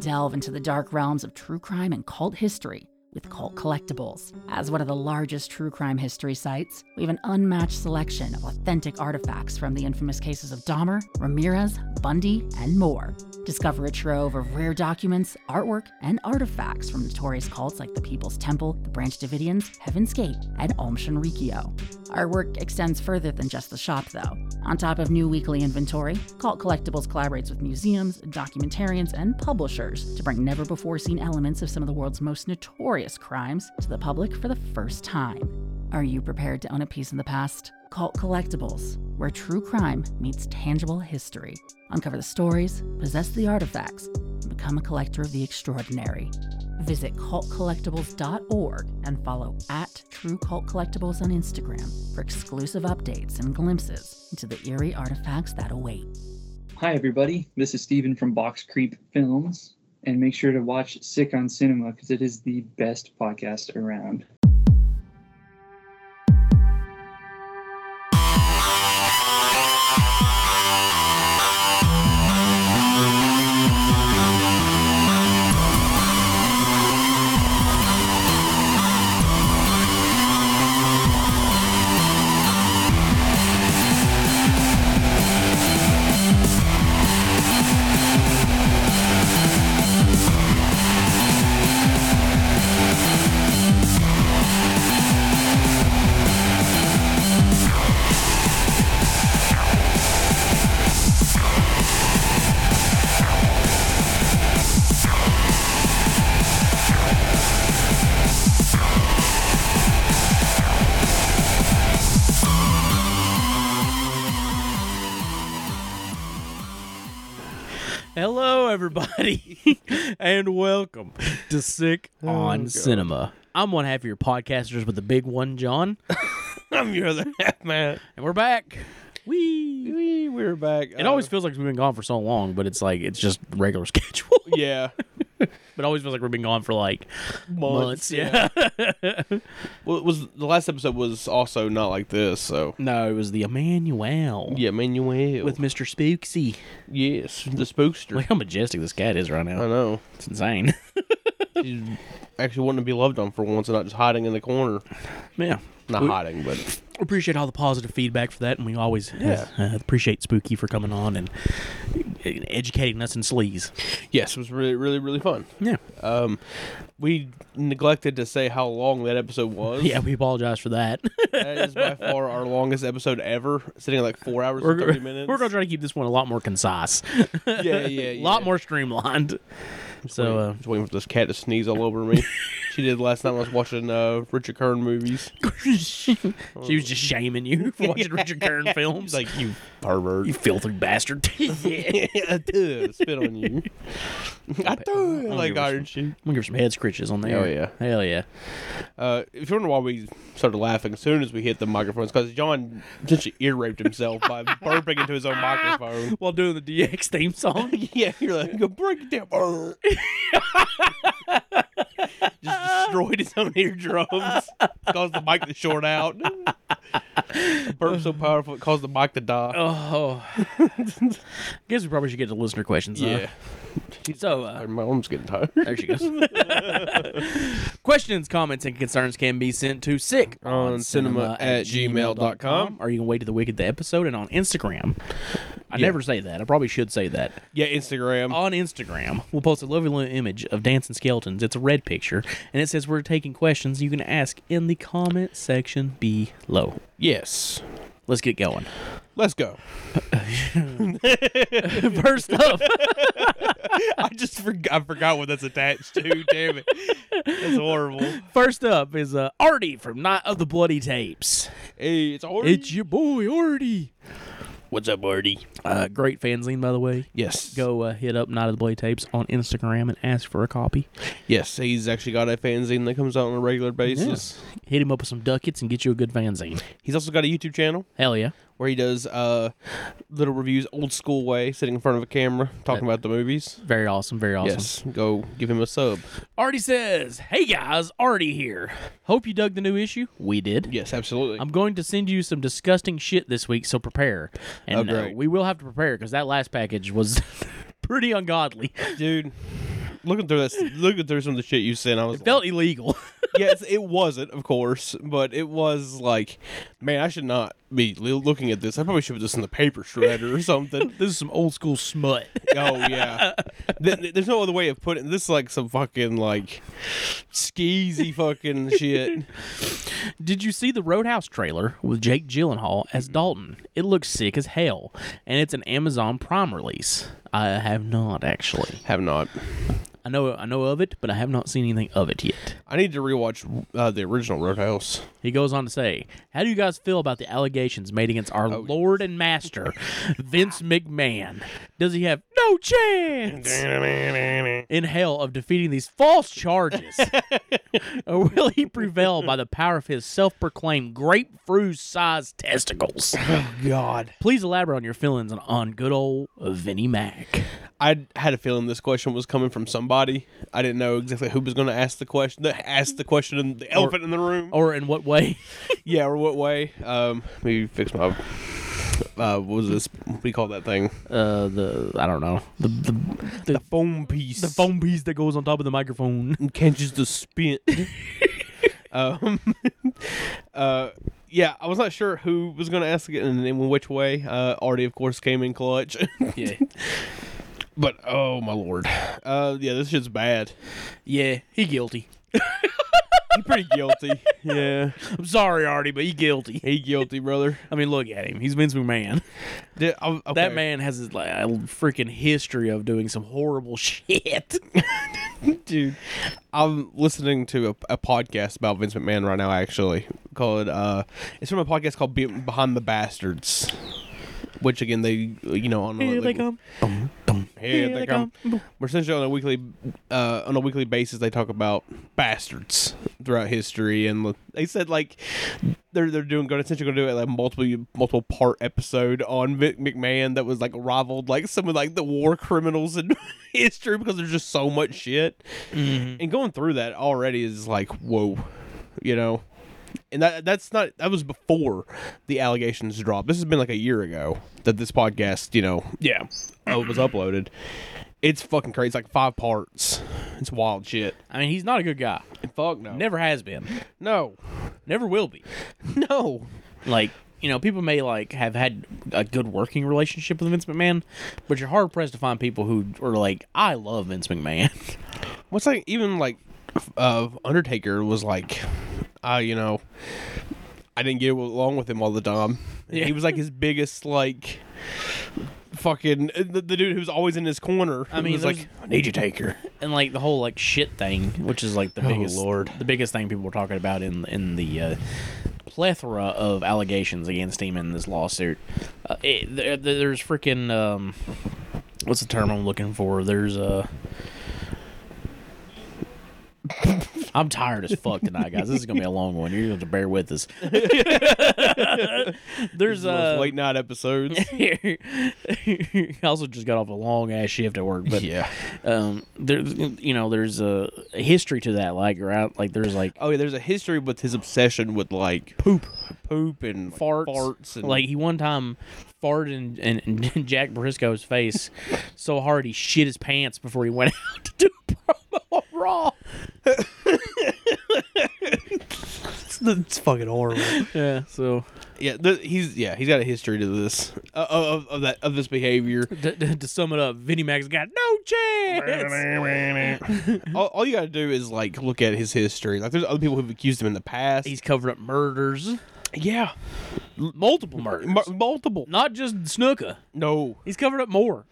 Delve into the dark realms of true crime and cult history with Cult Collectibles. As one of the largest true crime history sites, we have an unmatched selection of authentic artifacts from the infamous cases of Dahmer, Ramirez, Bundy, and more. Discover a trove of rare documents, artwork, and artifacts from notorious cults like the People's Temple, the Branch Davidians, Heaven's Gate, and Om Shinrikyo. Our work extends further than just the shop, though. On top of new weekly inventory, Cult Collectibles collaborates with museums, documentarians, and publishers to bring never before seen elements of some of the world's most notorious crimes to the public for the first time. Are you prepared to own a piece in the past? Cult Collectibles, where true crime meets tangible history. Uncover the stories, possess the artifacts, and become a collector of the extraordinary. Visit cultcollectibles.org and follow at True Cult Collectibles on Instagram for exclusive updates and glimpses into the eerie artifacts that await. Hi, everybody. This is Steven from Box Creep Films. And make sure to watch Sick on Cinema because it is the best podcast around. Hello, everybody, and welcome to Sick on God. Cinema. I'm one half of your podcasters with the big one, John, I'm your other half, man. and we're back. Wee. We we're back. It always feels like we've been gone for so long, but it's like it's just regular schedule. but yeah it always feels like we've been gone for like months. yeah. Well, it was the last episode was also not like this. So no, it was the Emmanuel. yeah, Manuel With Mr. Spooksy. yes, the spookster. Look how majestic this cat is right I now. know. It's insane. She's actually wanting to be loved on for once and not just hiding in the corner. yeah. Not We- hiding, but appreciate all the positive feedback for that, and we always uh, uh, appreciate Spooky for coming on and, and educating us in sleaze. yes, it was really, really, really fun. Yeah, Um, we neglected to say how long that episode was. yeah, we apologize for that. that is by far our longest episode ever, sitting at like four hours we're, and we're thirty minutes. gonna try to keep this one a lot more concise, yeah, yeah, yeah. a lot more streamlined. So So uh, just waiting for this cat to sneeze all over me. she did last night when I was watching uh, Richard Kern movies. uh, she was just shaming you for watching Richard Kern films, like you, Pervert. you filthy bastard. I'm I do. Spit on you. I do. Like give her Iron Sheik. gonna give her some head scritches on there. Hell yeah. hell yeah. Uh, if you wonder why we started laughing as soon as we hit the microphones, because John essentially ear raped himself by burping into his own microphone. While doing the DX theme song, Yeah, you're like, go break it down. brr." Just destroyed his own eardrums, caused the mic to short out. Burp so powerful it caused the mic to die. Oh, guess we probably should get to listener questions. huh? yeah, So, uh, my arm's getting tired. there she goes. questions, comments, and concerns can be sent to sick On cinema at gmail dot com. or you can wait to the week of the episode and on Instagram. I never say that. I probably should say that. Yeah, Instagram. On Instagram, we'll post a lovely little image of dancing skeletons. It's a red picture, and it says we're taking questions you can ask in the comment section below. yes, Let's get going. let's go. First up, I just forgot. I forgot what that's attached to. Damn it, that's horrible. first up is uh, Artie from Night of the Bloody Tapes. Hey, it's horrible. It's your boy Artie. What's up, Artie? Uh, great fanzine, by the way. Yes, Go uh, hit up Night of the Blade Tapes on Instagram and ask for a copy. Yes, he's actually got a fanzine that comes out on a regular basis. Hit him up with some ducats and get you a good fanzine. He's also got a YouTube channel Hell yeah. where he does uh, little reviews, old school way, sitting in front of a camera talking about the movies. Very awesome. Very awesome. Yes, go give him a sub. Artie says, Hey guys, Artie here. Hope you dug the new issue. We did. Yes, absolutely. I'm going to send you some disgusting shit this week, so prepare. And Oh, uh, great. we will have to prepare because that last package was pretty ungodly. dude. looking through this, looking through some of the shit you sent, I was It like, felt illegal. yes, it wasn't, of course, but it was like, man, I should not be li- looking at this. I probably should put this in the paper shredder or something. this is some old school smut. oh yeah, Th- th- there's no other way of putting this. Is like some fucking like skeezy fucking shit. Did you see the Roadhouse trailer with Jake Gyllenhaal as Dalton? It looks sick as hell, and it's an Amazon Prime release. I have not actually. Have not. I know I know of it, but I have not seen anything of it yet. I need to rewatch uh, the original Roadhouse. He goes on to say, "How do you guys feel about the allegations made against our Lord and Master, Vince McMahon? Does he have no chance in hell of defeating these false charges, or will he prevail by the power of his self-proclaimed grapefruit-sized testicles?" God, Please elaborate on your feelings on, on good old Vinnie Mac. I had a feeling this question was coming from somebody. I didn't know exactly who was going to ask the question. Ask the question, in the elephant in the room. Or in what way? Yeah, or what way? Um, maybe fix my. Uh, what was this? What do you call that thing? Uh, the I don't know the the the, the, Foam piece. foam piece that goes on top of the microphone. catches the spin. um, uh, yeah, I was not sure who was going to ask it and in which way. Uh, Artie, of course, came in clutch. Yeah, but oh my lord, uh, yeah, this shit's bad. yeah, he guilty. He's pretty guilty. yeah, I'm sorry, Artie, but he guilty. he guilty, brother. I mean, look at him. He's Vince McMahon. Did- oh, okay. That man has his, like, a freaking history of doing some horrible shit. dude. I'm listening to a, a podcast about Vince McMahon right now. Actually, called uh, it's from a podcast called Be- Behind the Bastards, which again they you know on a- Here they like- come. here, Here they, they come. come. We're essentially on a weekly uh, on a weekly basis. They talk about bastards throughout history, and look- they said like they're they're doing going essentially going to do it like multiple multiple part episode on Vic McMahon that was like rivaled like some of like the war criminals in history because there's just so much shit and going through that already is like whoa you know and that that's not that was before the allegations dropped this has been like a year ago that this podcast you know yeah uh, was uploaded it's fucking crazy it's like five parts it's wild shit I mean, he's not a good guy. fuck no Never has been. no Never will be. no like you know people may like have had a good working relationship with Vince McMahon, but you're hard pressed to find people who are like I love Vince McMahon. what's like even like uh undertaker was like uh you know i didn't get along with him all the time And he Yeah. was like his biggest like fucking uh, the, the dude who's always in his corner I mean, was there's- like i need you taker and like the whole like shit thing, which is like the biggest Lord. the biggest thing people were talking about in in the uh, plethora of allegations against him in this lawsuit. Uh, it, there, there's freaking um, what's the term I'm looking for? There's Uh, I'm tired as fuck tonight, guys. This is gonna be a long one. You're gonna have to bear with us. There's Those uh, late night episodes I also just got off a long ass shift at work, but yeah um, there's you know there's a, a history to that. Like around like there's like oh yeah there's a history with his obsession with like poop poop and like, farts, farts and like he one time farted in, in, in Jack Briscoe's face so hard he shit his pants before he went out to do a promo on Raw. it's fucking horrible Yeah, so yeah the, he's yeah he's got a history to this uh, of, of that of this behavior to, to, to sum it up, Vinnie Mac's got no chance. all, all you gotta do is like look at his history. Like there's other people who've accused him in the past. He's covered up murders, yeah, multiple murders, Mu- multiple. not just Snooka. No, He's covered up more.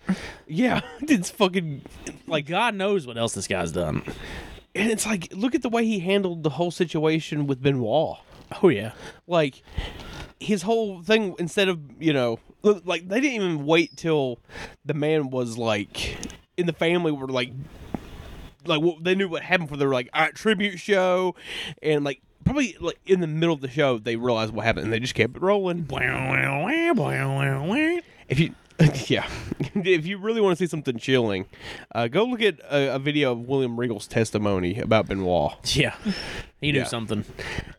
yeah, it's fucking Like God knows what else this guy's done. and it's like look at the way he handled the whole situation with Benoit. Oh yeah. Like his whole thing instead of you know look, like they didn't even wait till the man was like in the family were like like well, they knew what happened for they were like all right tribute show and like probably like in the middle of the show they realized what happened and they just kept it rolling. If you, yeah, if you really want to see something chilling, uh, go look at a, a video of William Regal's testimony about Benoit. Yeah. He knew Yeah. something.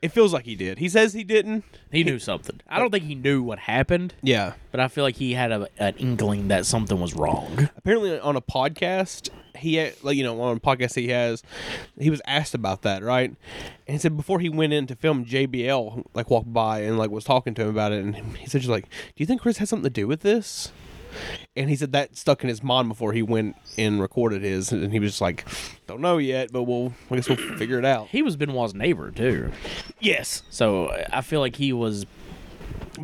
It feels like he did. He says he didn't. He knew something. I don't think he knew what happened, Yeah. but I feel like he had a, an inkling that something was wrong. apparently on a podcast he had, like you know on a podcast he has he was asked about that right and he said before he went in to film jbl like walked by and like was talking to him about it and he said just like do you think chris had something to do with this and he said that stuck in his mind before he went and recorded his and he was just like don't know yet but we'll i guess we'll figure it out He was Benoit's neighbor too. Yes. So uh, I feel like he was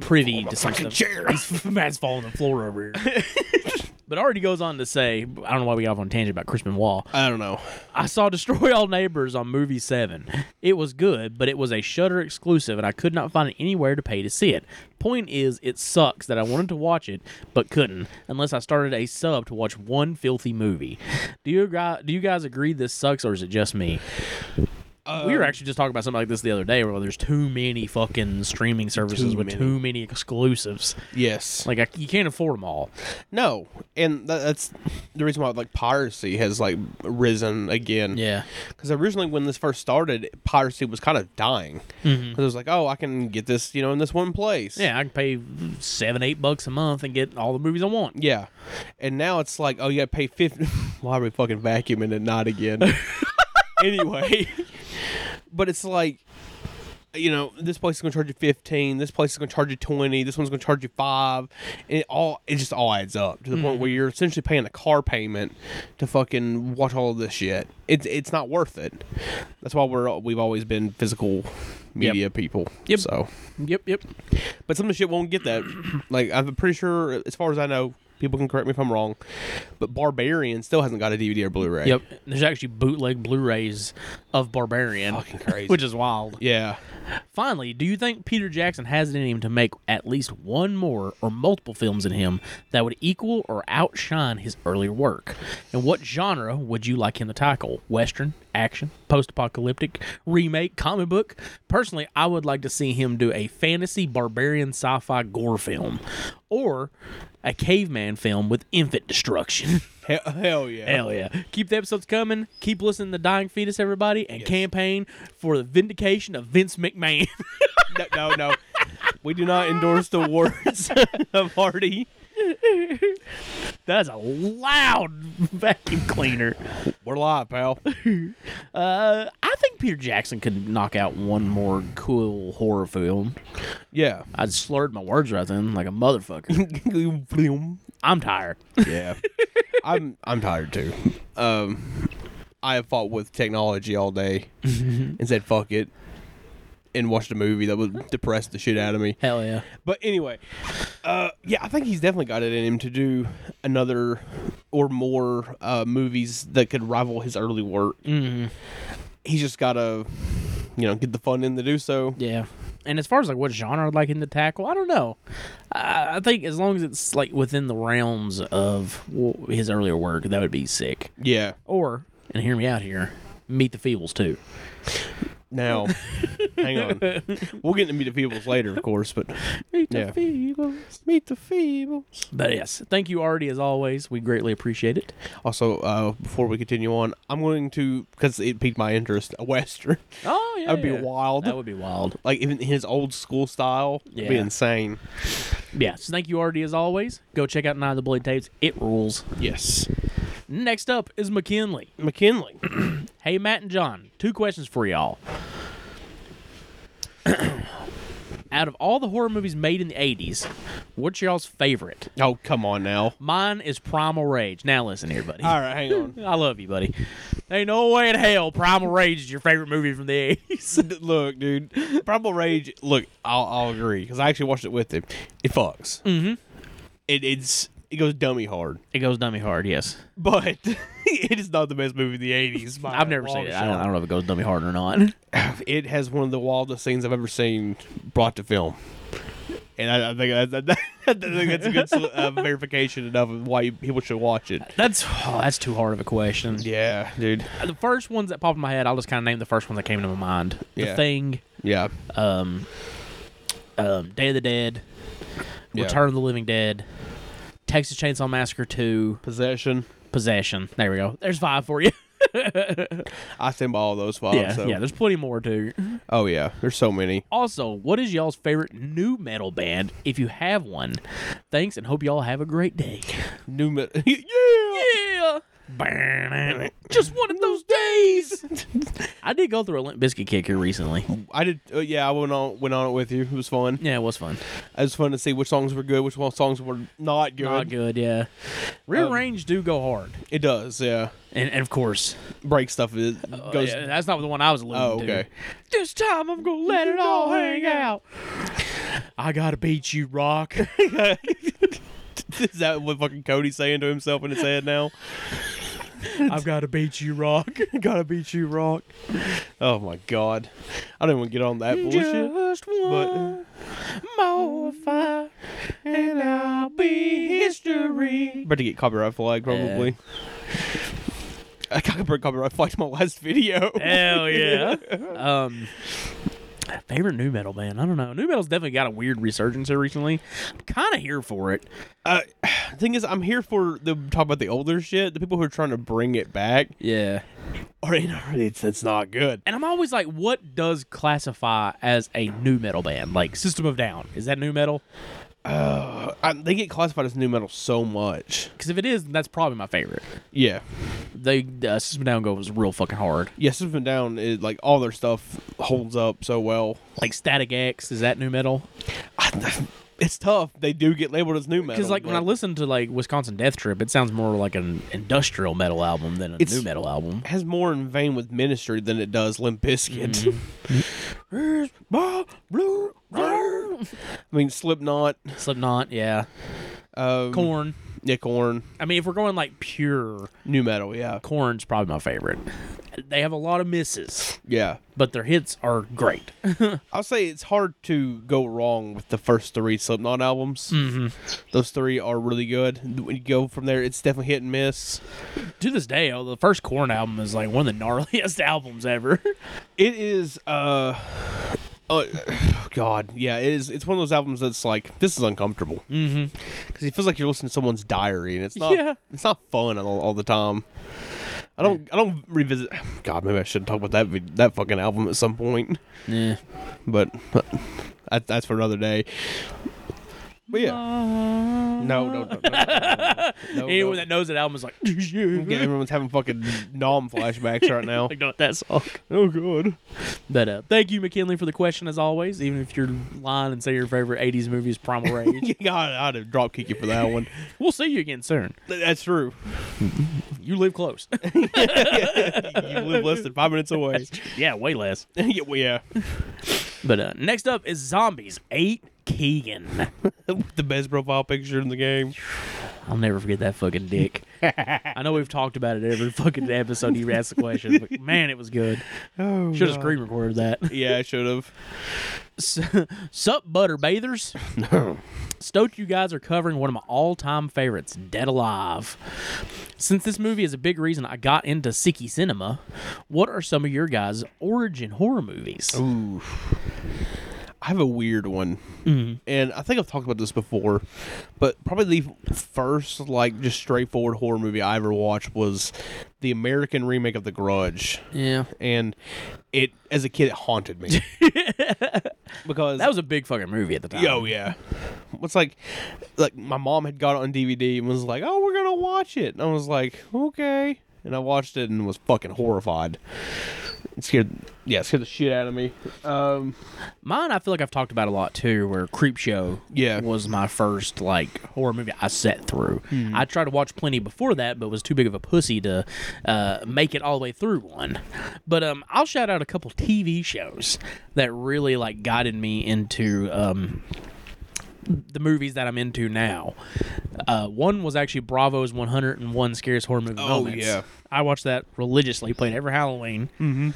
privy to something. chair. He's- Matt's falling on the floor over here. But already goes on to say, I don't know why we got off on a tangent about Chris Benoit. i don't know I saw Destroy All Neighbors on Movie 7. It was good, but it was a Shutter exclusive, and I could not find it anywhere to pay to see it. Point is, it sucks that I wanted to watch it, but couldn't, unless I started a sub to watch one filthy movie. Do you, agri- do you guys agree this sucks, or is it just me? we were actually just talking about something like this the other day, where there's too many fucking streaming services Too with many. too many exclusives. Um, yes Like, I, you can't afford them all. no and that, that's the reason why like piracy has like risen again Yeah. Because originally, when this first started, piracy was kind of dying. Because it was like, oh, I can get this, you know, in this one place. Mm-hmm. Yeah, I can pay seven, eight bucks a month and get all the movies I want. Yeah. And now it's like, oh, you got to pay 50. Why are we fucking vacuuming it? Not again. anyway. but it's like, you know, this place is going to charge you 15. This place is going to charge you 20. This one's going to charge you 5. And it all, it just all adds up to the point where Mm-hmm. you're essentially paying a car payment to fucking watch all of this shit. It's, it's not worth it. That's why we're, we've always been physical media people. Yep. So. Yep, yep. But some of the shit won't get that. like I'm pretty sure, as far as I know, people can correct me if I'm wrong, but Barbarian still hasn't got a DVD or Blu-ray. Yep. There's actually bootleg Blu-rays of Barbarian, Fucking crazy. which is wild. Yeah. Finally, do you think Peter Jackson has it in him to make at least one more or multiple films in him that would equal or outshine his earlier work? And what genre would you like him to tackle? Western, action, post-apocalyptic, remake, comic book? Personally, I would like to see him do a fantasy barbarian sci-fi gore film or a caveman film with infant destruction. Hell, hell yeah. Hell yeah. Keep the episodes coming. Keep listening to Dying Fetus, everybody, and campaign for the vindication of Vince McMahon. No, no, no. We do not endorse the words of Hardy. That's a loud vacuum cleaner. We're live, pal. Uh, I think Peter Jackson could knock out one more cool horror film. Yeah. I slurred my words right then like a motherfucker. I'm tired. yeah. I'm I'm tired too. Um, I have fought with technology all day and said fuck it, and watched a movie that would depress the shit out of me. Hell yeah. But anyway, uh, yeah, I think he's definitely got it in him to do another or more uh, movies that could rival his early work. Mm, He's just got to, you know, get the fun in to do so. yeah. And as far as like what genre I'd like him to tackle, I don't know. I, I think as long as it's like within the realms of w- his earlier work, that would be sick. Yeah. Or, and hear me out here, meet the Feebles too. Now, hang on. We'll get into Meet the Feebles later, of course, but Meet the Yeah. Feebles. Meet the Feebles. But yes, thank you, Artie, as always. We greatly appreciate it. Also, uh, before we continue on, I'm going to, because it piqued my interest, a Western. Oh, yeah. That would be wild. That would be wild. like, even his old school style would be Yeah. insane. Yeah. So thank you, Artie, as always. Go check out Nine of the Blade Tapes. It rules. Yes. Next up is McKinley. McKinley. Hey, Matt and John, two questions for y'all. Out of all the horror movies made in the 80s, what's y'all's favorite? Oh, come on now. Mine is Primal Rage. Now listen here, buddy. All right, hang on. I love you, buddy. Ain't no way in hell Primal Rage is your favorite movie from the 80s. D- look, dude. Primal Rage. Look, I'll, I'll agree because I actually watched it with him. It fucks. Mm-hmm. It, it's it goes dummy hard, It goes dummy hard, yes. but it is not the best movie of the '80s. by I've a never seen long it. I don't, I shot. don't know if it goes dummy hard or not. It has one of the wildest scenes I've ever seen brought to film. And I, I think that, that, I think that's a good sol- uh, verification enough of why people should watch it. That's oh, that's too hard of a question. Yeah, dude. The first ones that popped in my head, I'll just kind of name the first ones that came to my mind. Yeah. The Thing, Yeah, um, um, Day of the Dead, Yeah. Return of the Living Dead, Texas Chainsaw Massacre 2, possession. Possession. There we go. There's five for you. I stand by all those files. yeah, so. yeah. There's plenty more too. Oh yeah, there's so many. Also, what is y'all's favorite new metal band if you have one? Thanks, and hope y'all have a great day. New me- yeah. Yeah. Just one of those days. I did go through a Limp Bizkit kick here recently. I did. Uh, yeah, I went on went on it with you. It was fun. Yeah, it was fun. It was fun to see which songs were good, which one- songs were not good. Not good, yeah. Rear range do go hard. It does. Yeah, And, and of course, break stuff is goes. Oh, yeah, that's not the one I was alluding Oh, to. okay. This time I'm gonna let it all hang out. I gotta beat you, Rock. Is that what fucking Cody's saying to himself in his head now? I've gotta beat you, Rock. Gotta beat you, Rock. Oh my god, I don't want to get on that bullshit. Just one more fire, and I'll be history. About to get copyright flag probably. I got a copyright flag to my last video. Hell yeah. um, favorite new metal band? I don't know. New metal's definitely got a weird resurgence here recently. I'm kind of here for it. Uh, thing is, I'm here for the talk about the older shit. The people who are trying to bring it back. Yeah. Or it's it's not good. And I'm always like, what does classify as a new metal band? Like System of Down. Is that new metal? I, they get classified as new metal so much. Because if it is, that's probably my favorite. Yeah, They uh, System of Down goes real fucking hard. yeah. System of a Down is like all their stuff holds up so well. Like Static X, is that new metal? It's tough. They do get labeled as new metal. Because like when I but listen to like Wisconsin Death Trip, it sounds more like an industrial metal album than a It's- new metal album. it has more in vain with Ministry than it does Limp Bizkit. Mm-hmm. I mean Slipknot, Slipknot, yeah. um, Corn. yeah, Corn, I mean, if we're going like pure, new metal. Yeah, Corn's probably my favorite. They have a lot of misses, yeah. but their hits are great. I'll say it's hard to go wrong with the first three Slipknot albums. Mm-hmm. Those three are really good. When you go from there, it's definitely hit and miss. to this day, oh, the first Corn album is like one of the gnarliest albums ever. It is uh uh, God, yeah, it is. It's one of those albums that's like this is uncomfortable because mm-hmm. it feels like you're listening to someone's diary, and it's not. Yeah. It's not fun all, all the time. I don't. I don't revisit. God, maybe I should talk about that vid- that fucking album at some point, yeah. but that, that's for another day. But yeah, no, no, no, no, no, no, no, Anyone no. that knows that album is like, Okay, everyone's having fucking nom flashbacks right now. like not that song. oh god. But uh, thank you, McKinley, for the question as always. Even if you're lying and say your favorite '80s movie is Primal Rage, God, I'd have drop kicked you for that one. we'll see you again soon. That's true. You live close. you live less than five minutes away. yeah, way less. yeah, well, yeah. But uh, next up is Zombies Eight Keegan. the best profile picture in the game. I'll never forget that fucking dick. I know we've talked about it every fucking episode. You asked the question, but man, it was good. Oh, Should have screen recorded that. Yeah, I should have. S- Sup, butter bathers. Stoked you guys are covering one of my all-time favorites, Dead Alive. Since this movie is a big reason I got into Siki cinema, what are some of your guys' origin horror movies? Ooh. I have a weird one. And I think I've talked about this before, but probably the first, like, just straightforward horror movie I ever watched was the American remake of The Grudge. Yeah, And it, as a kid, it haunted me. because that was a big fucking movie at the time. Yo, yeah. It's like, like my mom had got it on DVD and was like, "Oh, we're gonna watch it," and I was like, "Okay." And I watched it and was fucking horrified. It scared, yeah, it scared the shit out of me. Um, Mine, I feel like I've talked about a lot too, where Creepshow Yeah. was my first like horror movie I sat through. I tried to watch plenty before that, but was too big of a pussy to uh, make it all the way through one. But um, I'll shout out a couple TV shows that really like guided me into um, the movies that I'm into now. Uh, one was actually Bravo's 101 Scariest Horror Movie Oh, Moments. yeah. I watched that religiously, played every Halloween. Mm-hmm.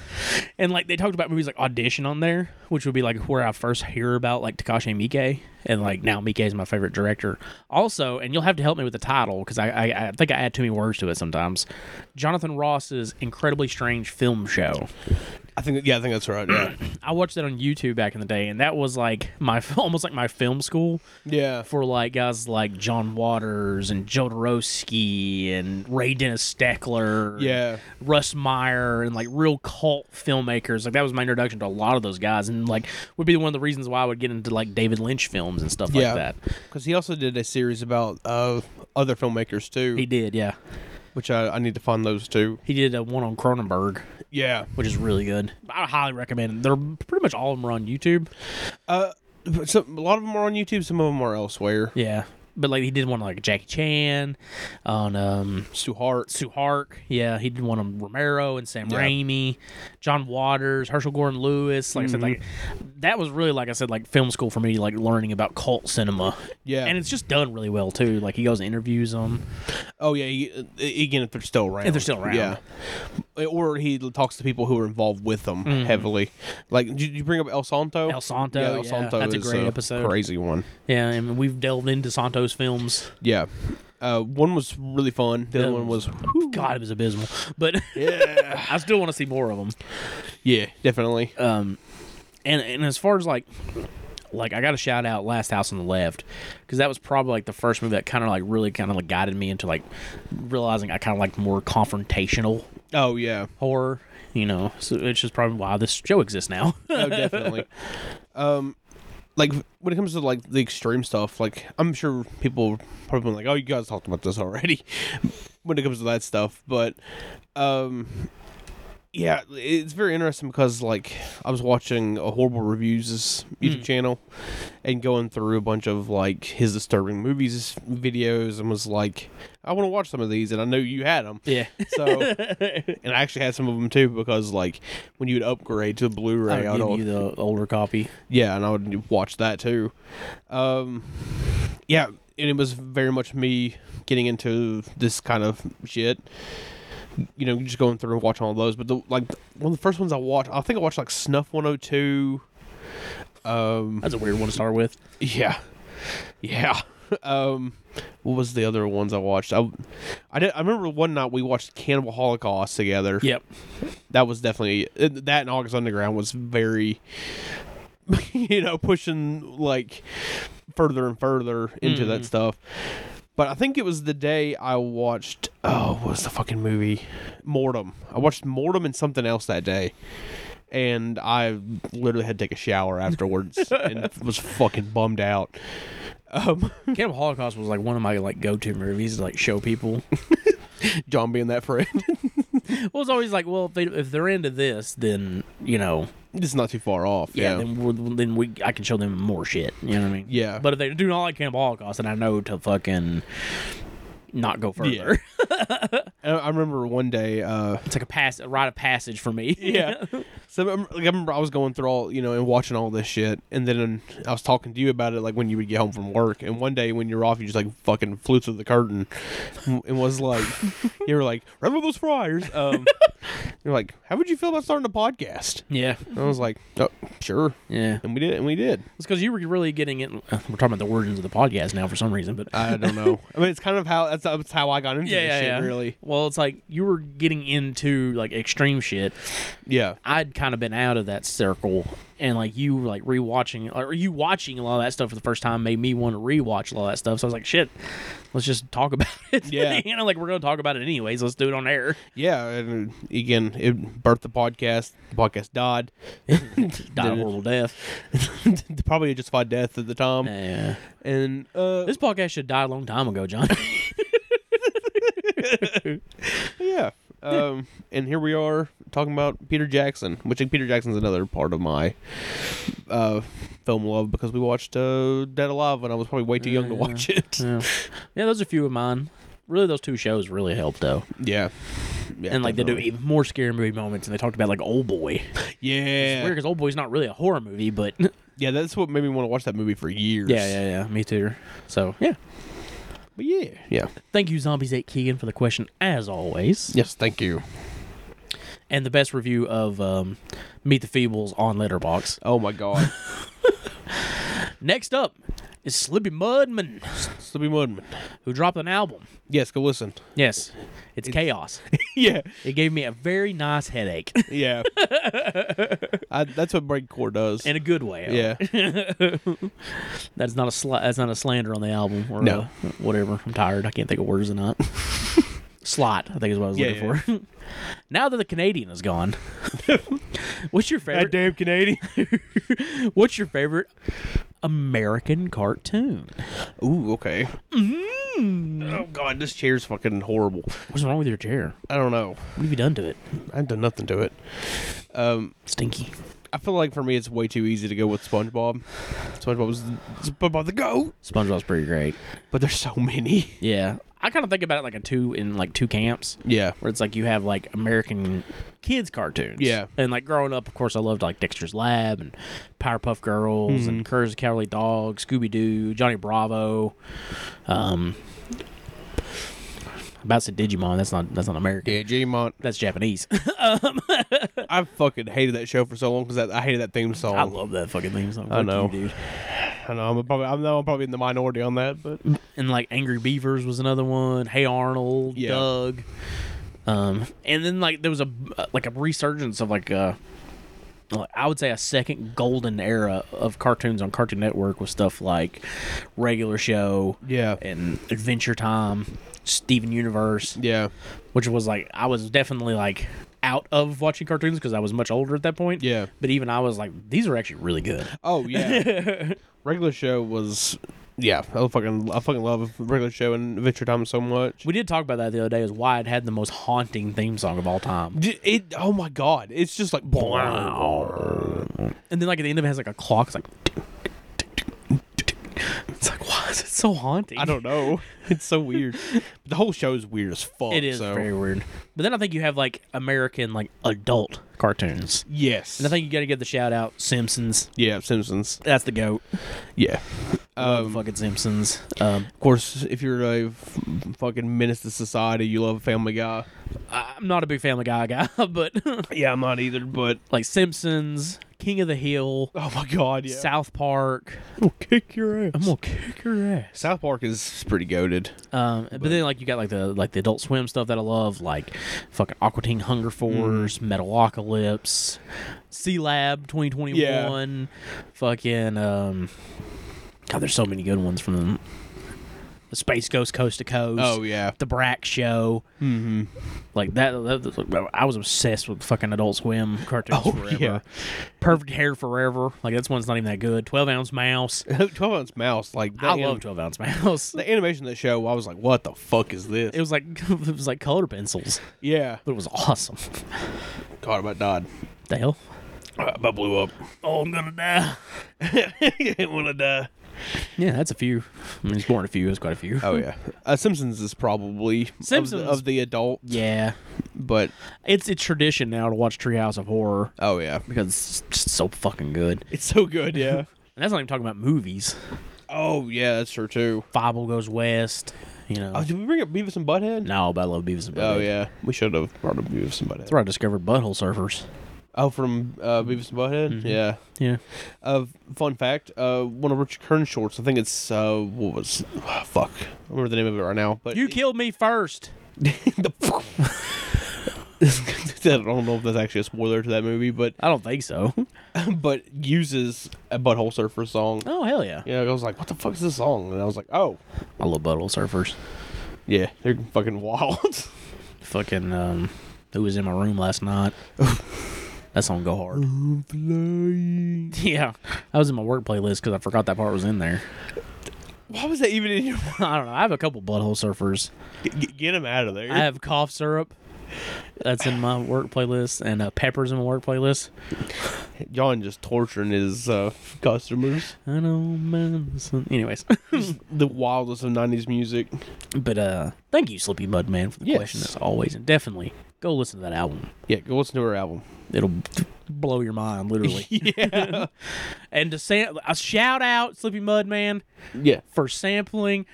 And like they talked about movies like Audition on there, which would be like where I first hear about like Takashi Miike, and like now Miike is my favorite director. Also, and you'll have to help me with the title because I, I I think I add too many words to it sometimes. Jonathan Ross's incredibly strange film show. I think yeah, I think that's right. Yeah, I watched that on YouTube back in the day, and that was like my almost like my film school yeah. for like guys like John Waters and Jodorowsky and Ray Dennis Steckler, and Yeah. Russ Meyer, and like real cult filmmakers. Like that was my introduction to a lot of those guys, and like would be one of the reasons why I would get into like David Lynch films and stuff Yeah. like that. Because he also did a series about uh, other filmmakers too, He did, yeah. which I, I need to find those too. He did a one on Cronenberg, Yeah. which is really good. I highly recommend. it. They're pretty much all of them are on YouTube. Uh, but some, a lot of them are on YouTube. Some of them are elsewhere. Yeah. But like he did one on, like Jackie Chan, on um Stu Hart. Suhark. Yeah, he did one on Romero and Sam Yeah. Raimi, John Waters, Herschel Gordon Lewis. Like I said, like Mm-hmm. that was really like I said, like film school for me, like learning about cult cinema. Yeah. and it's just done really well too. Like he goes and interviews them, Oh yeah. He, uh, again, if they're still around. If they're still around. Yeah. Or he talks to people who are involved with them heavily. Like did you bring up El Santo? Mm-hmm. El Santo, yeah. That's a is uh, great episode. Crazy one. yeah, and we've delved into Santos films. Um, Yeah. Uh, one was really fun. The other one was God, it was abysmal, but yeah, I still want to see more of them. yeah, definitely. um and and as far as like like I got to shout out Last House on the Left because that was probably like the first movie that kind of like really kind of like guided me into like realizing I kind of like more confrontational Oh yeah, horror, you know. So it's just probably why this show exists now. oh definitely. um, like when it comes to like the extreme stuff, like I'm sure people probably been like, oh, you guys talked about this already. when it comes to that stuff, but um, yeah, it's very interesting because like I was watching a horrible reviews YouTube channel and going through a bunch of like his disturbing movies videos and was like, I want to watch some of these, and I know you had them. yeah. So, and I actually had some of them too because like when you would upgrade to the I Blu-ray, I give would you the older copy. yeah, and I would watch that too. Um, yeah, and it was very much me getting into this kind of shit. You know, just going through and watching all those. But the, like one of the first ones I watched, I think I watched like Snuff 102. Um, That's a weird one to start with. yeah, yeah. Um, what was the other ones I watched? I, I, did, I remember one night we watched Cannibal Holocaust together Yep. that was definitely that and August Underground was very you know pushing like further and further into Mm. that stuff. But I think it was the day I watched oh what was the fucking movie Mortem. I watched Mortem and something else that day. And I literally had to take a shower afterwards and was fucking bummed out. Cannibal Holocaust was like one of my like go-to movies to like show people. John being that friend. well, it's always like, well, if, they, if they're into this, then you know, it's not too far off. yeah, Yeah. then we then we I can show them more shit. You know what I mean? Yeah. But if they do not like Cannibal Holocaust, then I know to fucking not go further. Yeah. I I remember one day uh It's like a pass, a rite of passage for me. yeah. So um, like, I remember I was going through all you know and watching all this shit, and then I was talking to you about it like when you would get home from work, and one day when you're off, you just like fucking flew through the curtain, and was like, you were like, remember those fryers? Um, you're like, how would you feel about starting a podcast? yeah, And I was like, oh, sure, yeah. and we did, and we did. It's because you were really getting it. uh, We're talking about the origins of the podcast now for some reason, but I don't know. I mean, it's kind of how that's, that's how I got into yeah, this yeah, shit, yeah. really. Well, it's like you were getting into like extreme shit. Yeah, I'd kind of been out of that circle, and like you were like rewatching, or you watching a lot of that stuff for the first time made me want to rewatch a lot of that stuff. So I was like, shit, let's just talk about it. Yeah. you know, like we're gonna talk about it anyways. Let's do it on air. yeah. And uh, again, it birthed the podcast. The podcast died. Die a Did it. horrible death. Probably justified death at the time. Yeah. And uh, This podcast should die a long time ago, John. Yeah. Um, and here we are talking about Peter Jackson, which like, Peter Jackson's another part of my uh, film love because we watched uh, Dead Alive when I was probably way too young to watch it. yeah. yeah, those are a few of mine. Really, those two shows really helped though, Yeah. Yeah, and like they do definitely. even more scary movie moments. And they talked about like Old Boy. Yeah. Weird because Old Boy's not really a horror movie, but Yeah, that's what made me want to watch that movie for years. yeah, yeah, yeah. Me too. So yeah, But yeah. Yeah. Thank you, Zombies 8 Keegan, for the question, as always. Yes, thank you. And the best review of um, Meet the Feebles on Letterbox. Oh my god. Next up, is Slippy Mudman, Slippy Mudman. who dropped an album. Yes, go listen. Yes, it's chaos. yeah, It gave me a very nice headache yeah. I, that's what breakcore does. in a good way. yeah, that's not a sl- that's not a slander on the album or No. a- whatever. I'm tired. I can't think of words tonight. Slot, I think is what I was Yeah, looking for. now that the Canadian is gone, what's your favorite? damn Canadian. What's your favorite American cartoon? Ooh, okay. Mm-hmm. Oh god, this chair's fucking horrible. What's wrong with your chair? I don't know. What have you done to it? I've done nothing to it. Um, Stinky. I feel like for me, it's way too easy to go with SpongeBob. SpongeBob was SpongeBob the goat, SpongeBob's pretty great. but there's so many. Yeah, I kind of think about it like a two in like two camps. Yeah, where it's like you have like American kids cartoons. Yeah. And like growing up, of course, I loved like Dexter's Lab and Powerpuff Girls Hmm. and Courage the Cowardly Dog, Scooby Doo, Johnny Bravo. Um, about to say Digimon. That's not that's not American. yeah. Digimon. That's Japanese. I fucking hated that show for so long because I, I hated that theme song. I love that fucking theme song. Fuck you, Oh. know. dude. I know I'm probably I know I'm probably in the minority on that, but And like Angry Beavers was another one. Hey Arnold, Yeah. Doug. Um, and then like there was a uh, like a resurgence of like uh like, I would say a second golden era of cartoons on Cartoon Network with stuff like Regular Show yeah, and Adventure Time, Steven Universe, yeah, which was like I was definitely like out of watching cartoons because I was much older at that point. yeah. But even I was like, these are actually really good. Oh yeah. regular show was yeah. I fucking I fucking love regular show and Adventure Time so much. We did talk about that the other day. Is why it had the most haunting theme song of all time. D- It oh my god, it's just like And then like at the end of it has like a clock. It's like tick, tick, tick, tick, tick. it's like why is it so haunting? I don't know. It's so weird. The whole show is weird as fuck. It is so. very weird. But then I think you have like American like adult cartoons. Yes. And I think you got to give the shout out Simpsons. Yeah, Simpsons. That's the goat. Yeah. Love Um, fucking Simpsons. Um, Of course, if you're a f- fucking menace to society, you love Family Guy. I- I'm not a big Family Guy guy, but Yeah, I'm not either, but like Simpsons, King of the Hill, oh my god, yeah. South Park. will kick your ass. I'm gonna kick your ass. South Park is pretty goaded. Um, but, then like you got like the like the Adult Swim stuff that I love, like fucking Aqua Teen Hunger Mm-hmm. Force, Metalocalypse, C Lab twenty twenty one, fucking um, God, there's so many good ones from them. The Space Ghost Coast to Coast. Oh yeah. The Brack Show, mm-hmm. like that, that- I was obsessed with fucking Adult Swim cartoons Oh, forever. yeah. Perfect Hair Forever, like that's one's not even that good. Twelve Ounce Mouse, Twelve Ounce Mouse, like that I anim- love Twelve Ounce Mouse. the animation of the show. I was like, what the fuck is this? It was like it was like color pencils. yeah. but it was awesome. God, about died. The hell? I about blew up. Oh, I'm gonna die. I didn't want to die. Yeah, that's a few. I mean, it's more than a few. It's quite a few. Oh yeah. Uh, Simpsons is probably of the- Simpsons. of the adult, Yeah, but it's a tradition now to watch Treehouse of Horror oh yeah. because it's just so fucking good. It's so good, yeah. And that's not even talking about movies. oh yeah, that's true too. Fable Goes West. You know. Oh, did we bring up Beavis and Butthead? no, but I love Beavis and Butthead. Oh yeah, we should have brought up Beavis and Butthead. That's where I discovered Butthole Surfers. Oh, from uh, Beavis and Butthead. Yeah. Yeah. Uh, fun fact: uh, one of Richard Kern's shorts. I think it's uh, what was fuck. I don't remember the name of it right now. But You it- killed me first. the I don't know if that's actually a spoiler to that movie, but I don't think so. but uses a Butthole Surfer song. Oh hell yeah. Yeah, I was like, what the fuck is this song? And I was like, oh, I love Butthole Surfers. yeah, they're fucking wild. Fucking um, who was in my room last night? that song go hard. Yeah, I was in my work playlist because I forgot that part was in there. Why was that even in your? I don't know. I have a couple butthole surfers. Get, get him out of there. I have cough syrup. That's in my work playlist, and uh, peppers in my work playlist. John just torturing his uh, customers. I know, man. So- Anyways, The wildest of '90s music. but uh, thank you, Slippy Mud Man, for the Yes. question as always, and definitely go listen to that album. Yeah, go listen to her album. It'll blow your mind, literally. yeah. and to say a shout out, Slippy Mud Man, Yeah, for sampling.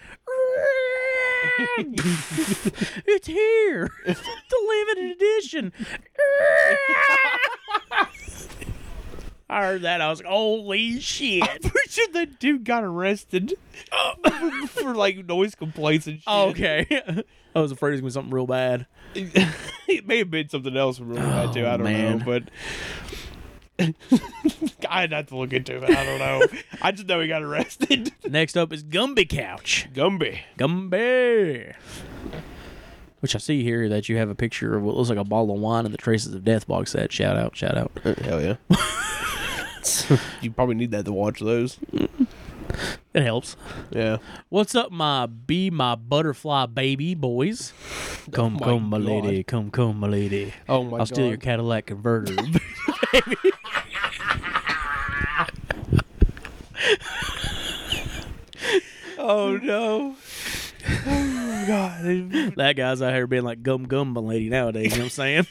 it's here. It's the limited edition. I heard that. I was like, holy shit. picture that dude got arrested for, for, like noise complaints and shit. Okay. I was afraid it was gonna be something real bad. it may have been something else from Ruby Bad too. I don't Oh, man. know, but. I'd have to look into it. I don't know. I just know he got arrested. Next up is Gumby Couch. Gumby. Gumby. Which I see here that you have a picture of what looks like a bottle of wine in the Traces of Death box set. Shout out, shout out. Hell yeah. you probably need that to watch those. It helps. Yeah. What's up, my bee, my butterfly baby boys? Come, my come, my God. lady. Come, come, my lady. Oh my I'll steal your God. Cadillac converter. Oh no. Oh my god. that guy's out here being like gum gum my lady nowadays, you know what I'm saying?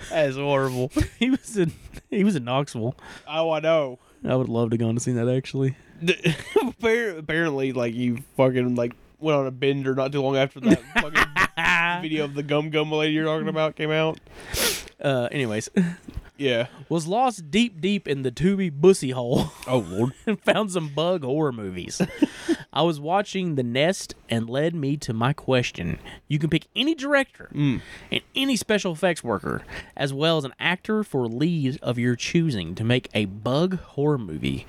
That's horrible. he was in he was in Knoxville. Oh, I know. I would love to go and see that actually. D- Appar- Apparently, like you fucking like went on a bender not too long after that fucking video of the gum gum lady you're talking about came out. Uh anyways. Yeah. Was lost deep deep in the Tubi bussy hole. Oh lord. and found some bug horror movies. I was watching The Nest and led me to my question. You can pick any director Mm. and any special effects worker, as well as an actor for lead of your choosing to make a bug horror movie,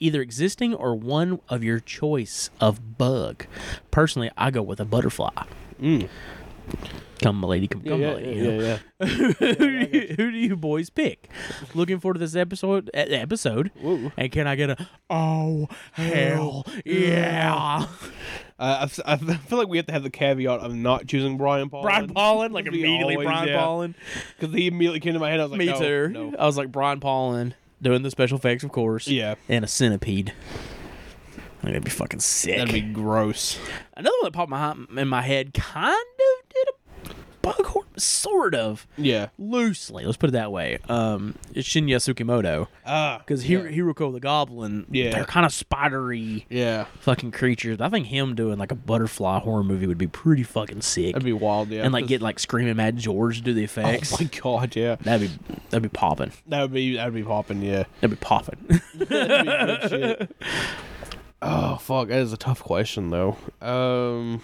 either existing or one of your choice of bug. Personally, I go with a butterfly. Come, my lady, come, come, my Mm. Yeah, lady. yeah, you know? yeah, yeah. who, do you, who do you boys pick? Looking forward to this episode. e- Episode. And can I get a? Oh hell yeah! Uh, I f- I f- I feel like we have to have the caveat of not choosing Brian Paul. Brian Paulin, like immediately Brian Paulin. because he immediately came to my head. I was like, Me no, too. no. I was like Brian Paulin doing the special effects, of course. Yeah. And a centipede. I think That'd be fucking sick. That'd be gross. Another one that popped my in my head, kind of did a bug horn, sort of Yeah. loosely. Let's put it that way. Um, it's Shinya Tsukimoto. Ah. Because Hir- Hiroko the Goblin, Yeah. they're kind of spidery yeah. fucking creatures. I think him doing like a butterfly horror movie would be pretty fucking sick. That'd be wild. Yeah. and like 'cause- get like screaming Mad George to do the Oh effects. my god. Yeah. that'd be that'd be popping. That would be that would be popping. Yeah. That'd be popping. That'd be good shit. Oh fuck, that is a tough question though. Um,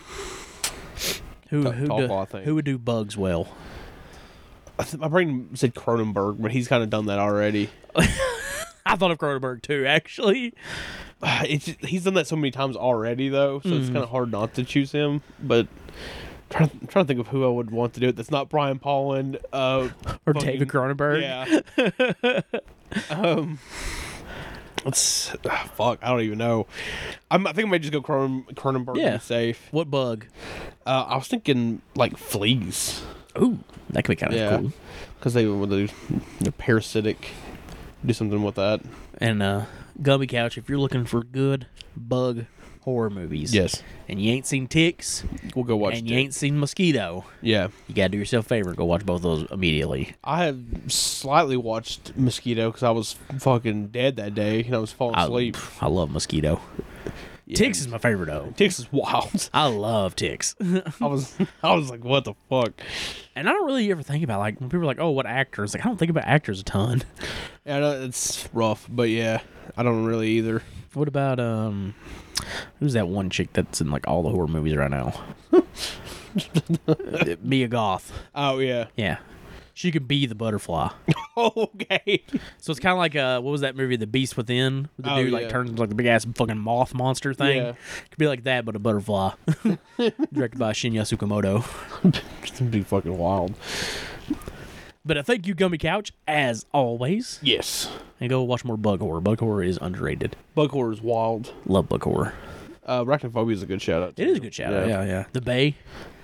who Top- who, top do- law thing. who would do bugs well? I th- my brain said Cronenberg, but he's kind of done that already. I thought of Cronenberg too, actually. It's just- he's done that so many times already though, so it's Mm. kind of hard not to choose him. But trying, trying to think of who I would want to do it. That's not Brian Pollan. Uh, Or Fucking- David Cronenberg. yeah. um. Let's ah, fuck. I don't even know. I'm, I think I might just go Cronen, Cronenberg. Yeah. Yeah. Safe. What bug? Uh, I was thinking like fleas. Ooh, that could be kind of Yeah, cool. because they would do the parasitic, do something with that. And uh, Gummy Couch, if you're looking for good bug horror movies, Yes. and you ain't seen Ticks, We'll go watch. and it. you ain't seen Mosquito, yeah, you gotta do yourself a favor and go watch both of those immediately. I have slightly watched Mosquito because I was fucking dead that day and I was falling I, asleep. I love Mosquito. Ticks is my favorite though. Ticks is wild. I love ticks. and I was, I was like, what the fuck? I don't really ever think about like when people are like, oh, what actors? Like I don't think about actors a ton. Yeah, I know it's rough, but yeah, I don't really either. What about um who's that one chick that's in like all the horror movies right now? Mia Goth. Oh yeah. Oh, Yeah. She could be the butterfly. okay. So it's kind of like uh, what was that movie, The Beast Within? Where the Oh, dude like yeah. turns into like the big ass fucking moth monster thing. Yeah. Could be like that, but a butterfly. Directed by Shinya Tsukamoto. It's gonna be fucking wild. But I thank you, Gummy Couch, as always. Yes. And go watch more bug horror. Bug horror is underrated. Bug horror is wild. Love bug horror. Uh, Arachnophobia is a good shout out. It is a good shout out. Yeah, yeah. The Bay.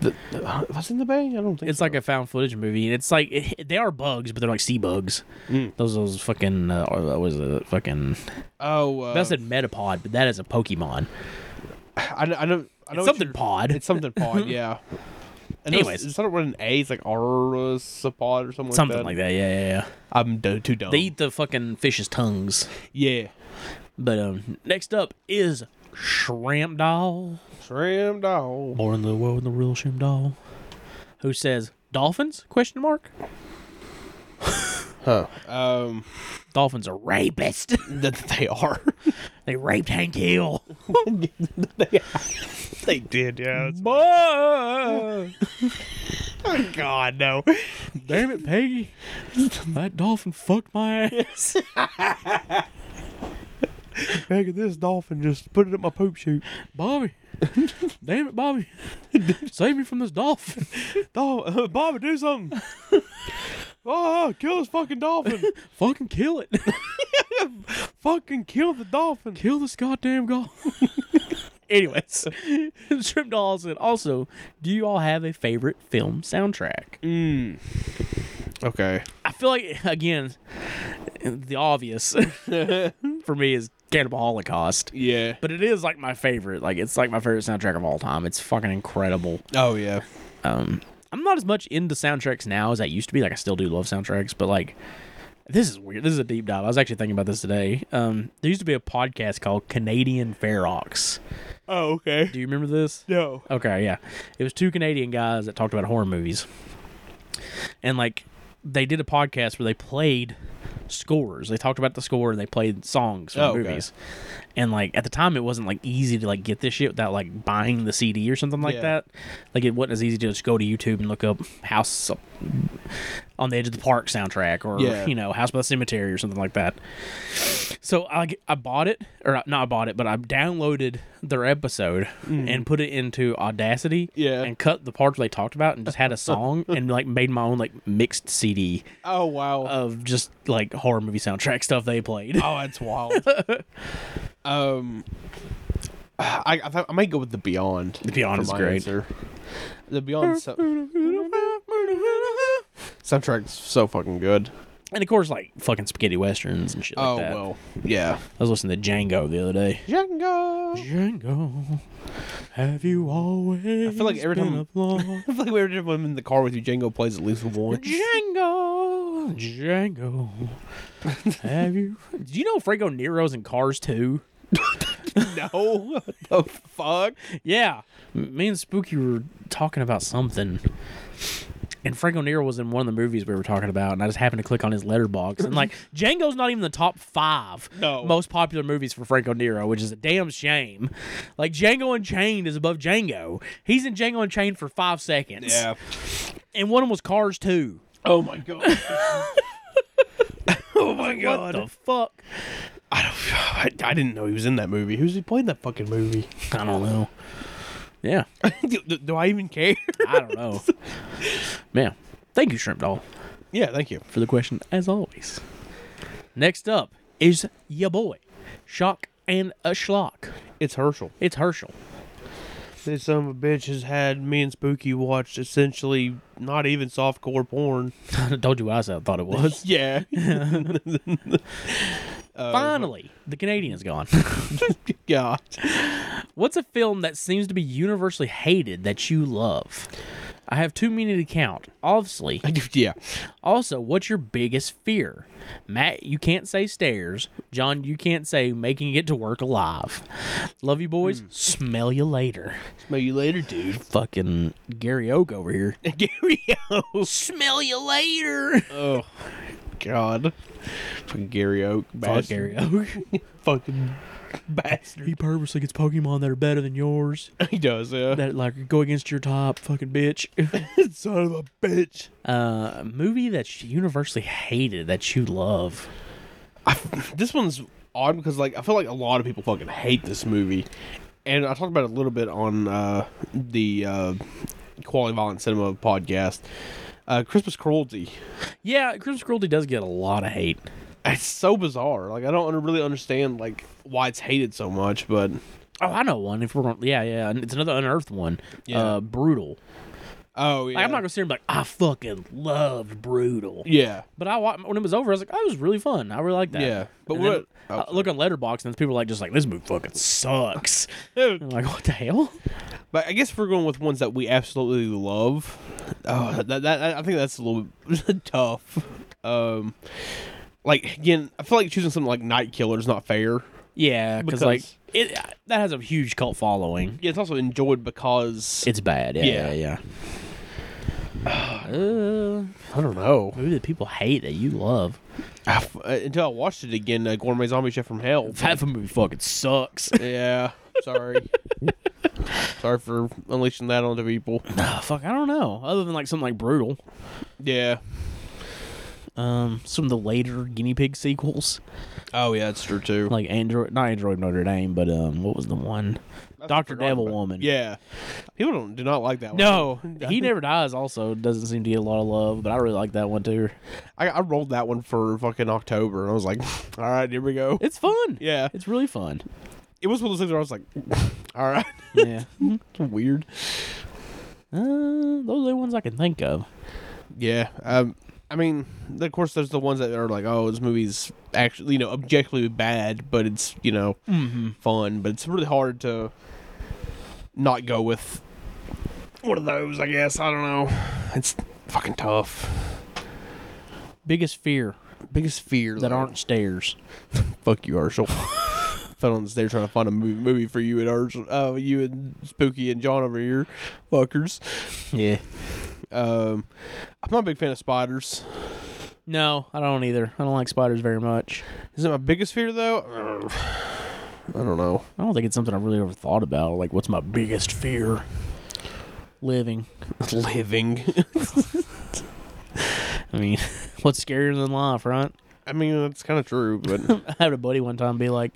Uh, was it in the bay? I don't think It's like a found footage movie, and it's like it, they are bugs, but they're like sea bugs. Mm. Those those fucking uh, or that was a fucking. Oh, uh, I said metapod, but that is a Pokemon. I know. I know, I know It's what something you're- pod. It's something pod, yeah. And it's- Anyways. it's not with an A. It's like Arasapod or something. something like like that. that. Oh. Yeah, yeah, yeah. I'm d- too dumb. They eat the fucking fish's tongues. yeah. But um, next up is Shrimp Doll, Shrimp dog. born in the world in the real Shrimp Doll, who says dolphins? Question mark. Huh. Um, Dolphins are rapist. that they are. they raped Hank Hill. they did, yeah. Bah! Oh, God, no. Damn it, Peggy. That dolphin fucked my ass. Back at this dolphin, just put it up my poop chute. Bobby. Damn it, Bobby. Save me from this dolphin. Oh, Bobby, do something. Oh, kill this fucking dolphin. Fucking kill it. fucking kill the dolphin. Kill this goddamn dolphin. Anyways, Shrimp Dawson. Also, do you all have a favorite film soundtrack? Mm. Okay. I feel like again, the obvious for me is Cannibal Holocaust, Yeah. but it is like my favorite. Like it's like my favorite soundtrack of all time. It's fucking incredible. Oh, yeah. Um, I'm not as much into soundtracks now as I used to be. Like I still do love soundtracks, but like this is weird. This is a deep dive. I was actually thinking about this today. Um, there used to be a podcast called Canadian Ferox. Oh, okay. Do you remember this? No. Okay, yeah. It was two Canadian guys that talked about horror movies. And like they did a podcast where they played scores. They talked about the score and they played songs from Oh, okay. movies. And like at the time it wasn't like easy to like get this shit without like buying the CD or something like Yeah. that. Like it wasn't as easy to just go to YouTube and look up House uh, on the Edge of the Park soundtrack or Yeah. you know House by the Cemetery or something like that. So I g- I bought it or not I bought it, but I downloaded their episode and put it into Audacity. Yeah. and cut the parts they talked about and just had a song and like made my own like mixed CD Oh, wow. of just like horror movie soundtrack stuff they played. Oh, that's wild. um, I I, th- I might go with the Beyond. The Beyond is great. The Beyond so- soundtrack's so fucking good. And of course, like fucking spaghetti westerns and shit like oh that. well, yeah. I was listening to Django the other day. Django. Django, have you always? I feel like every time- I feel like we were just when I'm in the car with you. Django plays at least one. Django, Django. Have you? Do you know Franco Nero's in Cars too? no, what the fuck. Yeah, M- me and Spooky were talking about something, and Franco Nero was in one of the movies we were talking about, and I just happened to click on his letterbox, and like Django's not even the top five No. most popular movies for Franco Nero, which is a damn shame. Like Django Unchained is above Django. He's in Django Unchained for five seconds, Yeah. and one of them was Cars too. Oh my god. oh my What god. the fuck? I, don't, I, I didn't know he was in that movie. Who's he playing that fucking movie? I don't know. Yeah, do, do- do I even care? I don't know. Man, thank you, Shrimp Doll, yeah, thank you. for the question as always. Next up is ya boy, Shock and a Schlock. It's Herschel. It's Herschel. This son of a bitch has had me and Spooky watch essentially not even softcore porn. I told you what I said- thought it was. yeah. Finally, the Canadian's gone. God. What's a film that seems to be universally hated that you love? I have too many to count. Obviously, yeah. Also, what's your biggest fear? Matt, you can't say stairs. John, you can't say making it to work alive. Love you, boys. Smell you later. Smell you later, dude. Fucking Gary Oak over here. Gary Oak. Smell you later. Oh, God. Fucking Gary Oak. Fuck Bastard. Gary Oak. Fucking bastard. he purposely gets Pokemon that are better than yours. He does, yeah. That like go against your type. Fucking bitch. son of a bitch. uh, movie that's universally hated that you love. I, this one's odd because like I feel like a lot of people fucking hate this movie, and I talked about it a little bit on uh, the uh, Quality Violent Cinema podcast. Uh, Christmas cruelty. Yeah, Christmas Cruelty does get a lot of hate. It's so bizarre. Like I don't un- really understand like why it's hated so much, but Oh, I know one. If we're on, yeah, yeah, and it's another unearthed one. Yeah. Uh, brutal. oh yeah, Like, I'm not gonna sit here and be like, I fucking loved Brutal. yeah, But I wa- when it was over, I was like, oh, it was really fun. I really liked that. Yeah. But But what- oh, I look on Letterbox and people are like, just like this movie fucking sucks. I'm like, what the hell? but I guess if we're going with ones that we absolutely love. Oh, that, that I think that's a little bit tough. Um, like again, I feel like choosing something like Night Killer is not fair. Yeah, because Because- like it that has a huge cult following. Yeah, it's also enjoyed because It's bad. Yeah, yeah, Yeah. yeah. Uh, I don't know. movie that people hate that you love. I f- uh, until I watched it again, uh, Gourmet Zombie Chef from Hell. That movie fucking sucks. yeah. Sorry. sorry for unleashing that onto people. Ah, fuck, I don't know. Other than like something like Brutal, Yeah. um, some of the later guinea pig sequels, Oh yeah, that's true too. like Android, not Android Notre Dame, but um, what was the one? Doctor forgot Devil about- Woman. Yeah. People don't do not like that. one. No, he never dies. Also, doesn't seem to get a lot of love, but I really like that one too. I, I rolled that one for fucking October, and I was like, all right, here we go. It's fun. Yeah, it's really fun. it was one of those things where I was like, all right, Yeah, it's weird. uh, those are the ones I can think of. Yeah. Um, I mean, of course, there's the ones that are like, oh, this movie's actually, you know, objectively bad, but it's, you know, fun. But it's really hard to not go with one of those, I guess. I don't know. It's fucking tough. Biggest fear Biggest fear that though. aren't stairs. Fuck you, Herschel. Fell on the stairs trying to find a movie, movie for you and Herschel, uh, you and Spooky and John over here, fuckers. Yeah. Um, I'm not a big fan of spiders. No, I don't either. I don't like spiders very much. Is it my biggest fear though? I don't know. I don't think it's something I've really ever thought about. Like, what's my biggest fear? Living. Living. I mean, what's scarier than life, right? I mean, that's kind of true, but I had a buddy one time be like,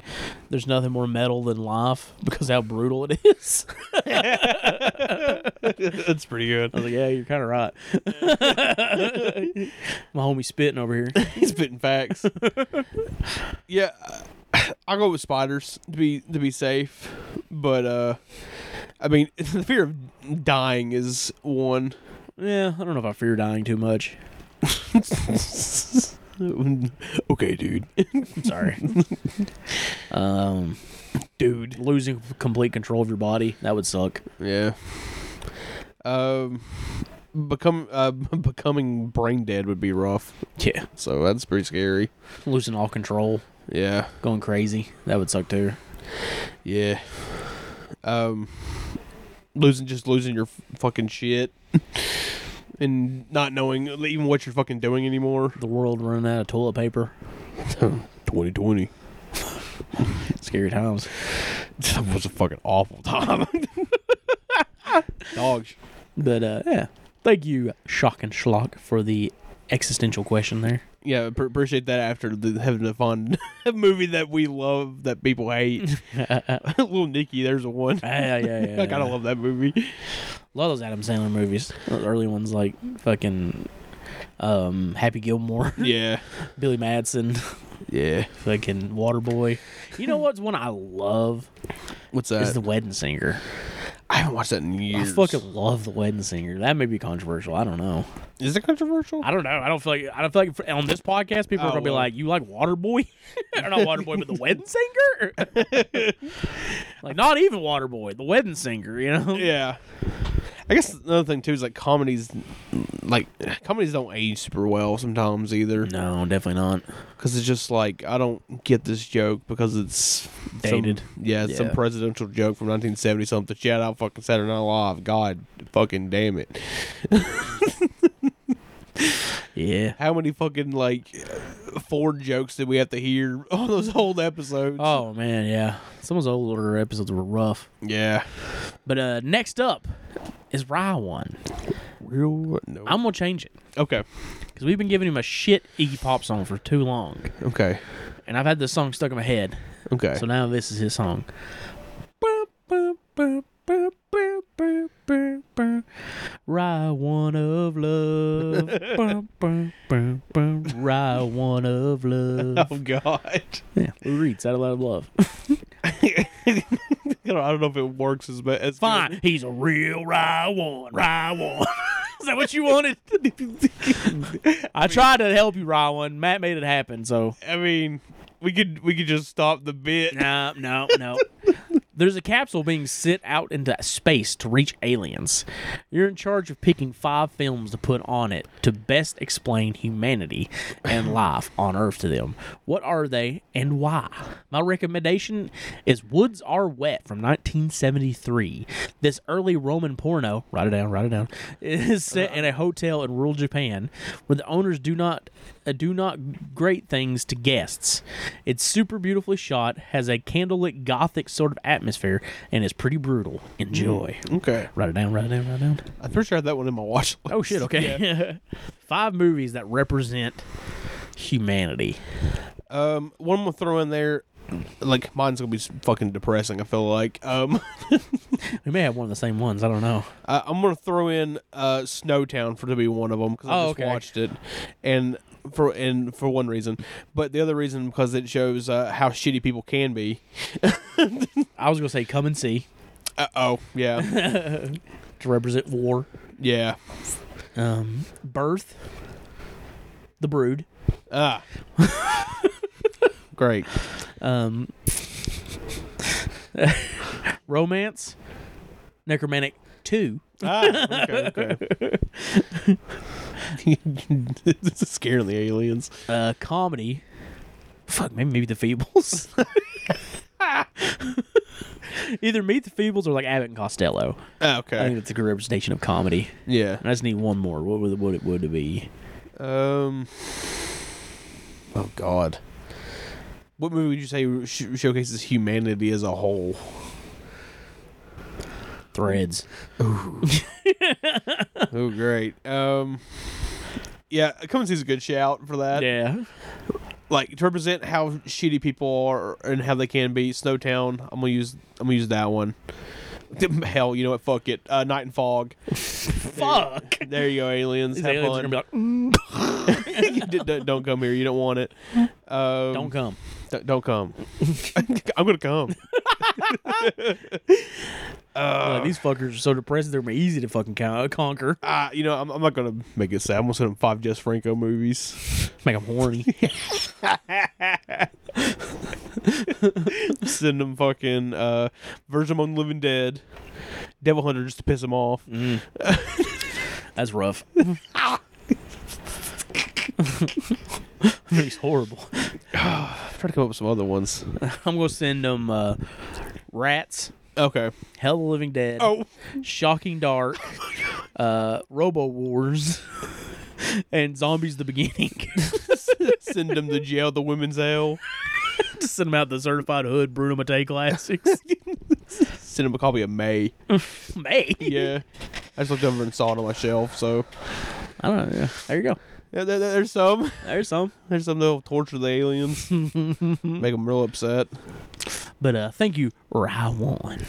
"There's nothing more metal than life because how brutal it is." that's pretty good. I was like, "Yeah, you're kind of right." My homie spitting over here. He's spitting facts. yeah, uh, I'll go with spiders to be to be safe, but uh, I mean, the fear of dying is one. Yeah, I don't know if I fear dying too much. okay, dude. I'm sorry. um, Dude. losing complete control of your body that would suck. Yeah. Um, become uh, becoming brain dead would be rough. Yeah, So that's pretty scary. losing all control, Yeah. going crazy that would suck too. Yeah. Um, losing just losing your f- fucking shit and not knowing even what you're fucking doing anymore. The world running out of toilet paper. 2020. Scary times. That was a fucking awful time. Dog. sh- But uh, yeah, thank you, Shock and Schlock, for the existential question there. Yeah, pr- appreciate that after the having a fun movie that we love that people hate. Little Nicky, there's one. Yeah, yeah, yeah. I gotta love that movie. A lot of those Adam Sandler movies, those early ones like fucking um, Happy Gilmore, Yeah. Billy Madsen, Yeah. fucking Waterboy. You know what's one I love What's is that? The Wedding Singer. I haven't watched that in years. I fucking love The Wedding Singer. That may be controversial. I don't know. Is it controversial? I don't know. I don't feel like I don't feel like on this podcast people are Oh, gonna be well. like, "You like Waterboy?" I don't know Waterboy, but The Wedding Singer. like not even Waterboy, The Wedding Singer. You know? Yeah. I guess another thing too is like comedies, like comedies don't age super well sometimes either, No, definitely not. because it's just like I don't get this joke because it's some- Dated. yeah, it's some Yeah. presidential joke from 1970 something. Shout out fucking Saturday Night Live. God fucking damn it! Yeah. How many fucking like Ford jokes did we have to hear on those old episodes? Oh man, yeah. Some of those older episodes were rough. yeah. But uh next up is Rye One. Real no. I'm gonna change it okay. because we've been giving him a shit Iggy Pop song for too long, Okay. and I've had this song stuck in my head. Okay. So now this is his song. Rye one of love. Rye one of love. oh God. Yeah, Lou Reed's out of loud of love. I don't- I don't know if it works as bad as Fine, he's a real rye one. Rye one. Is that what you wanted? I tried to help you, Rye one. Matt made it happen. So I mean, we could we could just stop the bit. no, no, no. There's a capsule being sent out into space to reach aliens. You're in charge of picking five films to put on it to best explain humanity and life on Earth to them. What are they and why? My recommendation is Woods Are Wet from 1973. This early Roman porno, write it down, write it down, is set in a hotel in rural Japan where the owners do not uh, do not great things to guests. It's super beautifully shot, has a candlelit gothic sort of atmosphere, and is pretty brutal. Enjoy. Okay. Write it down, write it down, write it down. I'm pretty sure I had that one in my watch list. Oh shit, okay. Five movies that represent humanity. Um, one I'm gonna throw in there, like mine's gonna be s- fucking depressing. I feel like. Um, We may have one of the same ones, I don't know. I, I'm gonna throw in uh Snowtown for to be one of them because I Oh, just okay. watched it, and for and for one reason, but the other reason because it shows uh, how shitty people can be. I was gonna say come and see Uh oh, yeah, to represent war. yeah. Um birth. The brood. Ah, great. Um Romance. Necromantic two. Ah, okay, okay. this is scaring the aliens. Uh comedy. Fuck, maybe maybe the Feebles. Either meet the Feebles or like Abbott and Costello. Ah, I think okay, that's a good representation of comedy. yeah. And I just need one more. What would what it would it be? Um. Oh God. What movie would you say sh- showcases humanity as a whole? Threads. Oh, great. Um. Yeah, come and see's a good shout for that. Uh, Yeah. Like to represent how shitty people are and how they can be. Snowtown. I'm gonna use. I'm gonna use that one. Hell, you know what? Fuck it. Uh, Night and Fog. Fuck. There you go, aliens. These Have aliens fun. are gonna be like, "Mm, D- d- don't come here. You don't want it. Um, don't come. D- don't come. I'm gonna come. Like, these fuckers are so depressed they're easy to fucking con- conquer. Uh, you know, I'm, I'm not gonna make it sad. I'm gonna send him five Jess Franco movies. Make them horny. send him fucking uh, Virgin Among the Living Dead, Devil Hunter just to piss him off. Mm. That's rough. It's horrible. I'm trying to come up with some other ones. I'm gonna send them uh, rats, Okay. Hell of the Living Dead, Oh, Shocking Dark, uh, Robo Wars, and Zombies: The Beginning. send him to jail, the women's hell. Just send them out the certified hood Bruno Mattei classics. Send him a copy of May. May. Yeah. I just looked over and saw it on my shelf. So I don't know. Yeah. There you go. yeah, there, there- there's some. There's some. There's some that'll torture the aliens, make them real upset. But uh, thank you, Rowan,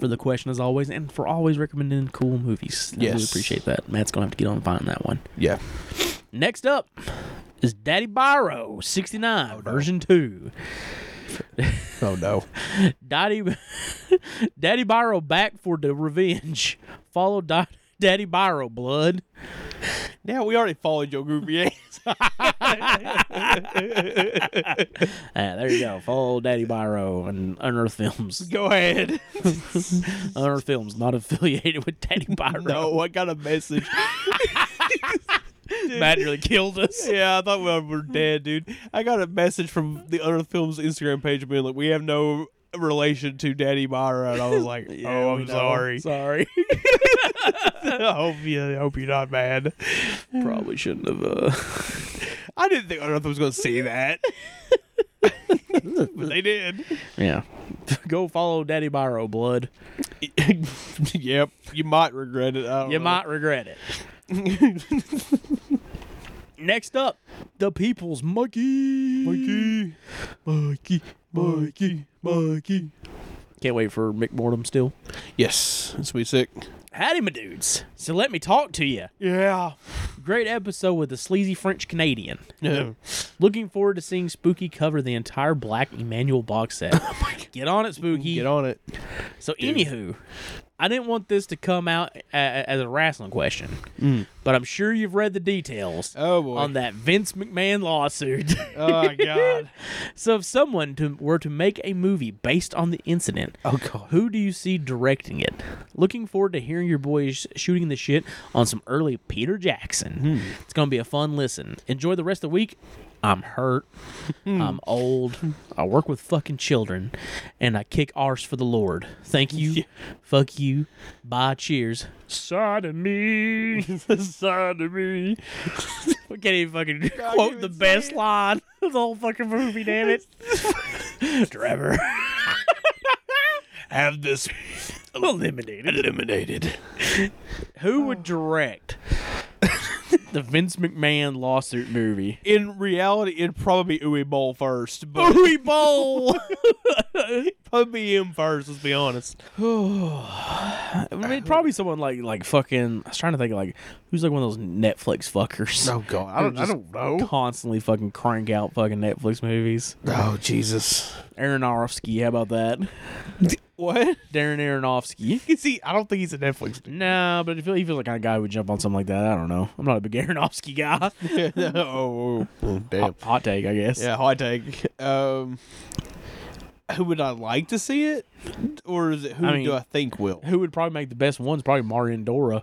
for the question as always, and for always recommending cool movies. I really Yes. appreciate that. Matt's gonna have to get on and find that one. Yeah. Next up is Daddy Byro sixty nine version two. Oh no. Daddy Daddy Byro back for the revenge. Follow Di- Daddy Byro blood. Yeah, we already followed your goofy ass. Ah, there you go. Follow Daddy Byro and Unearth Films. Go ahead. Unearth Films not affiliated with Daddy Byro. No, I got a message. Matt nearly killed us. yeah, I thought we were dead, dude. I got a message from the Unearthed Films Instagram page being like, we have no relation to Daddy Myra. And I was like, oh, I'm sorry. Sorry. I hope, you, I hope you're not mad. Probably shouldn't have. Uh... I didn't think Unearthed was going to see that. but they did. Yeah. Go follow Daddy Byro, blood. yep. You might regret it. I don't You know. might regret it. Next up, the People's Monkey. Mikey, Mikey, Mikey, Mikey. Can't wait for Mick Mortem still. Yes, that's me sick. Howdy, my dudes. So let me talk to you. Yeah. Great episode with the sleazy French Canadian. No. Looking forward to seeing Spooky cover the entire Black Emmanuel box set. Oh Get on it, Spooky. Get on it. So, anywho, I didn't want this to come out a- a- as a wrestling question, but I'm sure you've read the details Oh, boy. on that Vince McMahon lawsuit. Oh God. so, if someone to, were to make a movie based on the incident, oh God. who do you see directing it? Looking forward to hearing your boys shooting the shit on some early Peter Jackson. Hmm. It's going to be a fun listen. Enjoy the rest of the week. I'm hurt. Hmm. I'm old. I work with fucking children and I kick arse for the Lord. Thank you. Fuck you. Bye. Cheers. Sodomy. Sodomy. we can't even fucking quote the even say best line of the whole fucking movie, damn it. Trevor. Have this Eliminated. eliminated. Who would direct the Vince McMahon lawsuit movie? In reality, it'd probably be Uwe Boll first, but Booey Bowl. probably be him first. Let's be honest. I mean, probably someone like like fucking. I was trying to think like who's like one of those Netflix fuckers. Oh, God, I Who just Constantly fucking crank out fucking Netflix movies. Oh Jesus. Aaron Aronofsky, how about that? What? Darren Aronofsky. Is he? I don't think he's a Netflix. dude. No, but I feel he feels like kind of guy who would jump on something like that. I don't know. I'm not a big Aronofsky guy. oh, oh, damn. Hot take, I guess. Yeah, hot take. Um, who would I like to see it, or is it who I mean- do I think will? Who would probably make the best ones? Probably Mario and Dora.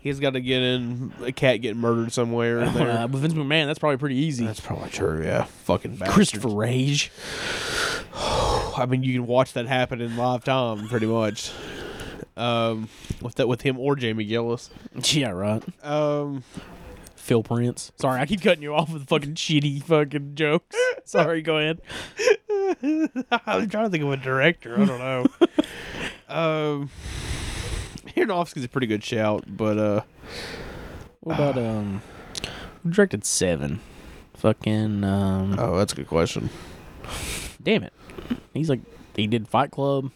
He's got to get in a cat getting murdered somewhere. in there. Uh, but Vince McMahon, that's probably pretty easy. That's probably true. Yeah, fucking bad. Christopher Rage. I mean, you can watch that happen in live time, pretty much. Um, with that, with him or Jamie Gillis. Yeah, right. Um, Phil Prince. Sorry, I keep cutting you off with fucking shitty fucking jokes. Sorry, go ahead. I'm trying to think of a director. I don't know. um, Aronofsky's a pretty good shout, but uh, What about um who directed Seven? Fucking um oh, that's a good question. damn it. He's like he did Fight Club.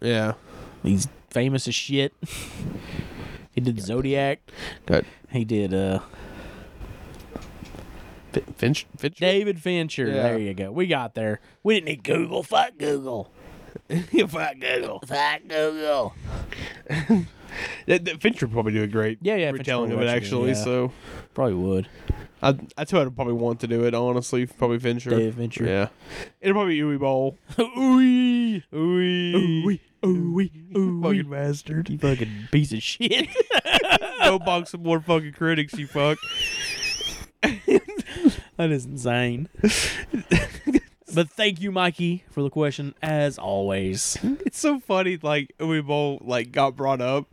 Yeah, He's famous as shit. He did Zodiac. got He did uh Fin- Finch. Finch. David Fincher. Yeah. There you go. We got there. We didn't need Google. Fuck Google. Fuck Google. Fuck Google. That, that Fincher would probably do a great Yeah, yeah, Fincher retelling of would it actually do, actually. yeah. So Probably would. I, that's who I'd probably want to do it. Honestly, probably Fincher. David Fincher. Yeah, it'd probably be Uwe Boll. Ooh-wee. Ooh, Ooh-wee. Ooh-wee. fucking bastard. You fucking piece of shit. Go box some more fucking critics, you fuck. that is insane. but thank you, Mikey, for the question, as always. It's so funny, like Uwe Boll like got brought up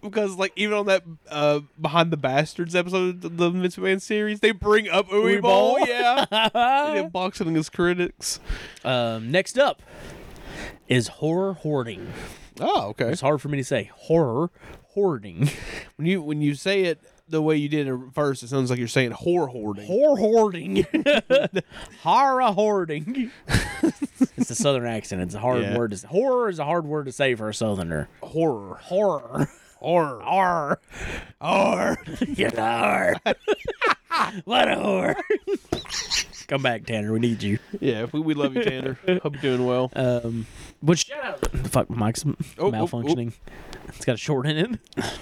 because like even on that uh behind the bastards episode of the Vince McMahon series, they bring up Uwe, Uwe Boll. Uh-huh. Boll. Yeah, they did boxing his critics. um, next up is horror hoarding. Oh, okay. It's hard for me to say. Horror hoarding. When you when you say it the way you did it first, it sounds like you're saying whore hoarding. Horror hoarding. horror hoarding. it's a southern accent. It's a hard Yeah. word. To, horror is a hard word to say for a southerner. Horror. Horror. Horror. Horror. Horror. You're the whore. what a whore. Come back, Tanner. We need you. Yeah, we, we love you, Tanner. Hope you're doing well. Um, but shout out. Fuck, my mic's m- oh, oh. malfunctioning. It's got a short in it.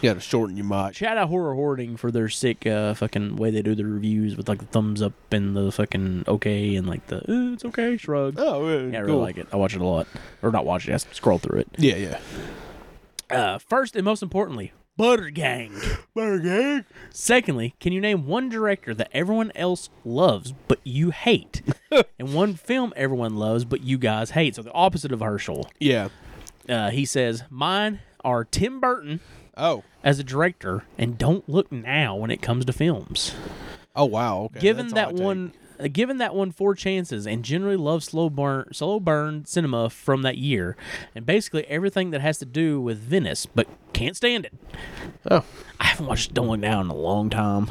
You gotta shorten your mic. Shout out Horror Hoarding for their sick uh, fucking way they do their reviews with like the thumbs up and the fucking okay and like the uh, it's okay shrug. Oh, yeah, Yeah, I cool. really like it. I watch it a lot. Or not watch it, I scroll through it. Yeah, yeah. Uh, first and most importantly, Butter Gang. Burger. Secondly, can you name one director that everyone else loves but you hate? and one film everyone loves but you guys hate. So the opposite of Herschel. Yeah. Uh, he says, Mine are Tim Burton Oh. as a director and Don't Look Now when it comes to films. Oh wow. Okay. given That's a that hot take. one. uh, Given that one four chances and generally love slow burn slow burn cinema from that year, and basically everything that has to do with Venice, but can't stand it. Oh. I haven't watched Don't Look Now in a long time.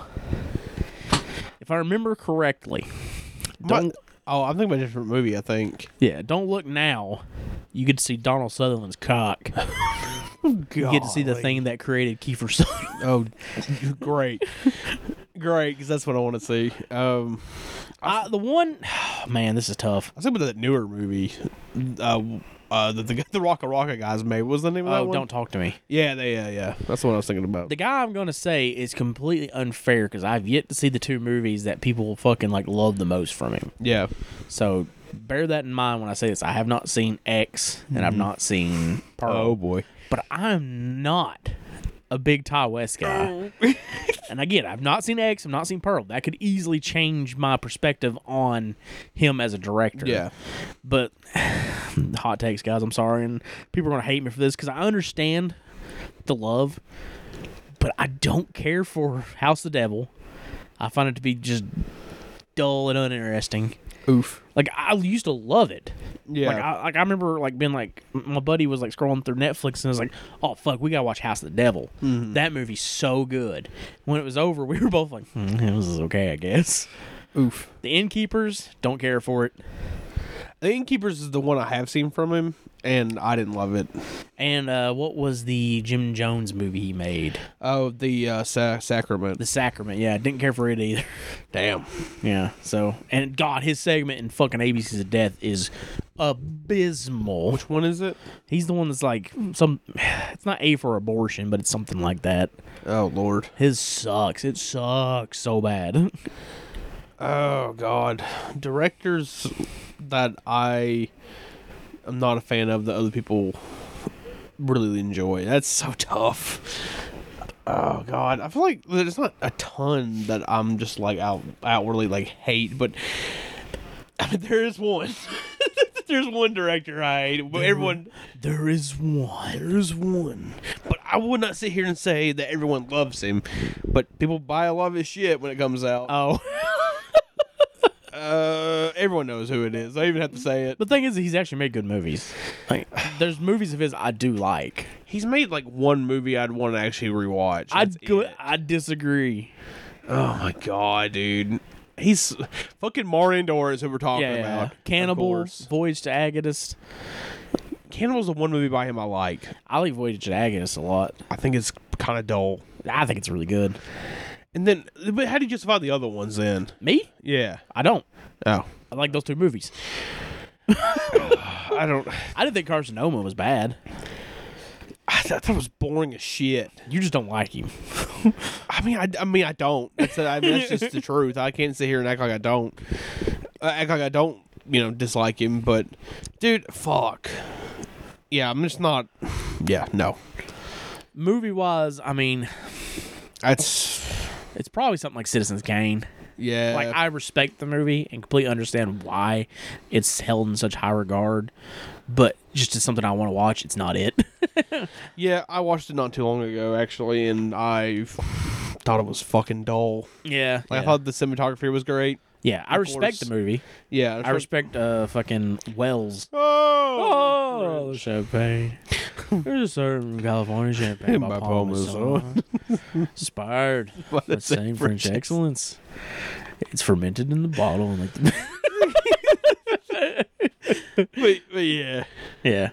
If I remember correctly, Don't. Oh, I'm thinking about a different movie. I think. yeah, Don't Look Now, you get to see Donald Sutherland's cock. You get to see the thing that created Kiefer Sutherland. Oh, great, great. Because that's what I want to see. Um, I, the one, man, this is tough. I was thinking about that newer movie, uh, uh, that the the Rocka Rocka guys made. What was the name of that Oh, one? don't talk to me. Yeah, they, yeah, yeah. That's what I was thinking about. The guy I'm gonna say is completely unfair because I've yet to see the two movies that people fucking like love the most from him. yeah, So bear that in mind when I say this. I have not seen X and I've not seen Pearl. Mm-hmm. Oh, boy. But I'm not a big Ty West guy. Oh. and again, I've not seen X, I've not seen Pearl. That could easily change my perspective on him as a director. yeah. But hot takes, guys. I'm sorry, and people are gonna hate me for this because I understand the love, but I don't care for House of the Devil. I find it to be just dull and uninteresting. Oof. Like I used to love it. Yeah. Like I, like I remember like being like m- my buddy was like scrolling through Netflix and was like, "Oh fuck, we gotta watch House of the Devil. That movie's so good." When it was over, we were both like, "Hmm, "This is okay, I guess." Oof. The Innkeepers don't care for it, The Innkeepers is the one I have seen from him, and I didn't love it. and uh, what was the Jim Jones movie he made? Oh, the uh, sa- Sacrament. The Sacrament. Yeah, didn't care for it either. Damn. Yeah. So and God, his segment in fucking ABCs of Death is abysmal. Which one is it? He's the one that's like some. It's not A for abortion, but it's something like that. Oh Lord. His sucks. It sucks so bad. Oh God. Directors that I am not a fan of that other people really enjoy. That's so tough. Oh God. I feel like there's not a ton that I'm just like out outwardly like hate, but I mean, there is one. There's one director I hate. But everyone, There is one. there's one. But I would not sit here and say that everyone loves him. But people buy a lot of his shit when it comes out. Oh, Uh, everyone knows who it is. I even have to say it. the But thing is, he's actually made good movies. Like, there's movies of his I do like. he's made like one movie I'd want to actually rewatch. I That's go, it. I disagree. Oh my god, dude. He's fucking Maureen Doris who we're talking Yeah, yeah. about. Of Cannibal, course. Voyage to Agonis. Cannibal's the one movie by him I like. I like Voyage to Agonis a lot. I think it's kind of dull. I think it's really good. And then, but how do you justify the other ones then? Me? Yeah. I don't. Oh, I like those two movies. I don't. I didn't think Carcinoma was bad. I thought that was boring as shit. You just don't like him. I mean, I, I mean, I don't. That's, I mean, that's just the truth. I can't sit here and act like I don't. I act like I don't, you know, dislike him. But, dude, fuck. Yeah, I'm just not. Yeah, no. Movie wise, I mean, That's it's probably something like Citizens Kane. yeah. like I respect the movie and completely understand why it's held in such high regard, but just as something I want to watch, it's not it. yeah, I watched it not too long ago actually, and I f- thought it was fucking dull. yeah, Like, yeah. I thought the cinematography was great. Yeah, I of respect the course. movie. Yeah, I respect uh fucking Wells. Oh, Oh, champagne. There's a certain California champagne In by my Paul Palmason. Masson, inspired By by the the same same French, French excellence. It's fermented in the bottle, and like wait, wait, yeah. yeah.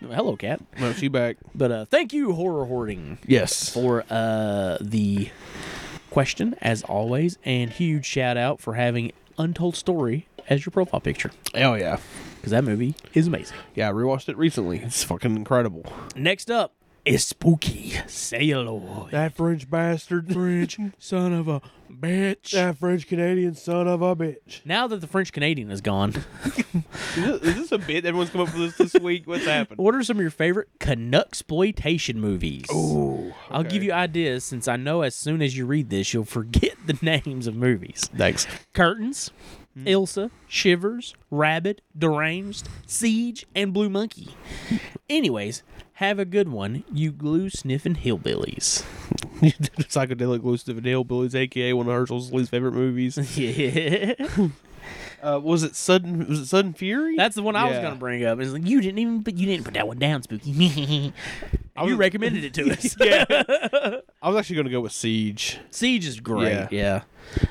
Hello, cat. No, she back. But uh, thank you, horror hoarding. Yes. for uh, the question, as always, and huge shout out for having Untold Story as your profile picture Oh yeah. because that movie is amazing. Yeah, I rewatched it recently. It's fucking incredible. Next up is Spooky Sailor. That French bastard. French. Son of a bitch. French Canadian son of a bitch. now that the French Canadian is gone, Is this, is this a bit everyone's come up with this this week? What's happened? what are some of your favorite Canuck exploitation movies? Ooh, I'll give you ideas since I know as soon as you read this, you'll forget the names of movies. thanks. Curtains, Ilsa, Shivers, Rabbit, Deranged, Siege, and Blue Monkey. Anyways, have a good one, you glue sniffing hillbillies. Psychedelic Lucid Hillbillies, aka one of Herschel's least favorite movies. Yeah. Uh, was it sudden? Was it sudden fury? That's the one I was Yeah. gonna bring up. It's like you didn't even but you didn't put that one down, Spooky. you was- recommended it to us. I was actually gonna go with Siege. Siege is great. Yeah. Yeah.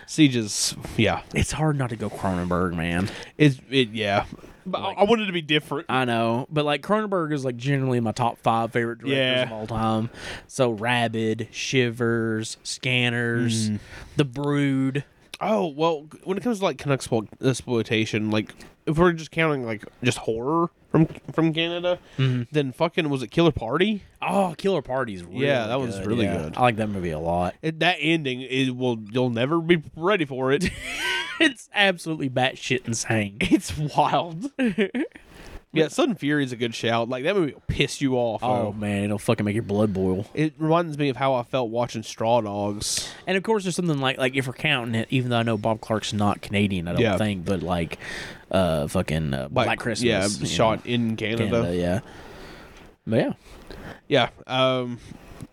Siege is yeah. It's hard not to go Cronenberg, man. It's it yeah. But I, I wanted it to be different. I know, but like Cronenberg is like generally my top five favorite directors Yeah. of all time. Mm-hmm. So Rabid, Shivers, Scanners, The Brood, Oh well, when it comes to like Canuck exploitation, like if we're just counting like just horror from from Canada, then fucking was it Killer Party? Oh, Killer Party's really Yeah, that one's good, really yeah. good. I like that movie a lot. It, that ending is will you'll never be ready for it. It's absolutely batshit insane. Oh, it's wild. yeah, Sudden Fury is a good shout. Like that movie will piss you off. Oh though. man, it'll fucking make your blood boil. It reminds me of how I felt watching Straw Dogs. And of course, there's something like like if we're counting it, even though I know Bob Clark's not Canadian, I don't Yeah. think, but like, uh, fucking uh, Black, Christmas, Yeah, you know, shot in Canada, Canada. yeah, but yeah, Yeah. Um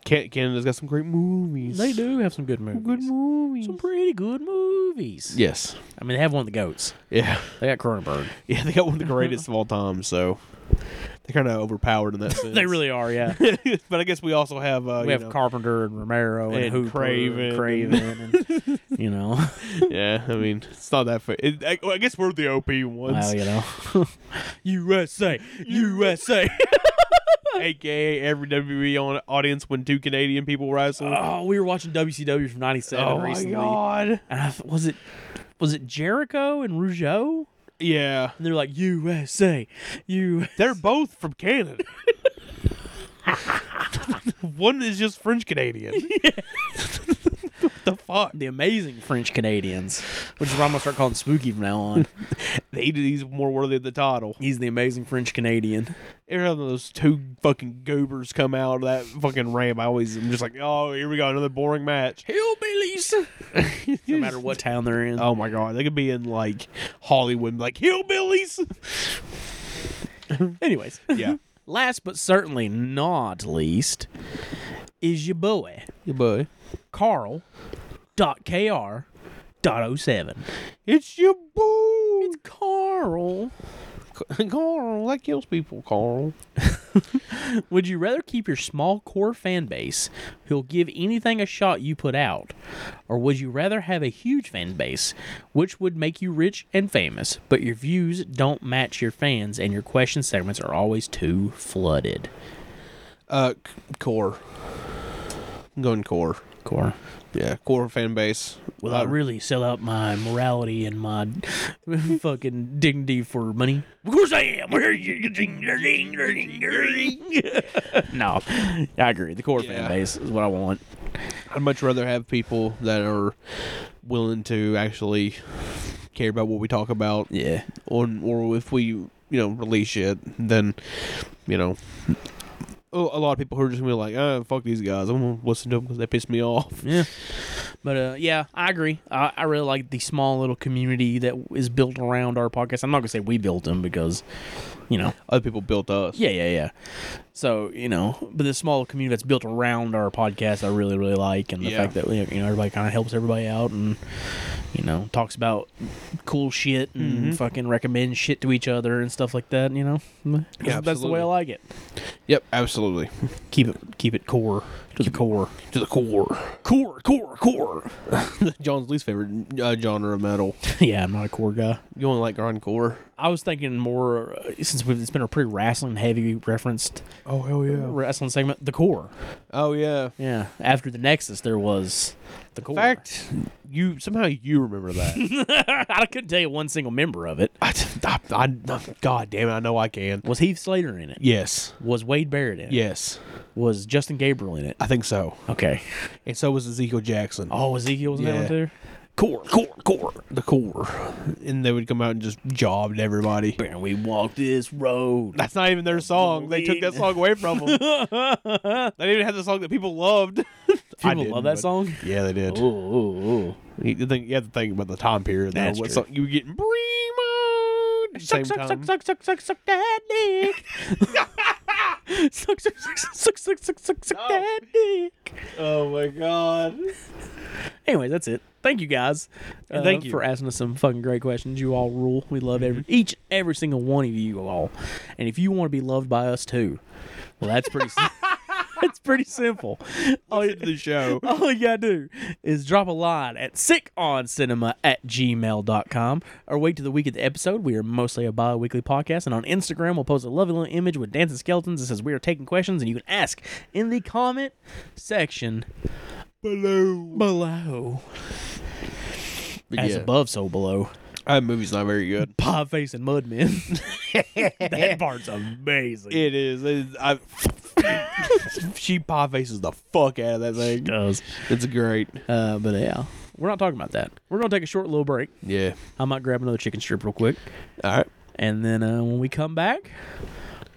Can- Canada's got some great movies. they do have some good movies, Good movies. some pretty good movies. Yes. I mean, they have one of the goats. Yeah. They got Cronenberg. Yeah, they got one of the greatest of all time, so they're kind of overpowered in that sense. they really are, yeah. but I guess we also have uh, we you have know- Carpenter and Romero and, And Hooper Craven. and Craven, and, you know, Yeah, I mean it's not that. Fa- it, I, I guess we're the OP well, ones, you know, USA, USA. aka every WWE on audience when two Canadian people wrestle. Oh, we were watching WCW from '97 recently, Oh, god! and I th- was it was it Jericho and Rougeau? Yeah, And they're like USA, you. they're both from Canada. One is just French Canadian. the fuck? The amazing French Canadians, which is why I'm gonna start calling Spooky from now on. They did he's more worthy of the title. He's the amazing French Canadian. Every time those two fucking goobers come out of that fucking ramp, I always am just like, oh, here we go, another boring match. Hillbillies, no matter what town they're in. Oh my god, they could be in like Hollywood, like hillbillies. Anyways, Yeah, last but certainly not least is your boy your boy. Carl. Dot kr. Dot oh seven. It's your boy, Carl. Carl. That kills people, Carl. Would you rather keep your small core fan base who'll give anything a shot you put out, or would you rather have a huge fan base which would make you rich and famous, but your views don't match your fans and your question segments are always too flooded? Uh, c- core. I'm going core. Core. Yeah, core fan base. Will I uh, really sell out my morality and my fucking dignity for money? Of course I am. no, I agree. The core Yeah. fan base is what I want. I'd much rather have people that are willing to actually care about what we talk about, Yeah. or or if we you know release it, then you know. A a lot of people who are just gonna be like, "Oh, fuck these guys! I'm gonna listen to them because they piss me off." Yeah. But uh, yeah, I agree. I, I really like the small little community that is built around our podcast. I'm not gonna say we built them because, you know, Other people built us. yeah, yeah, yeah. So you know, but the small community that's built around our podcast, I really, really like, and the Yeah. fact that you know everybody kind of helps everybody out and you know talks about cool shit and fucking recommends shit to each other and stuff like that. You know, Yeah, that's the way I absolutely. like it. Yep, absolutely. Keep it, keep it core to the core, To the core. core, core, core. John's least favorite uh, genre of metal. yeah, I'm not a core guy. You only like grindcore? I was thinking more uh, since we've, it's been a pretty wrestling heavy referenced Oh hell wrestling segment. The core, Oh yeah. yeah. After the Nexus, there was the core. In fact, you somehow you remember that. I couldn't tell you one single member of it. I, I, I- God damn it! I know I can. Was Heath Slater in it? Yes. Was Wade Barrett in it? Yes. Was Justin Gabriel in it? I think so. Okay. And so was Ezekiel Jackson. Oh, Ezekiel was in that Yeah. one too. Core, core, core. The core. And they would come out and just jobbed everybody. Man, we walked this road. That's not even their song. They took that song away from them. they didn't even have the song that people loved. I People didn't, love that but- song. Oh. Yeah, they did. Ooh, ooh, ooh. You, think, you have to think about the time period. Though. That's what true. song you were getting primo. Same Suck, suck, time. suck, suck, suck, suck, suck that dick. suck, suck, suck, suck, suck, suck, suck, suck, suck that dick. Oh my god. Anyway, that's it. Thank you guys. uh, And thank you. Mm-hmm. for asking us some fucking great questions. You all rule. We love every each every single one of you all. And if you want to be loved by us too, well, that's pretty. si- that's pretty simple. All you, the show. all you gotta do is drop a line at sickoncinema at gmail.com or wait to the week of the episode. We are mostly a bi weekly podcast, and on Instagram, we'll post a lovely little image with dancing skeletons that says we are taking questions, and you can ask in the comment section Below. below. But As yeah, above, so below. that movie's not very good. Pie face and mud men. that part's amazing. It is. It is I, she pie faces the fuck out of that thing. does. It's great. Uh, but yeah, we're not talking about that. We're gonna take a short little break. Yeah. I might grab another chicken strip real quick, All right. and then uh, when we come back,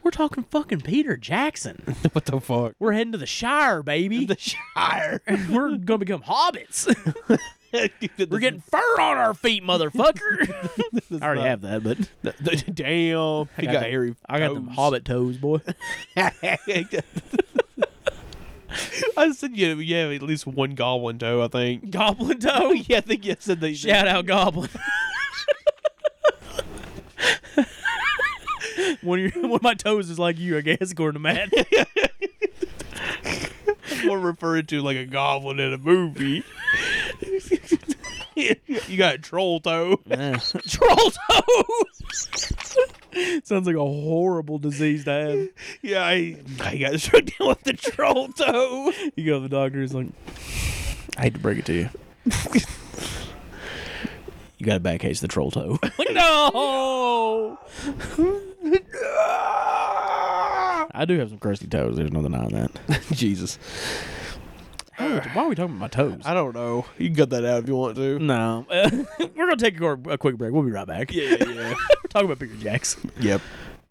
we're talking fucking Peter Jackson. What the fuck? We're heading to the Shire, baby. The Shire. we're gonna become hobbits. We're We're getting fur on our feet, motherfucker. I already have that, but damn. He got got, the- hairy. I got them toes. hobbit toes, boy. I said you you have at least one goblin toe. I think. Goblin toe. Yeah, I think you said they. Shout out Goblin. one of your, one of my toes is like you, I guess, according to Matt. We're referring to like a goblin in a movie. you got a troll toe. Troll toes. Sounds like a horrible disease to have. Yeah, I, I got struck down with the troll toe. You go to the doctor, he's like, I hate to break it to you. you got a bad case of the troll toe. like, no! I do have some crusty toes. There's no denying that. Jesus. Why are we talking about my toes? I don't know. You can cut that out if you want to. No. We're going to take a, cor- a quick break. We'll be right back. Yeah, yeah. We're talking about Peter Jackson. yep.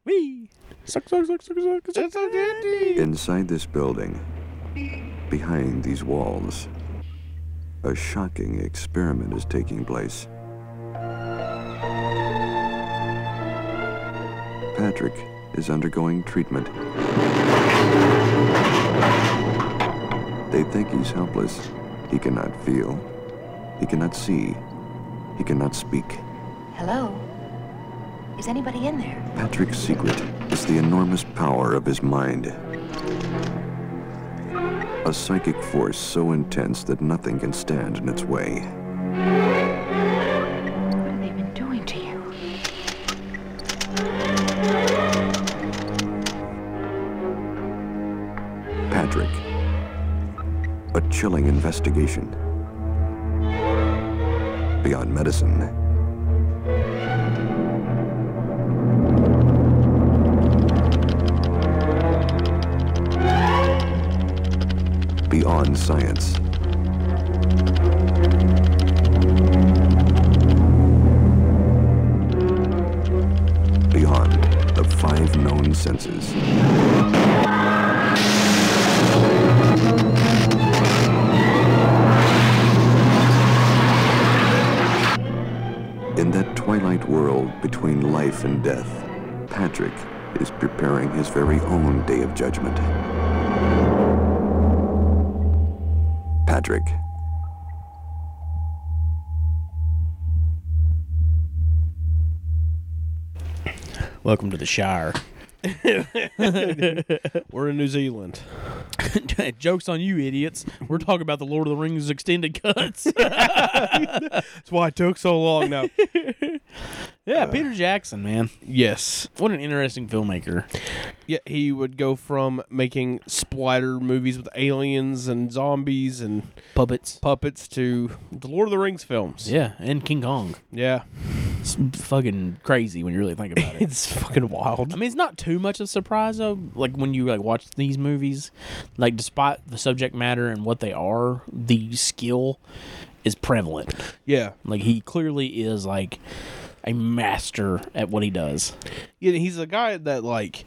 Wee. Suck, suck, suck, suck, suck, suck. That's so dandy. Inside this building, behind these walls, a shocking experiment is taking place. Patrick is undergoing treatment. They think he's helpless. He cannot feel. He cannot see. He cannot speak. Hello? Is anybody in there? Patrick's secret is the enormous power of his mind. A psychic force so intense that nothing can stand in its way. What have they been doing to you? Patrick. A chilling investigation. Beyond medicine. Beyond science. Beyond the five known senses. In that twilight world between life and death, Patrick is preparing his very own day of judgment. Patrick. Welcome to the Shire. We're in New Zealand. Joke's on you, idiots. We're talking about the Lord of the Rings extended cuts. That's why it took so long now. yeah, Peter Jackson, man. yes. What an interesting filmmaker. Yeah, he would go from making splatter movies with aliens and zombies and Puppets. puppets to the Lord of the Rings films. Yeah, and King Kong. Yeah. It's fucking crazy when you really think about it. It's fucking I wild. mean, it's not too much of a surprise though. Like when you like watch these movies, like despite the subject matter and what they are, the skill is prevalent. Yeah. Like he clearly is like a master at what he does. Yeah, he's a guy that like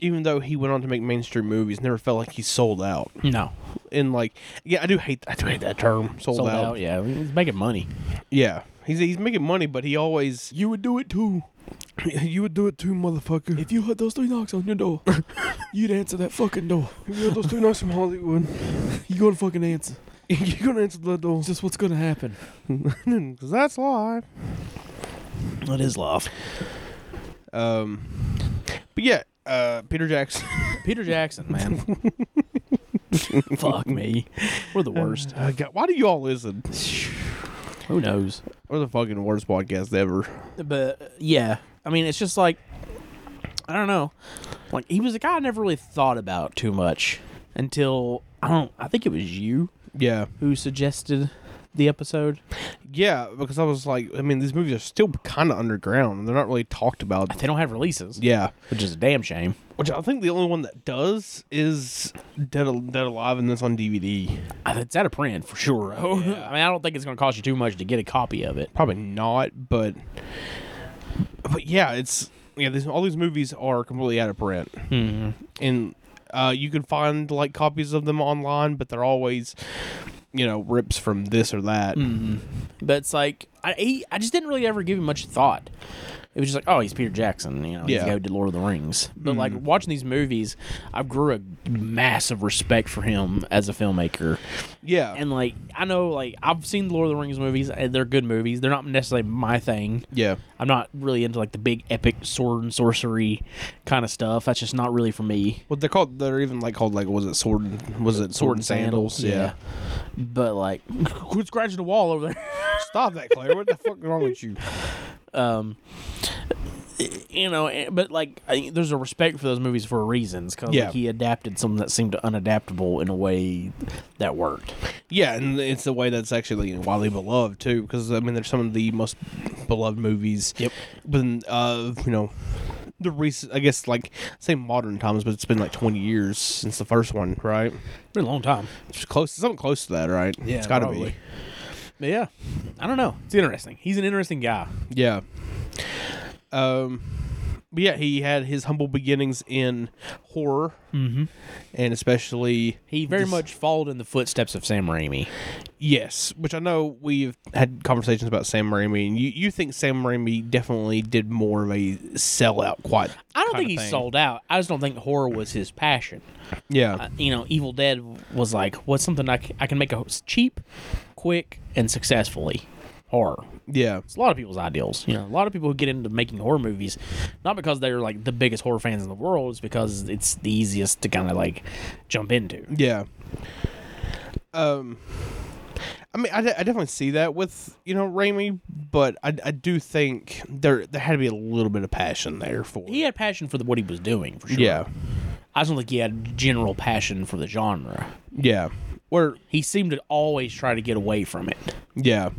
even though he went on to make mainstream movies, never felt like he sold out. No, And like yeah, I do hate I do hate that term. Sold, sold out. out. Yeah, he's making money. Yeah. He's he's making money, but he always You would do it too you would do it too, motherfucker. if you had those three knocks on your door. you'd answer that fucking door. you had those two knocks from Hollywood, You gonna fucking answer. you're gonna answer the door. just what's gonna happen. Cause that's live. That is love. Um, but yeah, uh, Peter Jackson. Peter Jackson, man. Fuck me. We're the worst. Uh, God, why do you all listen? Who knows? We're the fucking worst podcast ever. But uh, yeah, I mean, it's just like I don't know. Like he was a guy I never really thought about too much until I don't. I think it was you Yeah, who suggested the episode? Yeah, because I was like, I mean, these movies are still kind of underground. They're not really talked about. They don't have releases, Yeah, which is a damn shame. which I think the only one that does is Dead, Al- Dead Alive, and that's on DVD. Uh, It's out of print for sure. I mean, I don't think it's going to cost you too much to get a copy of it. Probably not, but but yeah, it's yeah. These, all these movies are completely out of print, and uh, you can find like copies of them online, but they're always you know rips from this or that. But it's like I he, I just didn't really ever give him much thought. It was just like, oh, he's Peter Jackson, you know, he's Yeah. Mm. the guy who did Lord of the Rings. But like watching these movies, I grew a massive respect for him as a filmmaker. Yeah, And like I know, like I've seen the Lord of the Rings movies, and they're good movies. They're not necessarily my thing. yeah. I'm not really into like the big epic sword and sorcery kind of stuff. That's just not really for me. Well, they're called. They're even like called like was it sword? and- Was it sword and sandals? Yeah. But like, who's scratching the wall over there? Stop that, Claire. What the fuck is wrong with you? um you know eh, but like I, there's a respect for those movies for reasons because Yeah. like, he adapted something that seemed unadaptable in a way that worked Yeah, and it's the way that's actually you know, widely beloved too, because I mean, they're some of the most beloved movies. Yep. But uh, you know, the recent, I guess, like say modern times, but it's been like twenty years since the first one, right? been a long time It's close, something close to that, right? Yeah, it's got to probably. be. but yeah i don't know it's interesting he's an interesting guy Yeah. Um. But yeah, he had his humble beginnings in horror, mm-hmm. and especially he very This- much followed in the footsteps of sam raimi Yes, which I know we've had conversations about Sam Raimi, and you, you think Sam Raimi definitely did more of a sellout. Quite, i don't kinda think he thing. sold out i just don't think horror was his passion Yeah, Uh, you know evil dead was like what's something I c- I can make a cheap quick and successfully horror yeah, It's a lot of people's ideals. You know, a lot of people who get into making horror movies, not because they're like the biggest horror fans in the world, it's because it's the easiest to kind of like jump into. yeah. Um, I mean, I, de- I definitely see that with you know Raimi, but I, I do think there there had to be a little bit of passion there for. He had passion for the, what he was doing, for sure. yeah, I just don't think he had general passion for the genre. yeah. Where He seemed to always try to get away from it. Yeah.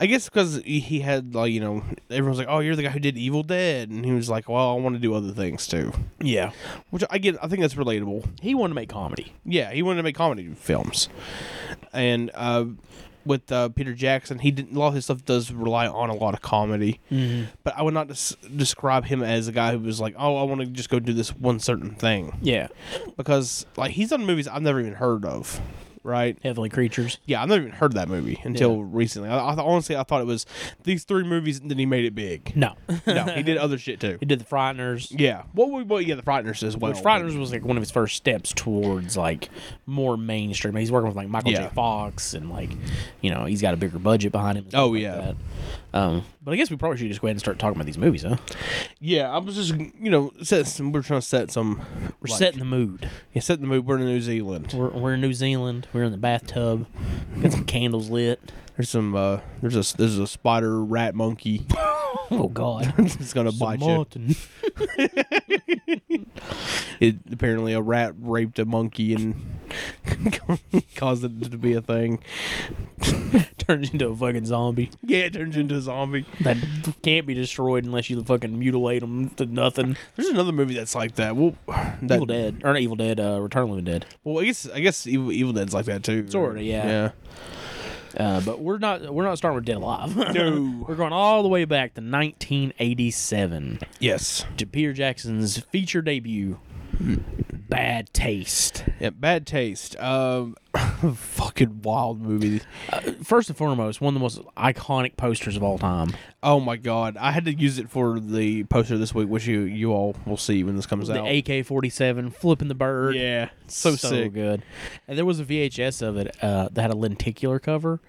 I guess because he had, like, you know, everyone's like, oh, you're the guy who did Evil Dead. And he was like, well, I want to do other things too. Yeah. Which I get, I think that's relatable. He wanted to make comedy. Yeah, he wanted to make comedy films. And uh, with uh, Peter Jackson, he didn't, a lot of his stuff does rely on a lot of comedy. Mm-hmm. But I would not des- describe him as a guy who was like, oh, I want to just go do this one certain thing. Yeah. Because, like, he's done movies I've never even heard of, right? Heavenly Creatures. Yeah, I've never even heard of that movie until recently. I, I th- honestly I thought it was these three movies, and then he made it big. No. No, he did other shit too. he did The Frighteners. Yeah, well, we, well, yeah, the Frighteners as well. Which Frighteners was like one of his first steps towards like more mainstream. He's working with like Michael Yeah. J. Fox and like you know he's got a bigger budget behind him. and Oh, stuff like yeah. that. Um, but I guess we probably should just go ahead and start talking about these movies, huh? Yeah, I was just you know set some, we're trying to set some We're like- setting the mood. yeah, set the mood. We're in New Zealand. We're, we're in New Zealand. We're in the bathtub. Got some candles lit. There's some uh there's a there's a spider rat monkey Oh God. that's gonna bite you. Martin. It, apparently, a rat raped a monkey and caused it to be a thing. turns into a fucking zombie Yeah, it turns into a zombie. that can't be destroyed unless you fucking mutilate them to nothing. There's another movie that's like that. Well, that, Evil Dead or not Evil Dead, uh, Return of the Living Dead. Well, I guess I guess Evil, Evil Dead's like that too. Sorta, yeah. Yeah. Uh, but we're not we're not starting with Dead Alive. No. we're going all the way back to 1987 Yes. to Peter Jackson's feature debut, Bad Taste. Yeah. Bad taste. Um, fucking wild movie. First and foremost, one of the most iconic posters of all time. Oh my god, I had to use it for the poster this week, which you you all will see when this comes out. The AK-47 flipping the bird. Yeah. So, sick. good. And there was a VHS of it uh, that had a lenticular cover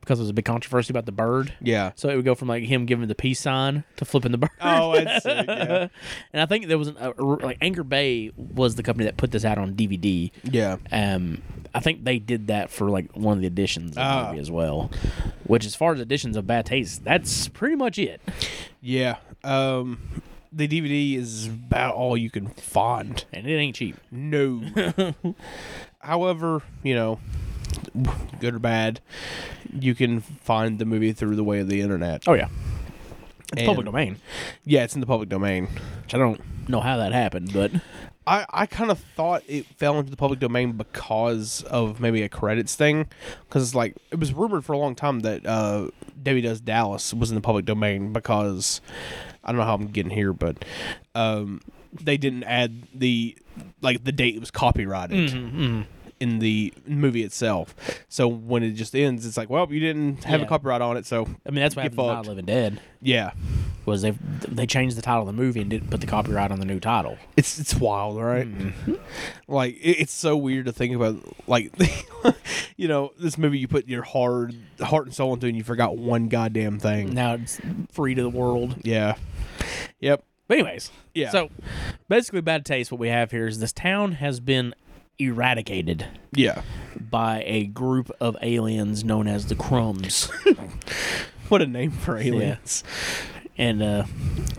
because there was a big controversy about the bird. Yeah. So it would go from like him giving the peace sign to flipping the bird. Oh, that's sick. Yeah. and I think there was an, a, like Anchor Bay was the company that put this out on DVD. Yeah. Um, I think they did that for like one of the editions of the Ah. movie as well. Which, as far as editions of Bad Taste, that's pretty much it. Yeah. Um, the DVD is about all you can find. And it ain't cheap. No. However, you know, good or bad, you can find the movie through the way of the internet. Oh yeah, And- public domain. Yeah, it's in the public domain. Which I don't know how that happened, but I, I kind of thought it fell into the public domain because of maybe a credits thing, because like it was rumored for a long time that uh, Debbie Does Dallas was in the public domain because I don't know how I'm getting here, but um, they didn't add the like the date it was copyrighted in the movie itself. So when it just ends, it's like, well, you didn't have Yeah. a copyright on it, so I mean that's what Get happened to Night of fucked. the Living Dead yeah, was they they changed the title of the movie and didn't put the copyright on the new title. It's it's wild, right? Like it, it's so weird to think about. Like, you know, this movie you put your hard heart and soul into, and you forgot one goddamn thing. Now it's free to the world. Yeah. Yep. But anyways, Yeah. So basically, bad taste. What we have here is this town has been eradicated Yeah. by a group of aliens known as the Crumbs. What a name for aliens. and uh,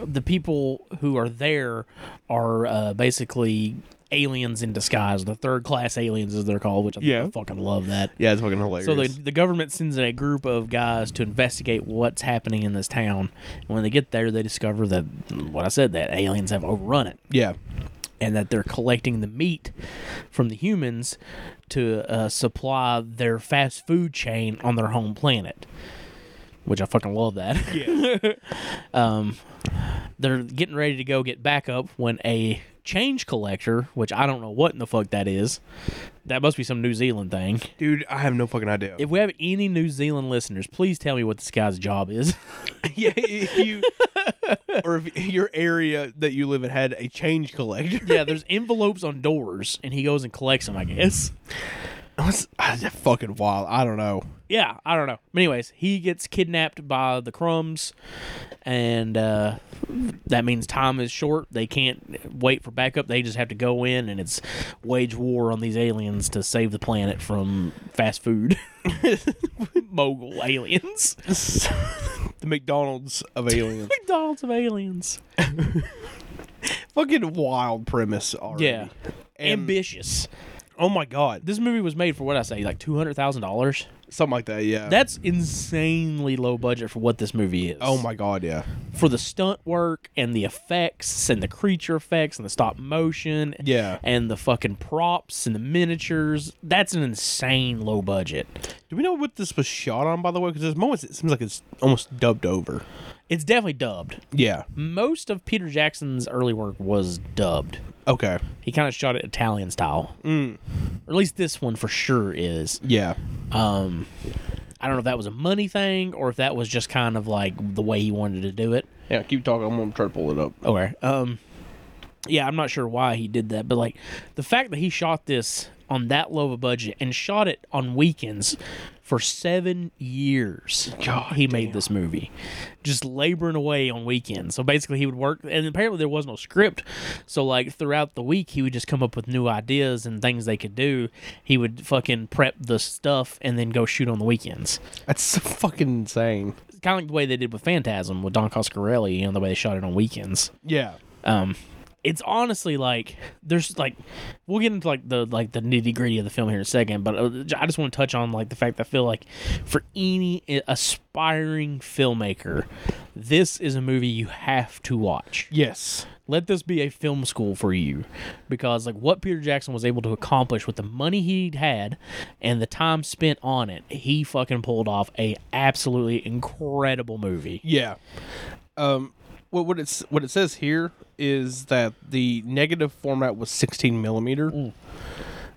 the people who are there are uh, basically aliens in disguise, the third class aliens as they're called, which I, Yeah. fucking love that. Yeah, it's fucking hilarious. So the, the government sends in a group of guys to investigate what's happening in this town. And when they get there, they discover that what I said that aliens have overrun it yeah. and that they're collecting the meat from the humans to uh, supply their fast food chain on their home planet. Which I fucking love that. Yeah. um, they're getting ready to go get backup when a change collector, which I don't know what in the fuck that is, that must be some New Zealand thing. Dude, I have no fucking idea. If we have any New Zealand listeners, please tell me what this guy's job is. yeah, if you or if your area that you live in had a change collector. yeah, there's envelopes on doors, and he goes and collects them, I guess. That's, ah, that's fucking wild. I don't know. yeah, I don't know. But anyways, he gets kidnapped by the crumbs, and uh, that means time is short. They can't wait for backup. They just have to go in, and it's wage war on these aliens to save the planet from fast food mogul aliens, The McDonald's of aliens. McDonald's of aliens. fucking wild premise already. Yeah, ambitious. Oh my god. This movie was made for what I say, like two hundred thousand dollars. Something like that, yeah. That's insanely low budget for what this movie is. Oh my god, yeah. for the stunt work and the effects and the creature effects and the stop motion Yeah. and the fucking props and the miniatures that's an insane low budget Do we know what this was shot on by the way? Because there's moments it seems like it's almost dubbed over. it's definitely dubbed Yeah. most of peter jackson's early work was dubbed Okay. he kind of shot it italian style or at least this one for sure is Yeah. um i don't know if that was a money thing or if that was just kind of like the way he wanted to do it Yeah, keep talking. I'm gonna try to pull it up. Okay. Um yeah, I'm not sure why he did that, but like the fact that he shot this on that low of a budget and shot it on weekends for seven years. God, he made this movie, just laboring away on weekends. So basically, he would work, and apparently there was no script. So like throughout the week, he would just come up with new ideas and things they could do. He would fucking prep the stuff and then go shoot on the weekends That's so fucking insane. kind of like the way they did with Phantasm with Don Coscarelli, you know, the way they shot it on weekends. Yeah. Um, it's honestly like there's like we'll get into like the like the nitty gritty of the film here in a second, but uh, I just want to touch on like the fact that I feel like for any i- aspiring filmmaker, this is a movie you have to watch. Yes. Let this be a film school for you, because like what Peter Jackson was able to accomplish with the money he had and the time spent on it, he fucking pulled off a absolutely incredible movie. Yeah. Um what what it's what it says here is that the negative format was 16 millimeter,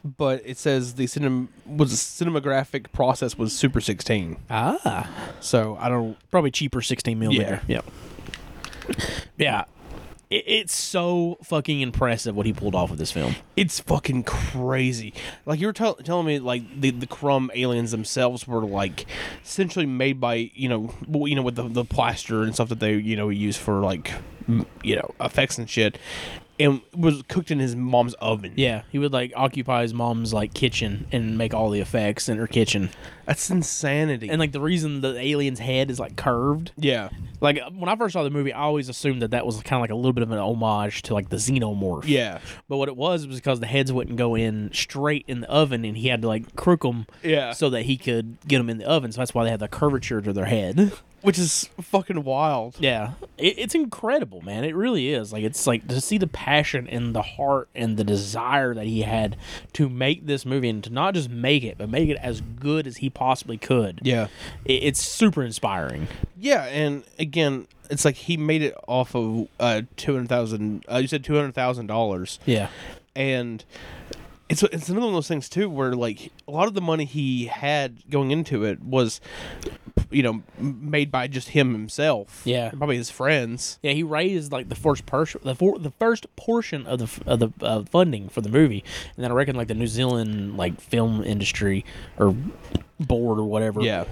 but it says the cinem was cinematographic process was Super 16. Ah. So I don't. probably cheaper 16 millimeter. Yeah. Yeah. It, it's so fucking impressive what he pulled off with this film. It's fucking crazy. Like you were tell telling me, like the the crumb aliens themselves were like essentially made by you know well, you know with the, the plaster and stuff that they you know use for like m- you know, effects and shit, and was cooked in his mom's oven. Yeah, he would like occupy his mom's like kitchen and make all the effects in her kitchen. that's insanity. And like the reason the alien's head is like curved, yeah, like uh, when I first saw the movie, I always assumed that that was kind of like a little bit of an homage to like the xenomorph. yeah, But what it was was because the heads wouldn't go in straight in the oven, and he had to like crook them, Yeah. so that he could get them in the oven. So that's why they had the curvature to their head. which is fucking wild. Yeah, it, it's incredible, man. It really is. Like it's like to see the passion and the heart and the desire that he had to make this movie and to not just make it, but make it as good as he possibly could. Yeah. It, it's super inspiring. Yeah, and again, it's like he made it off of uh two hundred thousand. Uh, you said two hundred thousand dollars, Yeah, and it's it's another one of those things too, where like a lot of the money he had going into it was, you know, m- made by just him himself. Yeah. and probably his friends. yeah. He raised like the first portion, the for, the first portion of the f- of the uh, funding for the movie, and then I reckon like the New Zealand like film industry or board or whatever. Yeah,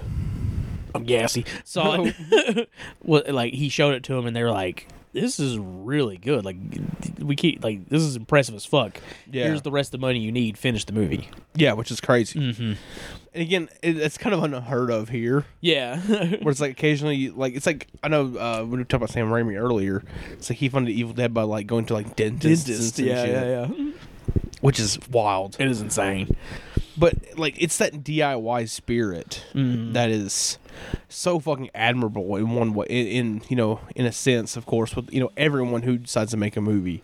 I'm gassy. Saw it. well, like he showed it to him, and they were like, "This is really good. Like, we keep like this is impressive as fuck. Yeah. Here's the rest of the money you need. Finish the movie." yeah, which is crazy. Mm-hmm. And again, it, it's kind of unheard of here. Yeah. where it's like occasionally like it's like I know uh, when we talked about Sam Raimi earlier, it's like he funded Evil Dead by like going to like dentists, and yeah, shit, yeah, yeah. which is wild. It is insane. But like it's that DIY spirit Mm-hmm. that is so fucking admirable in one way, in, in you know in a sense, of course, with you know everyone who decides to make a movie,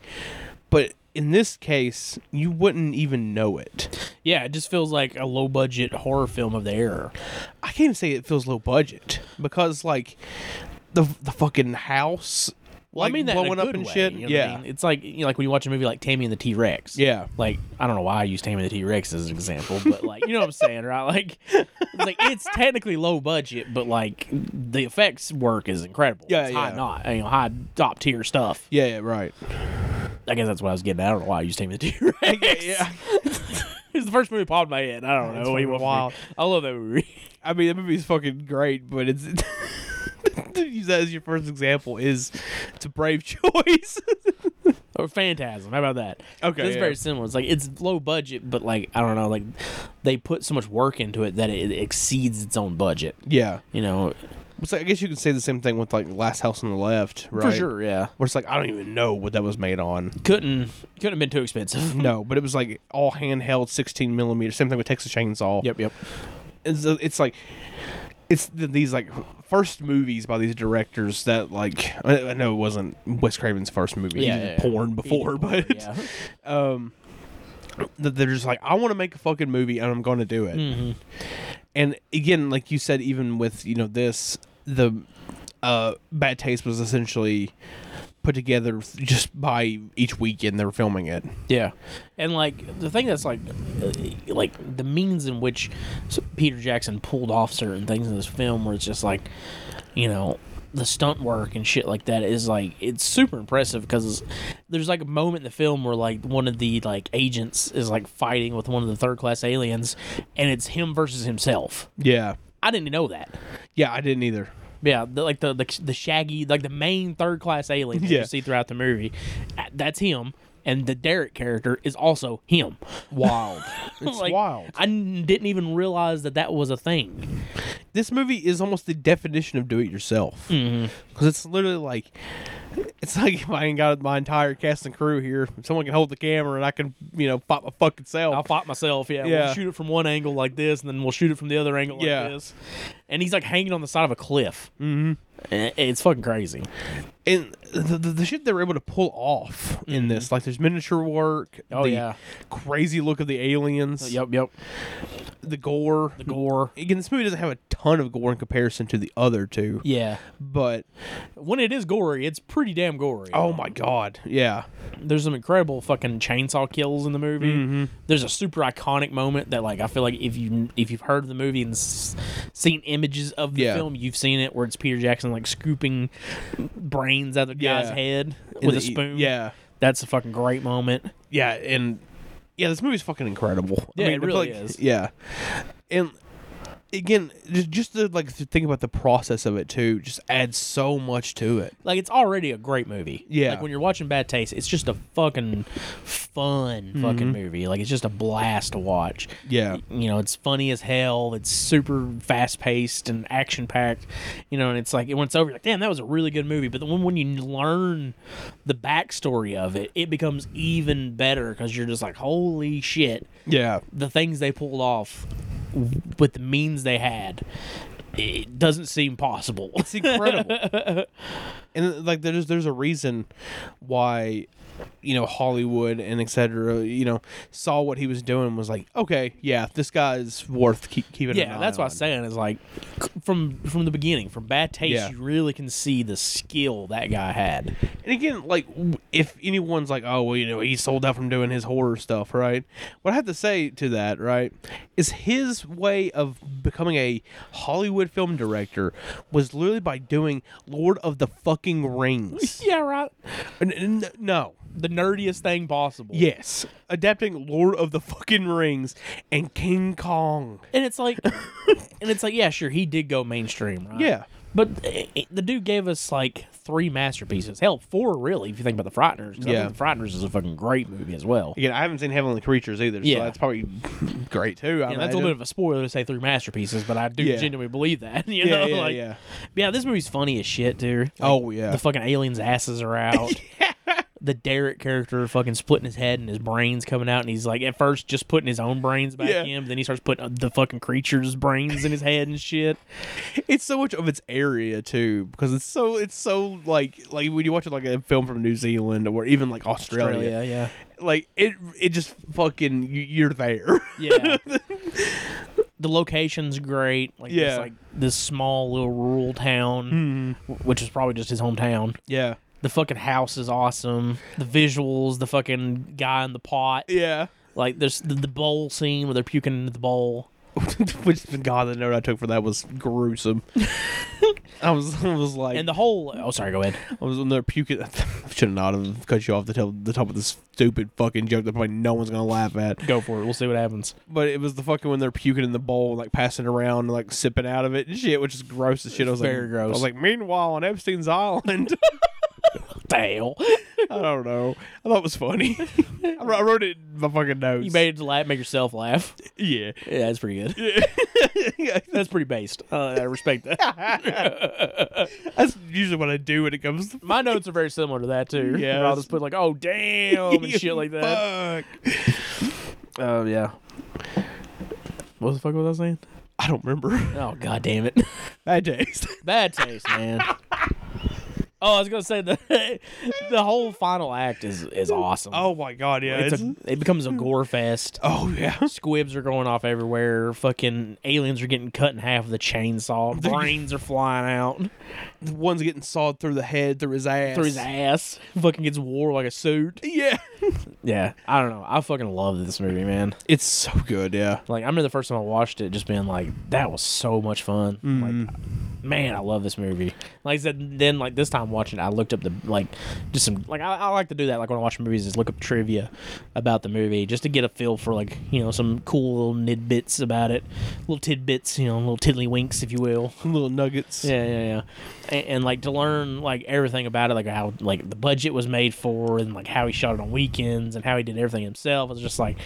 but. In this case, you wouldn't even know it. Yeah, it just feels like a low budget horror film of the era. I can't even say it feels low budget because, like, the the fucking house, Well, I like mean that in a blowing up good and way, shit. you know what I yeah, mean? it's like you know, like when you watch a movie like Tammy and the T Rex. Yeah. like I don't know why I use Tammy and the T Rex as an example, but like you know what I'm saying, right? Like, it's like it's technically low budget, but like the effects work is incredible. Yeah, it's high yeah. not you know high top tier stuff. Yeah, yeah, right. I guess that's what I was getting. at. I don't know why I use Tammy and the T Rex. yeah. it's the first movie that popped in my head. I don't know. What you fucking want from me. wild. I love that movie. I mean, that movie's fucking great, but it's to use that as your first example is it's a brave choice. or Phantasm. How about that? Okay, it's yeah. very similar. It's like it's low budget, but like I don't know, like they put so much work into it that it exceeds its own budget. yeah, You know, it's like, I guess you could say the same thing with like Last House on the Left, right? for sure. Yeah, Where it's like I don't even know what that was made on. couldn't couldn't have been too expensive. No, but it was like all handheld, sixteen millimeter. Same thing with Texas Chainsaw. yep. it's, uh, it's like it's th these like first movies by these directors that like I, I know it wasn't Wes Craven's first Yeah, movie. he yeah, did yeah. porn before, but yeah. um, that they're just like, I want to make a fucking movie and I'm going to do it. Mm-hmm. And again, like you said, even with you know this, the uh, bad taste was essentially put together just by each weekend they were filming it. Yeah, and like the thing that's like, uh, like the means in which s- Peter Jackson pulled off certain things in this film, where it's just like, you know, the stunt work and shit like that is like it's super impressive because there's like a moment in the film where like one of the like agents is like fighting with one of the third class aliens, and it's him versus himself. Yeah, I didn't know that. yeah, I didn't either. Yeah, the, like the, the the shaggy, like the main third class alien that Yeah. you see throughout the movie, uh, that's him, and the Derek character is also him. Wild, it's Like, wild. I n- didn't even realize that that was a thing. this movie is almost the definition of do it yourself because Mm-hmm. it's literally like it's like if I ain't got my entire cast and crew here, if someone can hold the camera and I can you know pop my fucking self. I'll fight myself. Yeah, Yeah. we'll shoot it from one angle like this, and then we'll shoot it from the other angle like Yeah. this. And he's like hanging on the side of a cliff. Mm-hmm. It's fucking crazy. and the, the, the shit they were able to pull off in this, like there's miniature work, Mm-hmm. Oh, the yeah. Uh, crazy look of the aliens, Yep, yep. the gore. The gore. Again, this movie doesn't have a ton of gore in comparison to the other two, Yeah. but When it is gory, it's pretty damn gory. oh my god, yeah, There's some incredible fucking chainsaw kills in the movie. Mm-hmm. There's a super iconic moment that like I feel like if you if you've heard of the movie and s- seen images of the Yeah. film, you've seen it where it's Peter Jackson like scooping brains out of the guy's Yeah. head In with the- e a spoon. yeah, That's a fucking great moment. yeah, and yeah, this movie's fucking incredible. Yeah, it I feel really like- is. Yeah, and again, just, just to like to think about the process of it too, just adds so much to it. Like it's already a great movie. Yeah. Like when you're watching Bad Taste, it's just a fucking fun fucking movie. Like it's just a blast to watch. Mm-hmm. Yeah. You know, it's funny as hell. It's super fast paced and action packed. You know, and it's like when it's over, you're like, damn, that was a really good movie. But then when you learn the backstory of it, it becomes even better because you're just like, holy shit Yeah. the things they pulled off with the means they had it doesn't seem possible It's incredible. and like there's there's a reason why you know Hollywood and et cetera, you know, saw what he was doing and was like, okay, yeah, this guy's worth keep, keeping an yeah eye that's what on. i'm saying is like from from the beginning from bad taste Yeah. you really can see the skill that guy had And again, like w- if anyone's like, oh well, you know, he sold out from doing his horror stuff, right? What I have to say to that, right, is his way of becoming a Hollywood film director was literally by doing Lord of the fucking Rings. yeah right N- n- no. the nerdiest thing possible Yes, adapting Lord of the fucking Rings and King Kong. and it's like and it's like yeah sure he did go mainstream right Yeah. but i- i- the dude gave us like three masterpieces hell four really if you think about the frighteners 'cause I Yeah. think the frighteners is a fucking great movie as well Again, I haven't seen Heavenly Creatures either, so Yeah. that's probably great too. I Yeah, that's a little bit imagine. of a spoiler to say three masterpieces, but I do Yeah. genuinely believe that. You Yeah, know, yeah, like, yeah. yeah, this movie's funny as shit, dude. Like, Oh yeah, the fucking aliens' asses are out. The Derek character fucking splitting his head and his brains coming out, and he's like, at first just putting his own brains back Yeah. in, but then he starts putting the fucking creature's brains in his head and shit. it's so much of its area too because it's so it's so like like when you watch it like a film from New Zealand or even like Australia, yeah, like it it just fucking you- you're there. yeah. the location's great. Like, yeah, Yeah. Mm-hmm. like this small little rural town, w- which is probably just his hometown. yeah, The fucking house is awesome. The visuals, the fucking guy in the pot. yeah. Like there's the, the bowl scene where they're puking into the bowl. Which God, the note I took for that was gruesome. I was I was like, And the whole oh sorry, go ahead. I was on there puking. Should not have cut you off the top, the top of this stupid fucking joke that probably no one's gonna laugh at. Go for it. We'll see what happens. But it was the fucking when they're puking in the bowl, like passing around, and, like sipping out of it and shit, which is gross as shit. I was Very like, gross. I was like, meanwhile on Epstein's Island, The hell? I don't know. I thought it was funny. I wrote- I wrote it in my fucking notes. You made it to laugh make yourself laugh. yeah. Yeah, that's pretty good. That's pretty based. Uh, I respect that. That's usually what I do when it comes to My notes are very similar to that too. Yeah. I'll just put like, oh damn and shit like that. Fuck. Oh yeah. What the fuck was I saying? I don't remember. Oh god damn it. Bad taste. Bad taste, man. Oh, I was gonna say the the whole final act is is awesome. Oh my god, yeah. it's it's- a, it becomes a gore fest. oh yeah. Squibs are going off everywhere. Fucking aliens are getting cut in half with a chainsaw. Brains are flying out One's getting sawed through the head, through his ass. through his ass. Fucking gets wore like a suit. Yeah. Yeah, I don't know. I fucking love this movie, man. It's so good, yeah. Like I remember the first time I watched it, just being like, "That was so much fun." Like, man, I love this movie. Like I said, then like this time watching it, I looked up the like just some like I, I like to do that. Like when I watch movies, is look up trivia about the movie just to get a feel for like you know some cool little nidbits about it, little tidbits, you know, little tiddlywinks, if you will. Little nuggets. Yeah, yeah, yeah. And, and like to learn like everything about it, like how like the budget was made for, and like how he shot it on weekends, and how he did everything himself. It's just like,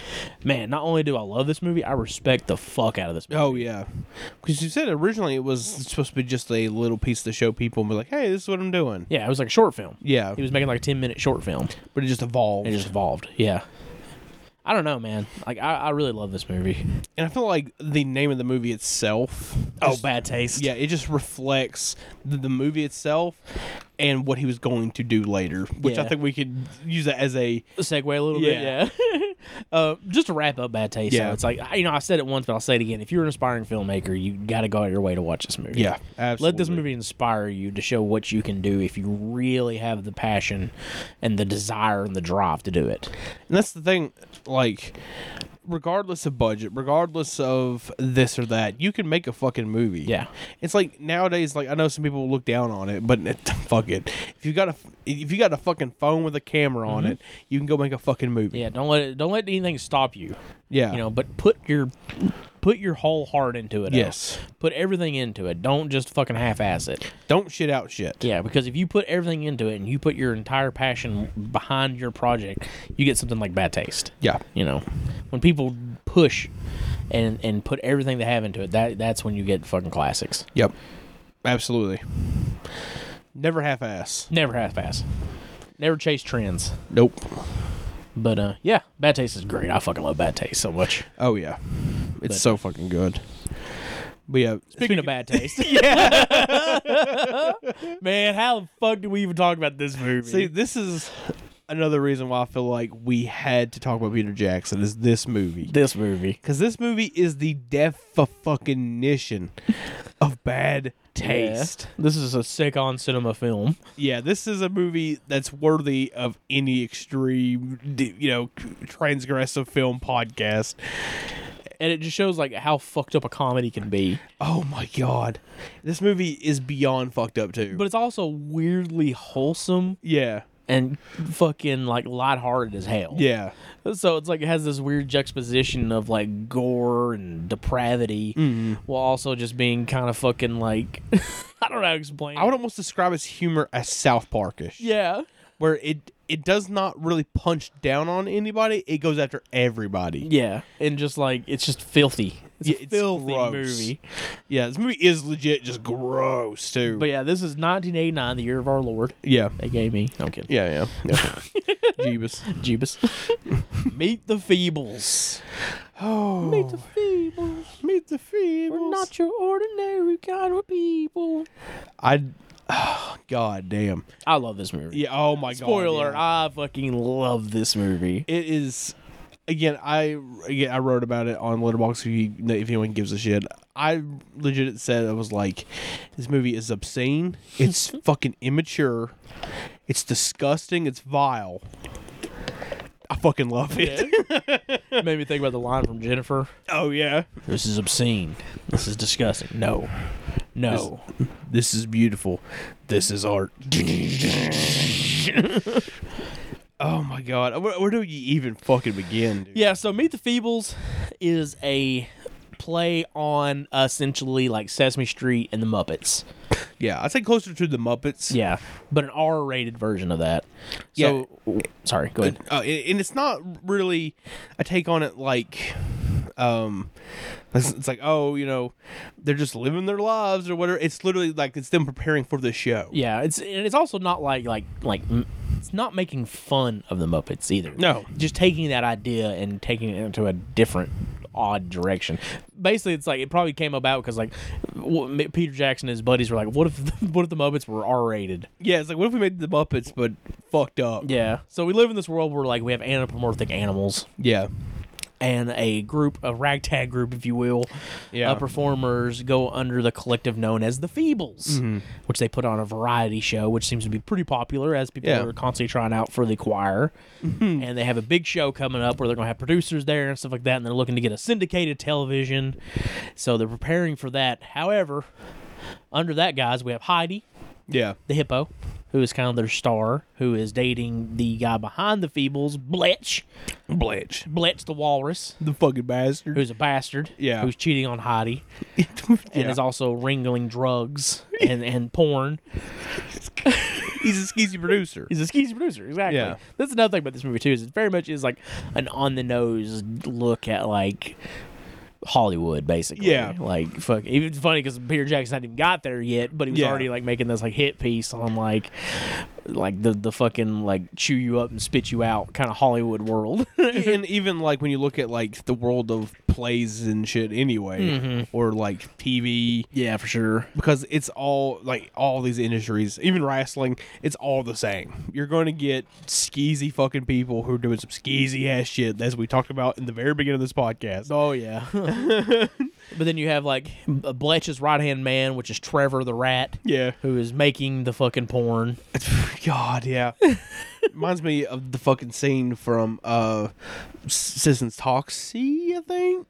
man, not only do I love this movie, I respect the fuck out of this movie. Oh yeah, because you said originally it was supposed to be just a little piece to show people and be like, "Hey, this is what I'm doing." Yeah, it was like a short film. Yeah, He was making like a ten minute short film. but it just evolved, It just evolved. Yeah. I don't know, man. Like I, I really love this movie. and I feel like the name of the movie itself. Oh, just- bad taste. Yeah, it just reflects the, the movie itself and what he was going to do later, which I Yeah. think we could use that as a segue a little Yeah. bit. Yeah. uh, just to wrap up Bad Taste. Yeah. Yeah. it's like, I- you know, I said it once, but I'll say it again. If you're an aspiring filmmaker, you got to go out of your way to watch this movie. Yeah, Let this absolutely. movie inspire you to show what you can do if you really have the passion and the desire and the drive to do it. And that's the thing, like, regardless of budget, regardless of this or that, you can make a fucking movie. Yeah. It's like nowadays, like I know some people look down on it, but it, fuck it. If you got a, if you got a fucking phone with a camera on Mm-hmm. it, you can go make a fucking movie. Yeah. Don't let it, don't let anything stop you. Yeah. You know, but put your put your whole heart into it. Al. Yes. Put everything into it. Don't just fucking half ass it. Don't shit out shit. Yeah, because if you put everything into it and you put your entire passion behind your project, you get something like bad taste. Yeah. You know, when people push and and put everything they have into it, that that's when you get fucking classics. Yep. Absolutely. Never half ass. Never half ass. Never chase trends. Nope. But uh yeah, bad taste is great. I fucking love bad taste so much. Oh yeah. But- It's so fucking good. But yeah, Speaking of bad taste. yeah. Man, how the fuck do we even talk about this movie? see this is another reason why I feel like we had to talk about Peter Jackson is this movie. this movie. Cuz this movie is the definition of bad taste. Yeah. This is a sick on cinema film. Yeah, this is a movie that's worthy of any extreme, d- you know, transgressive film podcast. and it just shows like how fucked up a comedy can be. Oh my god, this movie is beyond fucked up too. But it's also weirdly wholesome yeah, and fucking like lighthearted as hell. yeah, So it's like it has this weird juxtaposition of like gore and depravity Mm-hmm. while also just being kind of fucking like I don't know how to explain. I would it. almost describe its humor as South Parkish. Yeah. where it it does not really punch down on anybody; it goes after everybody. Yeah. And just like it's just filthy. It's Yeah, a it's filthy gross. movie. Yeah, this movie is legit just gross too. But yeah, this is 1989, the year of our Lord. yeah, They gave me. No, I'm kidding. yeah, yeah. yeah. Jeebus. Jeebus. Meet the Feebles. Oh, Meet the Feebles. meet the feebles. We're not your ordinary kind of people. I. god damn. I love this movie. Yeah. Oh my god. Spoiler, yeah. I fucking love this movie. it is again i again, i wrote about it on letterboxd if, you, if anyone gives a shit i legit said i was like this movie is obscene it's fucking immature it's disgusting it's vile i fucking love it It made me think about the line from Jennifer. oh yeah This is obscene. This is disgusting. No. No. this is beautiful this is art oh my god where, where do you even fucking begin dude? Yeah, so Meet the Feebles is a play on essentially like Sesame Street and the Muppets. yeah i'd say closer to the muppets Yeah. But an R rated version of that. Yeah. So sorry, go ahead. uh, and and it's not really a take on it like um it's, it's like oh you know they're just living their lives or whatever it's literally like it's them preparing for the show Yeah, it's and it's also not like like like m- it's not making fun of the Muppets either. No. just taking that idea and taking it into a different odd direction. Basically, it's like it probably came about because like w- M- Peter Jackson and his buddies were like, "What if what if the Muppets were R rated?" yeah it's like what if we made the muppets but fucked up Yeah. So we live in this world where like we have anthropomorphic animals yeah and a group, a ragtag group, if you will, Yeah. of performers go under the collective known as the Feebles, Mm-hmm. which they put on a variety show, which seems to be pretty popular as people Yeah. Mm-hmm. are constantly trying out for the choir. And they have a big show coming up where they're going to have producers there and stuff like that, and they're looking to get a syndicated television. So they're preparing for that. However, under that, guys, we have Heidi, yeah the hippo, who is kind of their star, who is dating the guy behind the Feebles, Bletch, blanche Bletch the walrus the fucking bastard who's a bastard, Yeah. who's cheating on Heidi, and Yeah. is also wrangling drugs and, and porn. he's a skeezy producer He's a skeezy producer, exactly. Yeah. That's another thing about this movie too is it very much is like an on the nose look at like Hollywood, basically. Yeah. like fuck. Even it's funny because Peter Jackson hadn't even got there yet, but he was Yeah. already like making this like hit piece on like like the the fucking like chew you up and spit you out kind of Hollywood world. and even like when you look at like the world of plays and shit anyway or like tv Mm-hmm. yeah, for sure. because it's all like all these industries, even wrestling, it's all the same. You're going to get skeezy fucking people who are doing some skeezy ass shit, as we talked about in the very beginning of this podcast. Oh yeah. but then you have like B- Bletch's right hand man, which is Trevor the rat, Yeah, who is making the fucking porn. God, yeah. Reminds me of the fucking scene from uh S- Citizens Toxie, I think.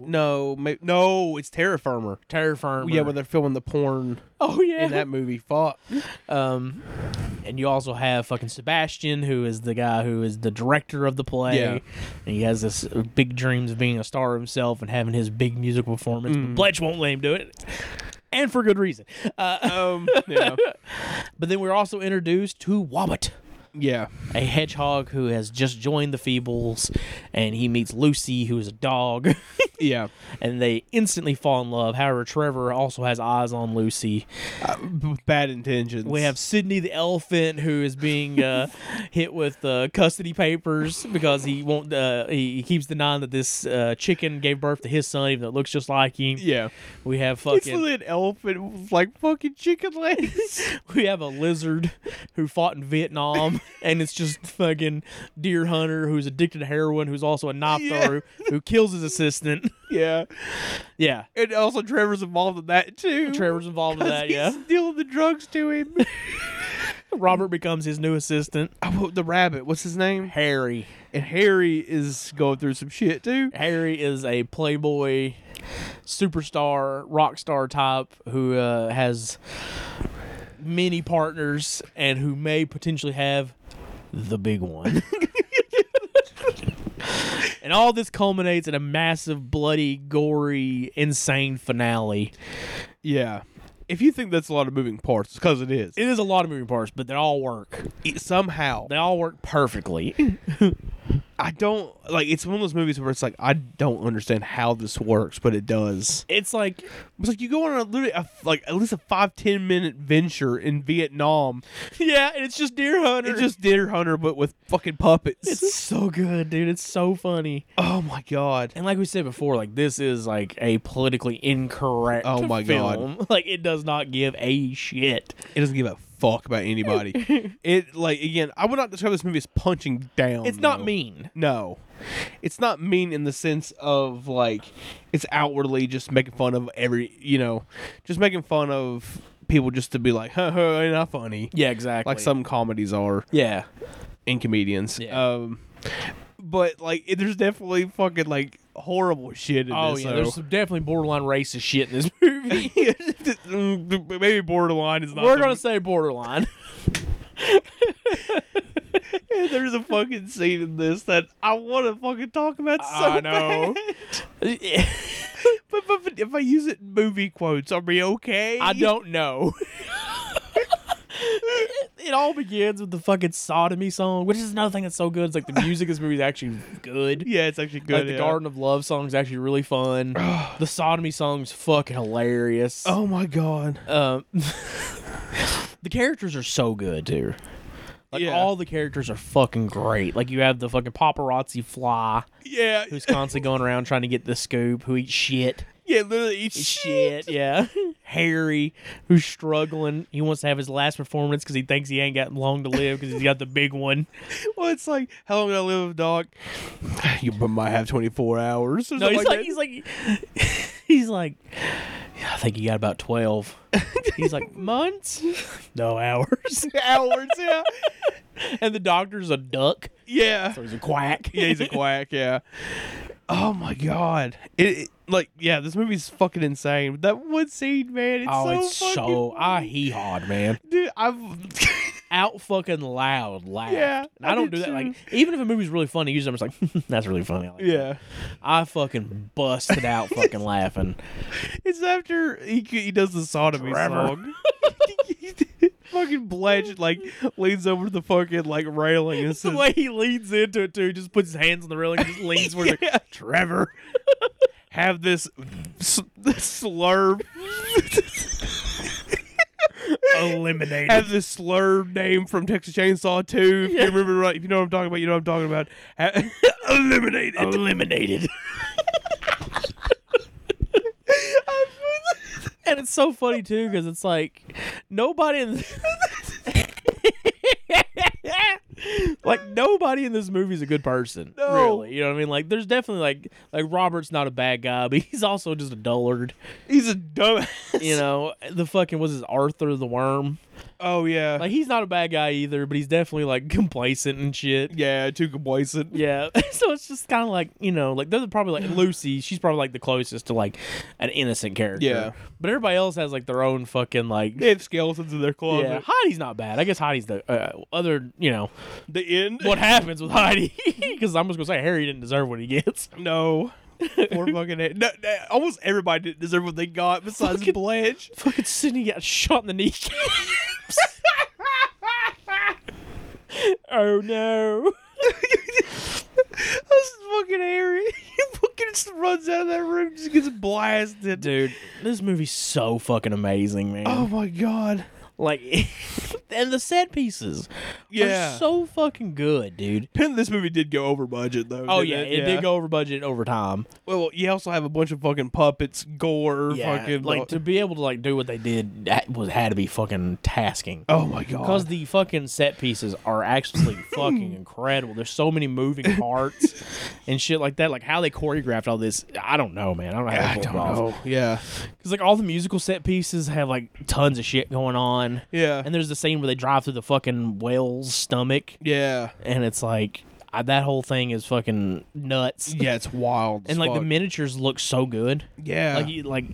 No, ma- no, it's Terra Firmer. Terror Firm. Yeah, when they're filming the porn oh yeah, in that movie. Fuck. Um, and you also have fucking Sebastian, who is the guy who is the director of the play. Yeah. And he has this uh, big dreams of being a star himself and having his big musical performance. But Bletch won't let him do it. And for good reason. Uh, Um, yeah, but then we're also introduced to Wobbit, yeah. a hedgehog who has just joined the Feebles, and he meets Lucy, who is a dog, yeah. and they instantly fall in love. However, Trevor also has eyes on Lucy. B- Bad intentions. We have Sydney the elephant who is being uh, hit with uh, custody papers because he won't. Uh, he, he keeps denying that this uh, chicken gave birth to his son, even though it looks just like him. Yeah. We have It's fucking. literally an elephant with like fucking chicken legs. We have a lizard who fought in Vietnam, and it's just fucking deer hunter who's addicted to heroin, who's also a knob Yeah. thrower who kills his assistant. yeah. Yeah, And also Trevor's involved in that too. Trevor's involved in 'Cause that. he's Yeah, dealing the drugs to him. Robert becomes his new assistant. oh, the rabbit. What's his name? Harry. And Harry is going through some shit too. Harry is a playboy, superstar, rock star type who uh, has many partners and who may potentially have the big one. and all this culminates in a massive, bloody, gory, insane finale. Yeah. If you think that's a lot of moving parts, it's because it is. It is a lot of moving parts, but they all work. It- somehow, They all work perfectly. I don't like. It's one of those movies where it's like I don't understand how this works, but it does. It's like It's like you go on a literally a, like at least a five ten minute venture in Vietnam. yeah, and it's just deer hunter. It's just deer hunter, but with fucking puppets. it's so good, dude. It's so funny. oh my god. And like we said before, like this is like a politically incorrect. Oh my God. God! Like it does not give a shit. It doesn't give a fuck about anybody. it like again, I would not describe this movie as punching down. It's not though. mean. No, it's not mean in the sense of like it's outwardly just making fun of every you know, just making fun of people just to be like, huh, huh, ain't that funny? Yeah, exactly. Like some comedies are Yeah, in comedians. Yeah. Um, but like, it, there's definitely fucking like horrible shit in Oh this. yeah, there's though. some definitely borderline racist shit in this movie. Mm, maybe borderline is not. We're the- gonna say borderline. There's a fucking scene in this that I want to fucking talk about so I know. bad. I But, but, but if I use it in movie quotes, are we okay? don't know. It all begins with the fucking sodomy song, which is another thing that's so good. It's like the music in this movie is actually good. Yeah, it's actually good. like the yeah. Garden of Love song is actually really fun. the sodomy song's fucking hilarious. Oh my god. Um, the characters are so good, dude. Like Yeah. all the characters are fucking great. Like you have the fucking paparazzi fly Yeah. who's constantly going around trying to get the scoop, who eats shit. Yeah, literally eats Eats Shit, yeah. Harry, who's struggling, he wants to have his last performance because he thinks he ain't got long to live because he's got the big one. Well, it's like, how long do I live, dog? You might have 24 hours. Or No, something he's like, he's like, he's like, "Yeah, I think he got about twelve. He's like months, no hours. that. hours. Yeah. and the doctor's a duck. Yeah. So he's a quack. Yeah, he's a quack. Yeah. Oh my god. It, it- like yeah, this movie's fucking insane. That one scene, man. It's oh, so it's fucking, so I hee hawed, man. dude. I've Out fucking loud, laugh. Yeah, and I, I don't do did that. Like, too. even if a movie's really funny, usually I'm just like, that's really funny. I like that." yeah. I fucking busted out fucking laughing. It's after he he does the sodomy Trevor. song. fucking Bledge like leans over the fucking like railing and The says, way he leans into it too, just puts his hands on the railing and just leans for it. Yeah, Trevor, have this, s- this slurb, Eliminated. have this slurb name from Texas Chainsaw 2. If you remember right, if you know what I'm talking about, you know what I'm talking about. Ha- eliminated. eliminated. and it's so funny too because it's like nobody in like nobody in this movie is a good person. No. Really, you know what I mean? Like, there's definitely like like Robert's not a bad guy, but he's also just a dullard. He's a dumb. You know, the fucking was his Arthur the worm. Oh yeah, Like he's not a bad guy either, but he's definitely like complacent and shit. yeah, too complacent. Yeah. so it's just kind of like, you know, like they're probably like Lucy, she's probably like the closest to like an innocent character. Yeah. But everybody else has like their own fucking like They have skeletons in their closet. yeah, Heidi's not bad. I guess Heidi's the uh, other, you know, The end. what happens with Heidi. Because I'm just going to say Harry didn't deserve what he gets. No. Poor fucking head. No, no, almost everybody didn't deserve what they got besides Fucking- Blanche. Fucking Sydney got shot in the kneecaps. oh no. This is fucking Harry. He fucking just runs out of that room just gets blasted. Dude, this movie's so fucking amazing, man. Oh my god. Like, and the set pieces Yeah. are so fucking good, dude. Pin this movie did go over budget though. Oh didn't yeah, it did go over budget over time. Well, you also have a bunch of fucking puppets, gore, Yeah, fucking like to be able to like do what they did that was had to be fucking tasking. Oh my god. Because the fucking set pieces are actually fucking incredible. There's so many moving parts and shit like that. Like how they choreographed all this, I don't know, man. I don't know how I they don't pulled it off. know. Yeah. Because like all the musical set pieces have like tons of shit going on. Yeah. And there's the scene where they drive through the fucking whale's stomach, yeah. and it's like I, that whole thing is fucking nuts. Yeah, it's wild. as And like the fuck. miniatures look so good. Yeah. Like you- like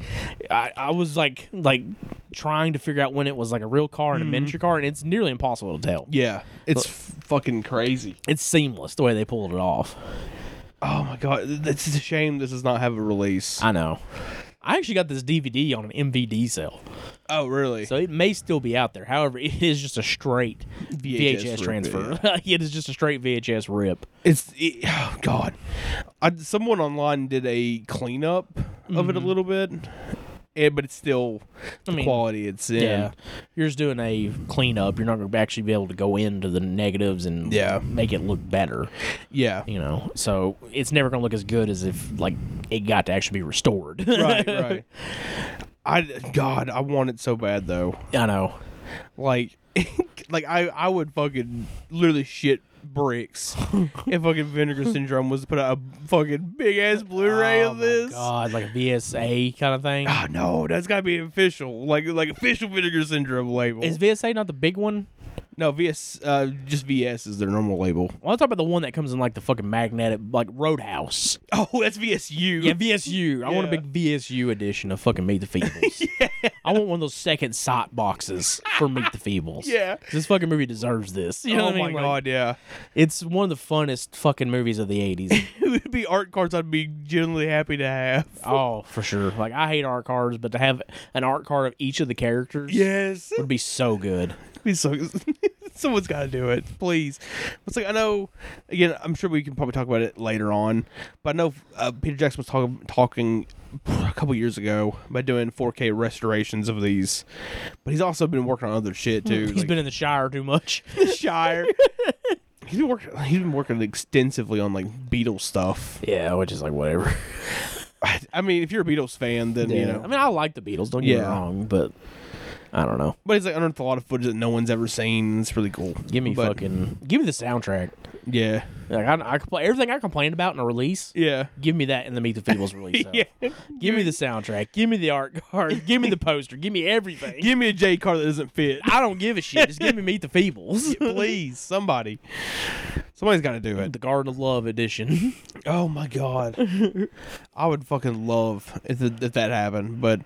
I, I was like like trying to figure out when it was like a real car and Mm-hmm. a miniature car, and it's nearly impossible to tell. yeah. It's f- fucking crazy. It's seamless the way they pulled it off. Oh my god. It's a shame this does not have a release. I know. I actually got this DVD on an MVD sale, oh really? so it may still be out there. However, it is just a straight VHS, rip, transfer. yeah. it is just a straight VHS rip. It's it, oh god, I, someone online did a cleanup of it a little bit, and, but it's still the Mm-hmm. mean, quality it's in. You're just doing a cleanup. You're not going to actually be able to go into the negatives and Yeah. make it look better, yeah, you know. So it's never going to look as good as if like it got to actually be restored. right, right. I God, I want it so bad though. I know. Like, like I I would fucking literally shit bricks if fucking Vinegar Syndrome was to put out a fucking big ass Blu-ray Oh of my this. God, like a VSA kind of thing. Ah, no, that's gotta be official, like like official Vinegar Syndrome label. Is VSA not the big one? no, VS, uh, just VS is their normal label. Well, I'm talking about the one that comes in like the fucking magnetic, like Roadhouse. Oh, that's VSU. Yeah, VSU. I want a Yeah. big VSU edition of fucking Meet the Feebles. I want one of those second sight boxes for Meet the Feebles. Yeah. This fucking movie deserves this. You know oh what I my mean? Like, god, yeah. It's one of the funnest fucking movies of the 80s. It would be art cards I'd be genuinely happy to have. oh, for sure. Like, I hate art cards, but to have an art card of each of the characters Yes. would be so good. Be so- Someone's got to do it, please. It's like I know. Again, I'm sure we can probably talk about it later on, but I know uh, Peter Jackson was talking talking a couple years ago about doing 4K restorations of these, but he's also been working on other shit too. He's been in the Shire too much. in the Shire. he's been working. He's been working extensively on like Beatles stuff. yeah, which is like, whatever. I, I mean, if you're a Beatles fan, then you know. I mean, I like the Beatles, don't get me Yeah. wrong, but I don't know. But it's like unearthed a lot of footage that no one's ever seen. It's really cool. Give me But, fucking, give me the soundtrack. yeah, Like, I, I compla- everything I complained about in a release, yeah, Give me that in the Meet the Feebles release. yeah. yeah. Give me the soundtrack. Give me the art card. Give me the poster. Give me everything. Give me a J car that doesn't fit, I don't give a shit. Just give me Meet the Feebles. please. Somebody, somebody's got to do it. The Garden of Love edition. Oh my god, I would fucking love if, th- if that happened. But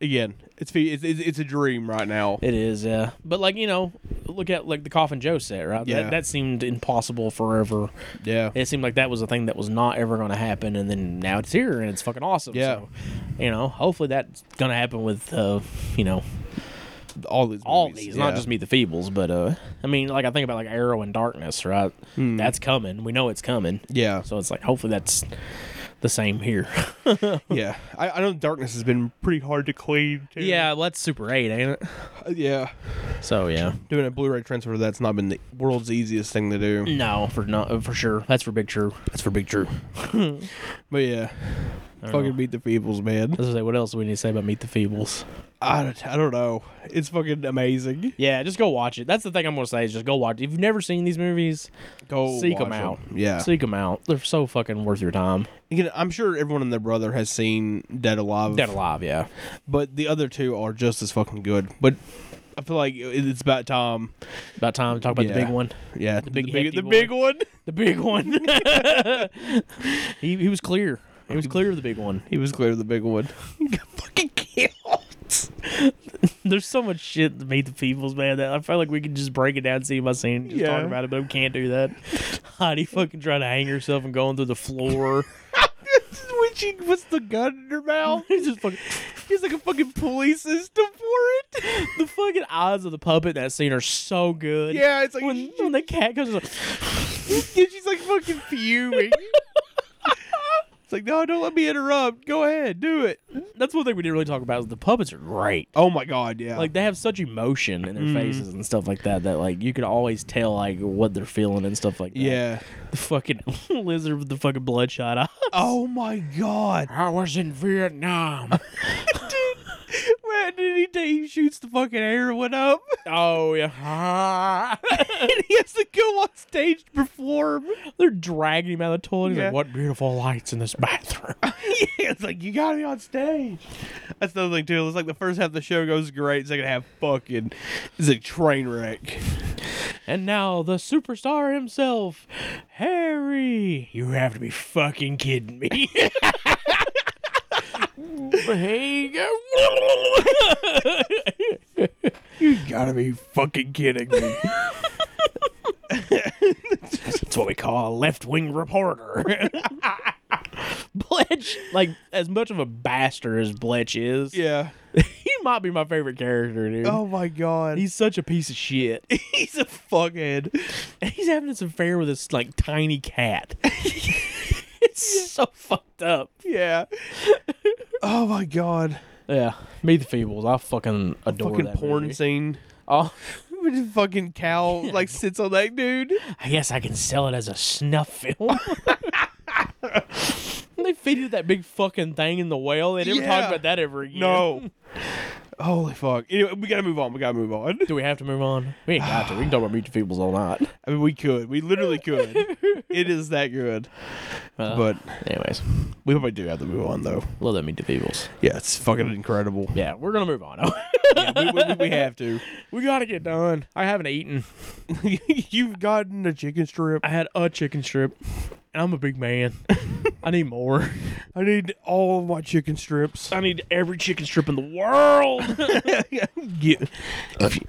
again, it's fe- it's it's, it's a dream right now. It is, yeah. But like you know, look at like the Coffin Joe set, right? Yeah. That, that seemed impossible forever. Yeah, It seemed like that was a thing that was not ever going to happen, and then now it's here and it's fucking awesome. Yeah. So, you know, hopefully that's going to happen with uh, you know, all these, all movies. these, yeah. not just Meet the Feebles, but uh, I mean, like I think about like Arrow and Darkness, right? That's coming. We know it's coming. Yeah, So it's like, hopefully that's the same here. yeah. I, I know darkness has been pretty hard to clean. Too. Uh, well, that's Super 8, ain't it? yeah. So, yeah. Doing a Blu-ray transfer that's not been the world's easiest thing to do. No, for no, for sure. That's for Big True. That's for Big True. but yeah, fucking beat the Feebles, man. Let's say, what else do we need to say about Meet the Feebles? I don't, I don't know. It's fucking amazing. Yeah, just go watch it. That's the thing I'm going to say is just go watch it. If you've never seen these movies, Go seek watch them out. Yeah. Seek them out. They're so fucking worth your time. Again, I'm sure everyone and their brother has seen Dead Alive. Dead Alive, yeah. But the other two are just as fucking good. But I feel like it- it's about time. About time to talk about the Yeah. big one. Yeah, the big, the big, hefty the boy. big one. The big one. he, he was clear. He was clear of the big one. He was clear the big one. fucking killed. There's so much shit to meet the peoples, man. That I feel like we could just break it down scene by scene, just Yeah. talk about it, but we can't do that. Heidi fucking trying to hang herself and going through the floor. when she puts the gun in her mouth, It's just fucking, he's like a fucking police system for it. the fucking eyes of the puppet in that scene are so good. Yeah, it's like When, when the cat comes, it's like, Yeah, she's like fucking fuming. it's like, no, don't let me interrupt. Go ahead, do it. that's one thing we didn't really talk about. Is the puppets are great. Oh my god, yeah. Like they have such emotion in their faces and stuff like that. That like you could always tell like what they're feeling and stuff like that. yeah. the fucking lizard with the fucking bloodshot eye. Oh my god. I was in Vietnam. Where did he take? He shoots the fucking heroin up. oh yeah. and he has to go on stage to perform. They're dragging him out of the toilet. He's Yeah. like, "What beautiful lights in this bathroom." yeah, it's like you gotta be on stage. That's the other thing too. It's like the first half of the show goes great. Second half, fucking, is a train wreck. and now the superstar himself, Harry. You have to be fucking kidding me. hey, you go. you gotta be fucking kidding me. That's what we call a left wing reporter. Bletch, like as much of a bastard as Bletch is, Yeah. he might be my favorite character, dude. Oh my god. He's such a piece of shit. he's a fuckhead. And he's having this affair with this like tiny cat. it's so fucked up. Yeah. oh my god. Yeah, Meet the Feebles. I fucking adore fucking that porn movie. scene. Oh, When the fucking cow like sits on that dude. I guess I can sell it as a snuff film. they feed it that big fucking thing in the well. They never Yeah. talk about that ever again. No. Holy fuck. Anyway, we gotta move on. We gotta move on. Do we have to move on? We ain't got to. We can talk about Meet the Feebles all night. I mean, we could. We literally could. it is that good. Uh, But anyways, we probably do have to move on though. love that Meet the Feebles. Yeah, it's fucking incredible. Yeah, we're gonna move on. we, we, we have to. we gotta get done. I haven't eaten. You've gotten a chicken strip. I had a chicken strip, and I'm a big man. I need more. I need all of my chicken strips. I need every chicken strip in the world. Yeah. If, you,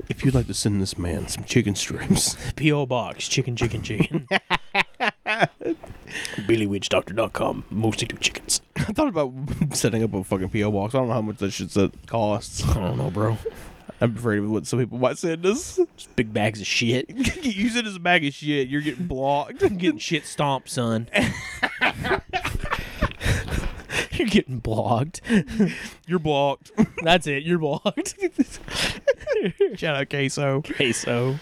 if you'd like to send this man some chicken strips, P.O. Box, chicken, chicken, chicken. BillyWitchDoctor.com, mostly do chickens. I thought about setting up a fucking PO box. I don't know how much that shit costs. I don't know, bro. I'm afraid of what some people might send us. Just big bags of shit. you send us a bag of shit, you're getting blocked. I'm getting shit stomped, son. You're getting blocked. You're blocked. That's it. You're blocked. Shout out queso. Okay, so.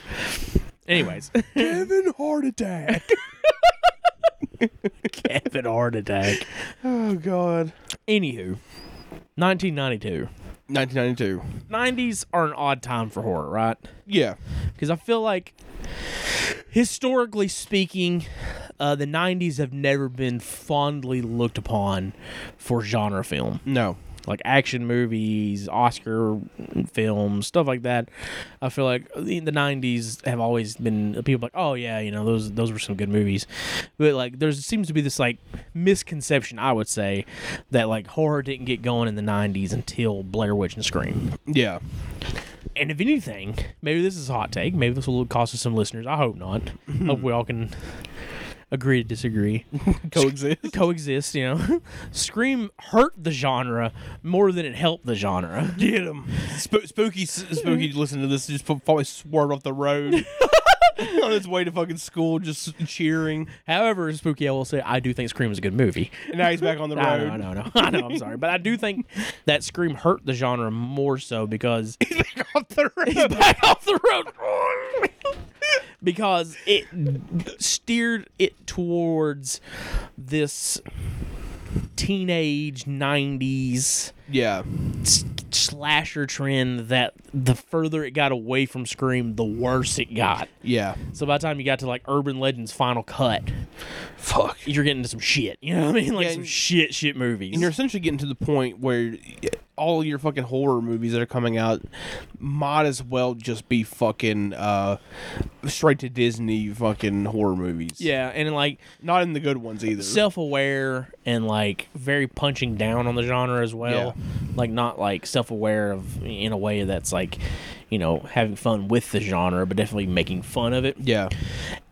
Anyways, Kevin heart attack. Kevin heart attack. Oh god. Anywho, 1992. 1992. 90s are an odd time for horror, right? Yeah. Because I feel like, historically speaking, uh, the 90s have never been fondly looked upon for genre film. No. Like action movies, Oscar films, stuff like that. I feel like the the 90s have always been people like, oh, yeah, you know, those those were some good movies. But like, there seems to be this like misconception, I would say, that like horror didn't get going in the 90s until Blair Witch and Scream. Yeah. And if anything, maybe this is a hot take. Maybe this will cost us some listeners. I hope not. hope we all can agree to disagree, Coexist. coexist. You know, Scream hurt the genre more than it helped the genre. Get him. Sp- spooky, s- spooky. Listen to this. Just probably swerved off the road on his way to fucking school, just cheering. However, Spooky, I will say I do think Scream is a good movie. And now he's back on the I road. know, I know, I know, I know. I'm sorry, but I do think that Scream hurt the genre more so because off the He's road. back off the road. because it steered it towards this teenage 90s Yeah. s- slasher trend that the further it got away from Scream, the worse it got. Yeah. So by the time you got to like Urban Legends Final Cut, Fuck. you're getting to some shit. You know what I mean? Like Yeah, some and- shit, shit movies. And you're essentially getting to the point where all your fucking horror movies that are coming out might as well just be fucking uh, straight to Disney fucking horror movies. Yeah, and like Not in the good ones either. self-aware and like very punching down on the genre as well. Like not like self-aware of in a way that's like, you know, having fun with the genre, but definitely making fun of it. yeah.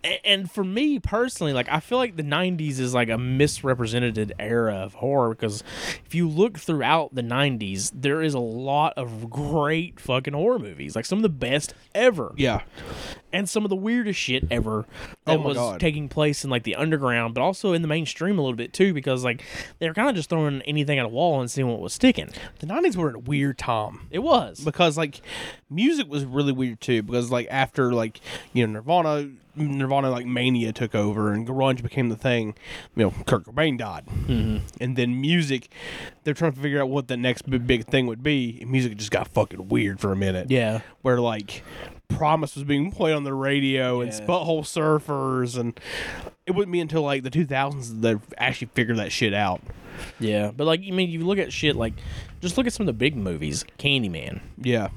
A- and for me personally, like I feel like the '90s is like a misrepresented era of horror because if you look throughout the '90s, there is a lot of great fucking horror movies, like some of the best ever, Yeah. and some of the weirdest shit ever that Oh my was God. taking place in like the underground, but also in the mainstream a little bit too, because like they were kind of just throwing anything at a wall and seeing what was sticking. The 90s were a weird time. It was because like music was really weird too because like after like you know nirvana nirvana like mania took over and grunge became the thing you know kurt cobain died mm-hmm. and then music they're trying to figure out what the next big, big thing would be and music just got fucking weird for a minute Yeah. where like promise was being played on the radio and butthole surfers and it wouldn't be until like the 2000s that they actually figured that shit out yeah, but like I mean, you look at shit like just look at some of the big movies, Candyman, yeah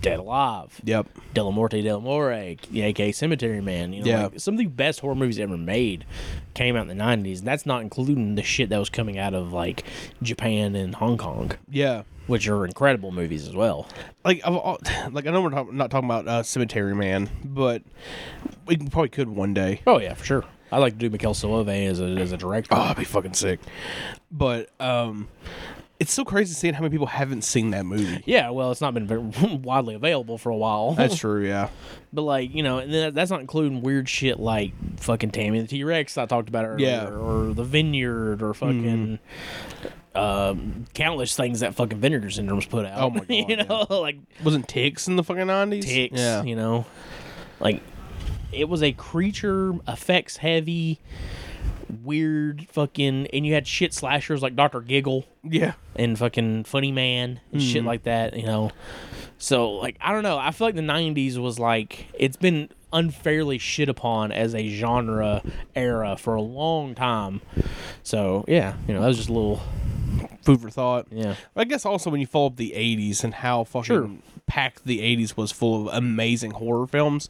Dead Alive, yep Del Morte Del More, aka Cemetery Man. You know, Yeah. like, some of the best horror movies ever made came out in the '90s. That's not including the shit that was coming out of like Japan and Hong Kong, yeah which are incredible movies as well. like of all, like I know we're talk- not talking about uh, Cemetery Man, but we probably could one day. Oh yeah, for sure. I like to do Mikhail Silva as a as a director. Oh, that'd be fucking sick. But um, it's so crazy seeing how many people haven't seen that movie. yeah, well, it's not been very widely available for a while. That's true. Yeah. But like you know, and then that's not including weird shit like fucking Tammy the T Rex I talked about earlier, Yeah. or the Vineyard, or fucking um, countless things that fucking Vinegar Syndrome's put out. Mm-hmm. Oh my God, you know, like Wasn't Ticks in the fucking nineties? ticks. Yeah. You know, like it was a creature effects heavy, weird fucking, and you had shit slashers like Doctor Giggle Yeah. and fucking Funny Man and shit like that, you know. So like I don't know, I feel like the '90s was like it's been unfairly shit upon as a genre era for a long time. So yeah, you know that was just a little Food for thought. yeah. I guess also when you follow up the '80s and how fucking Sure. packed the '80s was full of amazing horror films,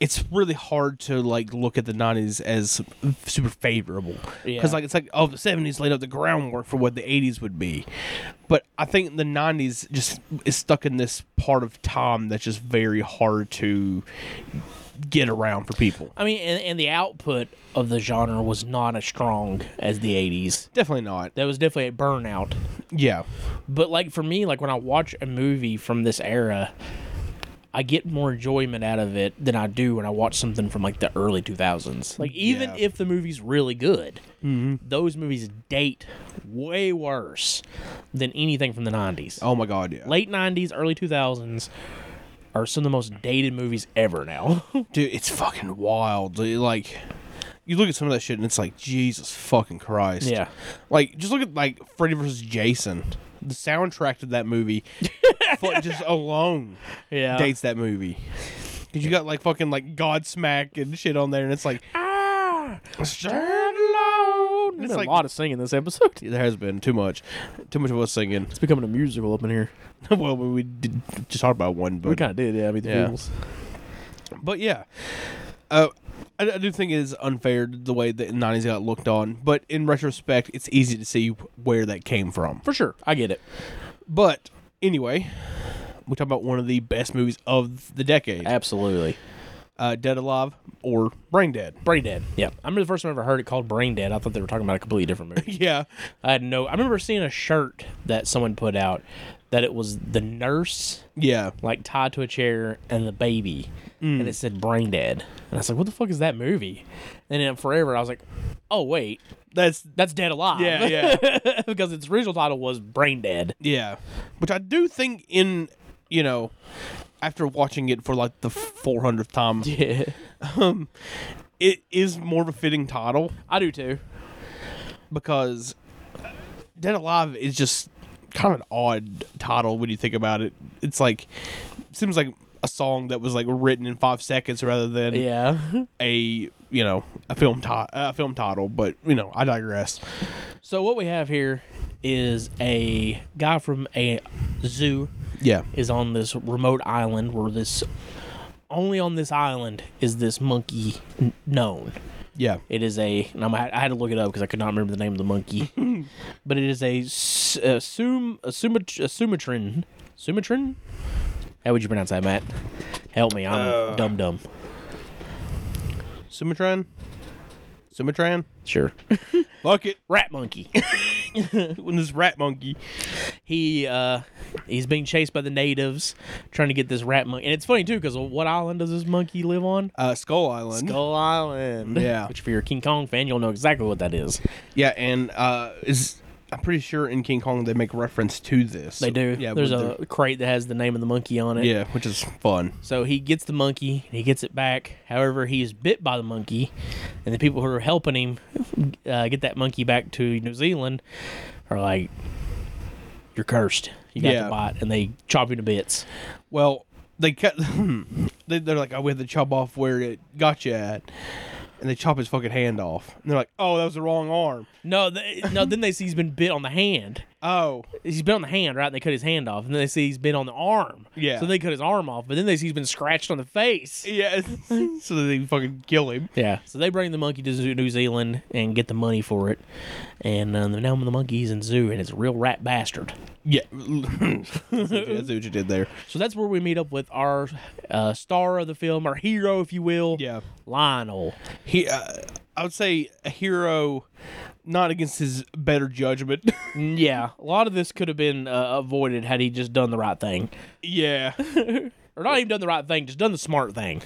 it's really hard to like look at the '90s as super favorable because Yeah. like it's like oh the '70s laid out the groundwork for what the '80s would be, but I think the '90s just is stuck in this part of time that's just very hard to get around for people. I mean, and, and the output of the genre was not as strong as the '80s. Definitely not. That was definitely a burnout. Yeah, But like for me, like when I watch a movie from this era, I get more enjoyment out of it than I do when I watch something from like the early 2000s. Like even Yeah. if the movie's really good, those movies date way worse than anything from the 90s. Oh my god, yeah. Late 90s, early 2000s are some of the most dated movies ever now. Dude, it's fucking wild. dude. Like, you look at some of that shit and it's like, Jesus fucking Christ. Yeah. Like, just look at, like, Freddy vs. Jason. The soundtrack to that movie, fu- just alone, yeah. dates that movie. Because you got, like, fucking, like, Godsmack and shit on there, and it's like, Ah! Stand alone. There's It's been like, a lot of singing this episode. It's there has been too much. Too much of us singing. becoming a musical up in here. well, we, we did just talk about one, but. We kind of did, yeah. I mean, the Yeah. Beatles. But yeah, uh, I, I do think it is unfair the way that '90s got looked on. But in retrospect, it's easy to see where that came from. For sure. I get it. But anyway, we talk about one of the best movies of the decade, Absolutely. uh, Dead Alive or Brain Dead. Brain Dead. Yeah, I remember the first time I ever heard it called Brain Dead. I thought they were talking about a completely different movie. Yeah, I had no. I remember seeing a shirt that someone put out that it was the nurse yeah, like tied to a chair and the baby, and it said Brain Dead. And I was like, "What the fuck is that movie?" And then forever, I was like, "Oh wait, that's that's Dead Alive." Yeah, yeah. because its original title was Brain Dead. yeah. Which I do think in you know. After watching it for like the 400th time, Yeah, it is more of a fitting title. I do too. because Dead Alive is just kind of an odd title when you think about it. It's like seems like a song that was like written in five seconds rather than Yeah, a you know a film ti- a film title. But you know I digress. So what we have here is a guy from a zoo Yeah. is on this remote island where this only on this island is this monkey n- known. Yeah. It is a, and I'm, I had to look it up because I could not remember the name of the monkey, but it is a, s- a, sum, a, sumat, a Sumatran. Sumatran? How would you pronounce that, Matt? Help me, I'm dumb dumb. Sumatran? Sumatran? Sure. Fuck it. Rat monkey. When this rat monkey. he uh he's being chased by the natives trying to get this rat monkey and it's funny too because what island does this monkey live on Uh, Skull Island. skull island Yeah. which if you're a king kong fan you'll know exactly what that is Yeah, and uh, is I'm pretty sure in King Kong they make reference to this. they do Yeah. there's with a crate that has the name of the monkey on the- it yeah, which is fun. so he gets the monkey and he gets it back however he is bit by the monkey and the people who are helping him uh, get that monkey back to new zealand are like you're cursed you got Yeah. the bite and they chop him to bits Well, they cut. they, they're like, "Oh, we had to chop off where it got you at," and they chop his fucking hand off. And they're like, "Oh, that was the wrong arm." no they, no then they see he's been bit on the hand Oh, he's been on the hand, right? And they cut his hand off, and then they see he's been on the arm. Yeah. So they cut his arm off, but then they see he's been scratched on the face. yeah. so they fucking kill him. Yeah. So they bring the monkey to Zoo- New Zealand and get the money for it, and um, now the monkey's in zoo, and it's a real rat bastard. Yeah, that's what you- that's what you did there. So that's where we meet up with our uh, star of the film, our hero, if you will. Yeah. Lionel. He, uh, I would say, a hero, not against his better judgment. Mm, Yeah. A lot of this could have been uh, avoided had he just done the right thing, yeah, or not even done the right thing, just done the smart thing.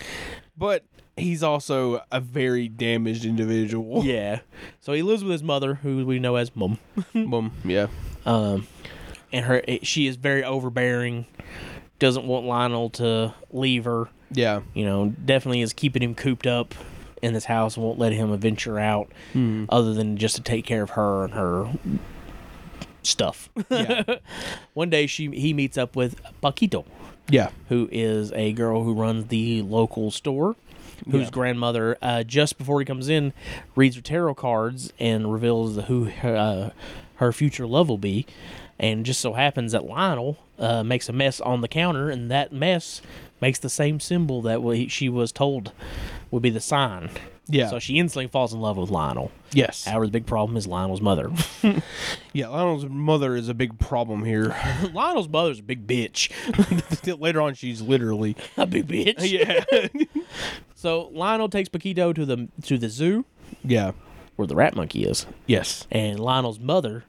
but he's also a very damaged individual. Yeah. So he lives with his mother, who we know as Mum. Boom. Yeah. um, and her it- she is very overbearing. Doesn't want Lionel to leave her. Yeah. You know, definitely is keeping him cooped up in this house. Won't let him venture out, other than just to take care of her and her stuff. Yeah. One day she he meets up with Paquito, yeah. who is a girl who runs the local store. Whose Yeah. grandmother, uh, just before he comes in, reads her tarot cards and reveals who her, uh, her future love will be. And just so happens that Lionel uh, makes a mess on the counter, and that mess makes the same symbol that we, she was told would be the sign. Yeah. So she instantly falls in love with Lionel. Yes. However, the big problem is Lionel's mother. Yeah, Lionel's mother is a big problem here. Lionel's mother's a big bitch. Later on, she's literally a big bitch. yeah, So Lionel takes Paquito to the to the zoo yeah, where the rat monkey is, yes, and Lionel's mother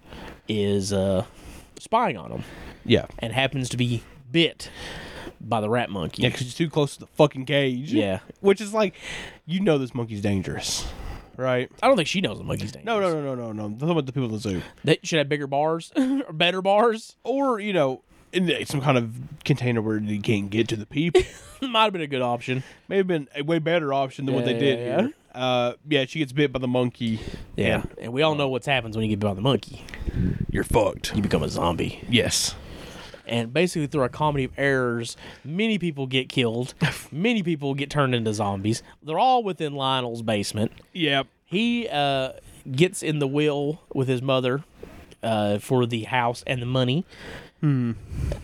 is uh, spying on him yeah. and happens to be bit by the rat monkey. Yeah, because she's too close to the fucking cage. Yeah. which is like, you know, this monkey's dangerous, right? I don't think she knows the monkey's name. No, no, no, no, no, no. I'm talking about the people in the zoo, They should have bigger bars or better bars. or you know, in some kind of container where they can't get to the people. Might have been a good option. May have been a way better option than what Yeah, they yeah, did yeah. here. Uh, yeah, she gets bit by the monkey. and we all know what happens when you get bit by the monkey. you're fucked. You become a zombie, Yes. and basically through a comedy of errors, many people get killed. many people get turned into zombies. They're all within Lionel's basement. Yeah. He uh, gets in the will with his mother uh, for the house and the money. Hmm.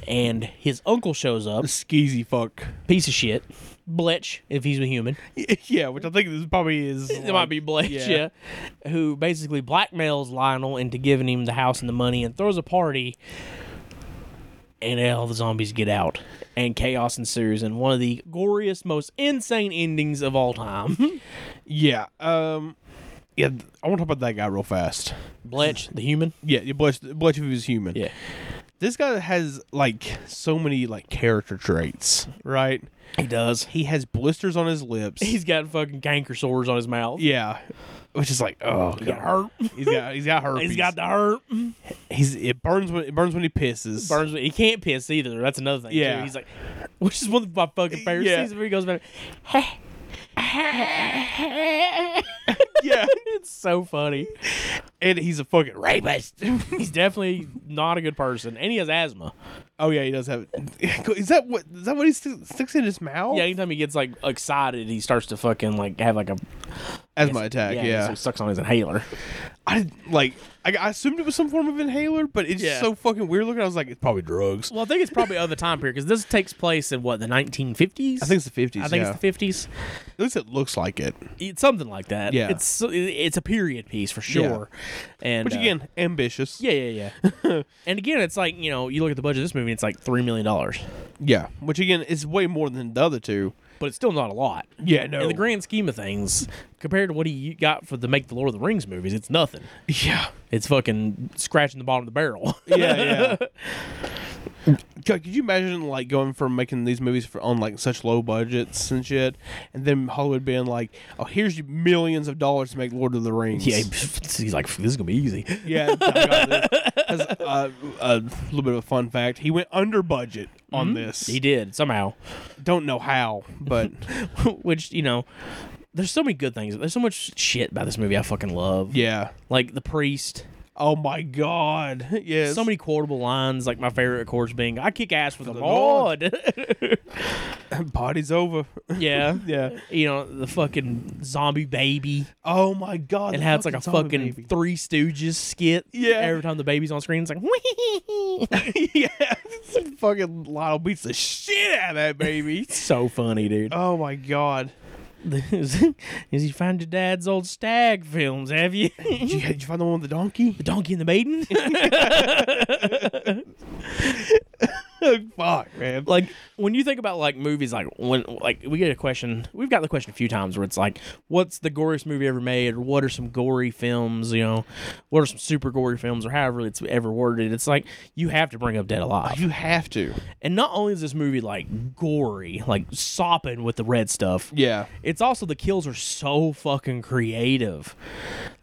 And his uncle shows up, Skeezy fuck. piece of shit. Bletch, if he's a human. Yeah, which I think this probably is. It might be Bletch, yeah. yeah. Who basically blackmails Lionel into giving him the house and the money and throws a party. And all the zombies get out. And chaos ensues. And one of the goriest, most insane endings of all time. Yeah. Um. Yeah, th- I want to talk about that guy real fast. Bletch, the human. Yeah, you blush, blush if he was human. Yeah. This guy has like so many like character traits, right? He does. He has blisters on his lips. He's got fucking canker sores on his mouth. yeah, which is like oh, He got God. hurt. He's got he's got herpes. He's got the hurt. he's it burns when it burns when he pisses. Burns. He can't piss either. That's another thing. too. Yeah. He's like, which is one of my fucking favorite Yeah. scenes where he goes back. Hey, yeah, It's so funny. and he's a fucking rapist. He's definitely not a good person, and he has asthma. oh yeah, he does have. Is that what? Is that what he st- sticks in his mouth? Yeah, anytime he gets like excited, he starts to fucking like have like a asthma attack. Yeah, so he sucks on his inhaler. I like. I, I assumed it was some form of inhaler, but it's Yeah. just so fucking weird looking. I was like, it's probably drugs. Well, I think it's probably other time period because this takes place in what the 1950s. I think it's the fifties. I think yeah. it's the 50s. At least it looks like it. It's something like that. Yeah. it's so- it's a period piece for sure. And Which uh, again, ambitious. yeah, yeah, yeah. and again, it's like you know, you look at the budget of this movie, it's like three million dollars, Yeah. Which again is way more than the other two. but it's still not a lot. Yeah. No. In the grand scheme of things, compared to what he got for the make the Lord of the Rings movies, it's nothing. yeah. It's fucking scratching the bottom of the barrel. Yeah. Yeah. God, could you imagine like going from making these movies for on like such low budgets and shit, and then Hollywood being like, "Oh, here's you millions of dollars to make Lord of the Rings." yeah, he's like, this is gonna be easy. yeah. I got this. 'Cause, uh, a little bit of a fun fact: he went under budget on this. Mm-hmm. He did somehow. Don't know how, but which you know there's so many good things there's so much shit about this movie i fucking love yeah. like the priest Oh my God. Yes. so many quotable lines like my favorite of course being i kick ass for the, the lord, bodies over. yeah yeah. you know the fucking zombie baby Oh my God. and the how it's like a zombie fucking baby. three stooges skit Yeah. every time the baby's on screen it's like yeah. fucking Lionel beats the shit out of that baby. so funny dude oh my God. is, is you find your dad's old stag films have you Did you, did you find the one with the donkey? the donkey and the maiden Fuck, man. like when you think about like movies like when like we get a question we've got the question a few times where it's like what's the goriest movie ever made or what are some gory films you know what are some super gory films or however it's ever worded it's like you have to bring up dead alive You have to. and not only is this movie like gory like sopping with the red stuff Yeah. it's also the kills are so fucking creative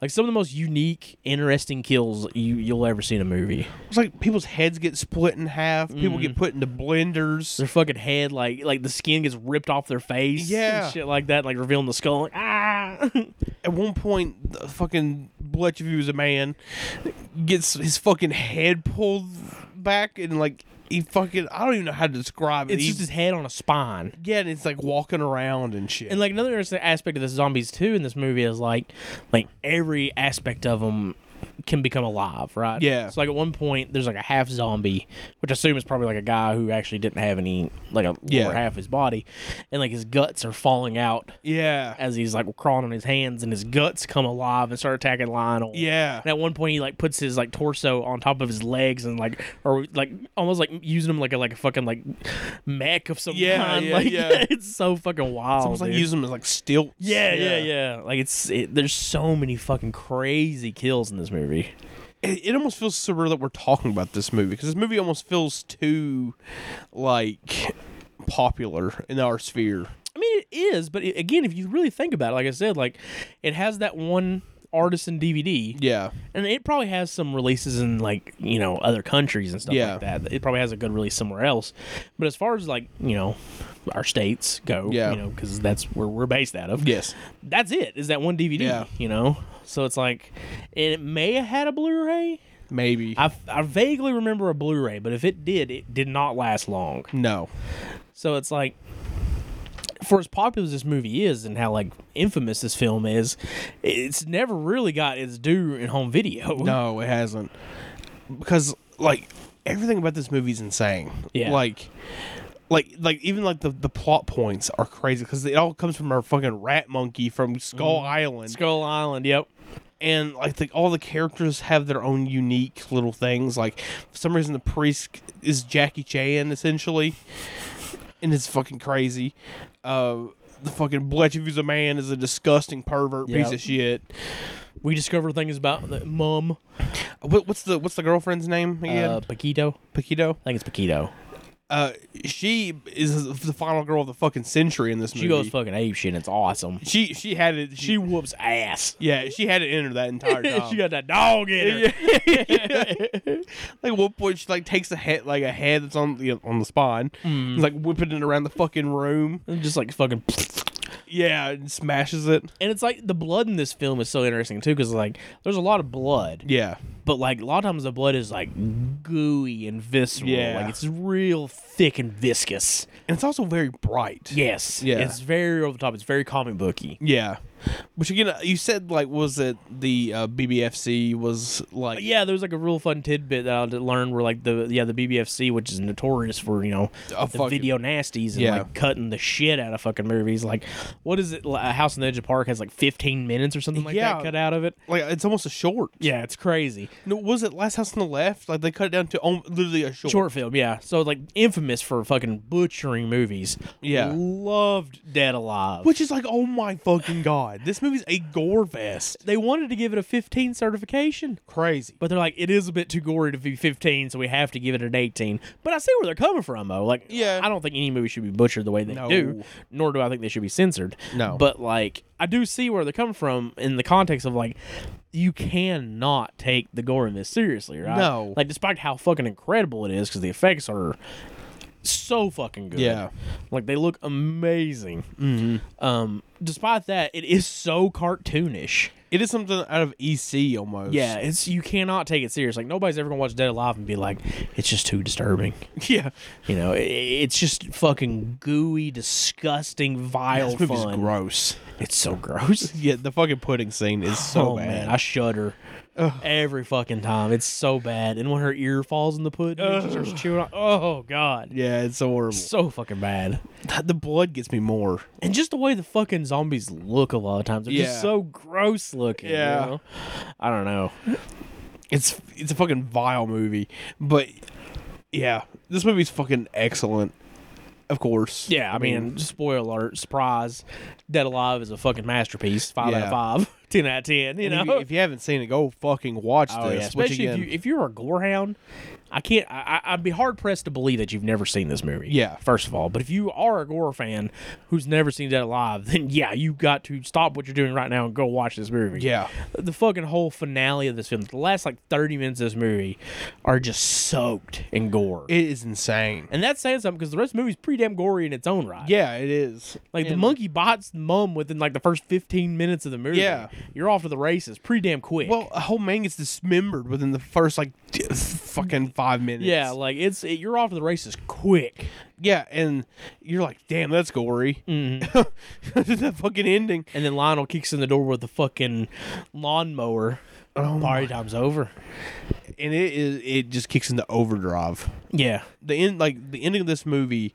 like some of the most unique interesting kills you, you'll ever see in a movie It's like people's heads get split in half. People get put into blenders. their fucking head like like the skin gets ripped off their face Yeah. and shit like that like revealing the skull like, ah At one point, the fucking Bletch, if he was a man, gets his fucking head pulled back and like he fucking I don't even know how to describe it. it's He- just his head on a spine yeah, and it's like walking around and shit. and like another interesting aspect of the zombies too in this movie is like like every aspect of them can become alive right Yeah. so like at one point there's like a half zombie which i assume is probably like a guy who actually didn't have any like a lower Yeah. half of his body and like his guts are falling out yeah, as he's like crawling on his hands and his guts come alive and start attacking lionel yeah, And at one point, he like puts his like torso on top of his legs and like, or like almost like using him like a like a fucking like mech of some Yeah, kind. yeah, like, yeah. it's so fucking wild. almost like dude. use them as like stilts. yeah, yeah, yeah, Like it's it, there's so many fucking crazy kills in this movie. It, it almost feels surreal that we're talking about this movie because this movie almost feels too like popular in our sphere. I mean, it is, but it, again, if you really think about it, like I said, like it has that one artisan DVD. Yeah, And it probably has some releases in like you know other countries and stuff Yeah. like that. It probably has a good release somewhere else. But as far as like you know our states go, Yeah. you know because that's where we're based out of. yes, that's it. Is that one DVD? Yeah. you know. So it's like, and it may have had a Blu-ray. maybe. I, I vaguely remember a Blu-ray, but if it did, it did not last long. no, So it's like, for as popular as this movie is, and how like infamous this film is, it's never really got its due in home video. no, it hasn't because like everything about this movie is insane. Yeah. like. Like, like, even like the, the plot points are crazy because it all comes from our fucking rat monkey from Skull Mm. Island. Skull Island. Yep. and like the, all the characters have their own unique little things. Like for some reason, the priest is Jackie Chan essentially, and it's fucking crazy. Uh, the fucking Bletch, if he's a man, is a disgusting pervert piece Yep. of shit. We discover things about the uh, mom, What, what's the what's the girlfriend's name again? uh, Paquito. Paquito. I think it's Paquito. Uh, she is the final girl of the fucking century in this She movie. goes fucking ape shit. It's awesome. She she had it. She, She whoops ass. yeah, she had it in her that entire time. she got that dog in her. like at one point she like takes a head like a head that's on the on the spine, and, like whipping it around the fucking room. And just like fucking yeah, and smashes it. And it's like the blood in this film is so interesting too, because like there's a lot of blood, Yeah, but like a lot of times the blood is like gooey and visceral. Yeah. Like it's real thick and viscous. and it's also very bright. Yes. Yeah. It's very over the top. It's very comic booky. Yeah, which again, you said like was it the uh, BBFC was like Yeah, there was like a real fun tidbit that I learned where like the yeah the BBFC, which is notorious for you know A the fucking- video nasties and Oh, Yeah. like cutting the shit out of fucking movies. Like, what is it? like, A House on the Edge of Park has like 15 minutes or something like Yeah. that cut out of it. like it's almost a short. Yeah, it's crazy. no, was it Last House on the Left? Like they cut it down to om- literally a short. Short film, yeah. So like infamous for fucking butchering movies. Yeah. loved Dead Alive. which is like oh my fucking god, this movie's a gore fest. they wanted to give it a 15 certification. Crazy. But they're like, it is a bit too gory to be 15, so we have to give it an 18. But I see where they're coming from, though. Like, Yeah. I don't think any movie should be butchered the way they No. do, nor do I think they should be censored. No. But, like, I do see where they're coming from in the context of, like, you cannot take the gore in this seriously, right? No. Like, despite how fucking incredible it is, because the effects are so fucking good. Yeah. Mm-hmm. Like, they look amazing. Um, despite that, it is so cartoonish. It is something out of EC almost. Yeah, it's you cannot take it serious. Like nobody's ever gonna watch Dead Alive and be like, it's just too disturbing. yeah. You know, i it's just fucking gooey, disgusting, vile This movie's fun. gross. It's so gross. Yeah, the fucking pudding scene is so oh bad. man, I shudder every fucking time. It's so bad. And when her ear falls in the pudding, and she starts chewing on. Oh god, yeah, it's so horrible. so fucking bad. The blood gets me more. And just the way the fucking zombies look a lot of times, they're Yeah. just so gross looking. you Yeah. know? I don't know. It's it's a fucking vile movie, but yeah, this movie's fucking excellent. Of course. Yeah, I mean, spoiler alert, surprise. Dead Alive is a fucking masterpiece. Five out Yeah. of five. Ten out of ten, you And if, know? you, if you haven't seen it, go fucking watch Oh, yeah, this. which Especially if, again- you, if you're a gorehound, I can't. I, I- I'd be hard pressed to believe that you've never seen this movie. Yeah. first of all, but if you are a gore fan who's never seen Dead Alive, then yeah, you got to stop what you're doing right now and go watch this movie. Yeah. the fucking whole finale of this film, the last like 30 minutes of this movie, are just soaked in gore, it is insane. and that's saying something because the rest of the movie's pretty damn gory in its own right. Yeah, it is. Like the monkey bites the mum within like the first fifteen minutes of the movie. Yeah. you're off to the races pretty damn quick. Well, a whole man gets dismembered within the first like t- fucking five minutes. yeah, like it's it, you're off to the races quick. yeah, and you're like, damn, that's gory. Mm-hmm. that fucking ending. And then Lionel kicks in the door with the fucking lawnmower. Oh, Party time's over. and it is it just kicks into overdrive. Yeah, The end, like the ending of this movie,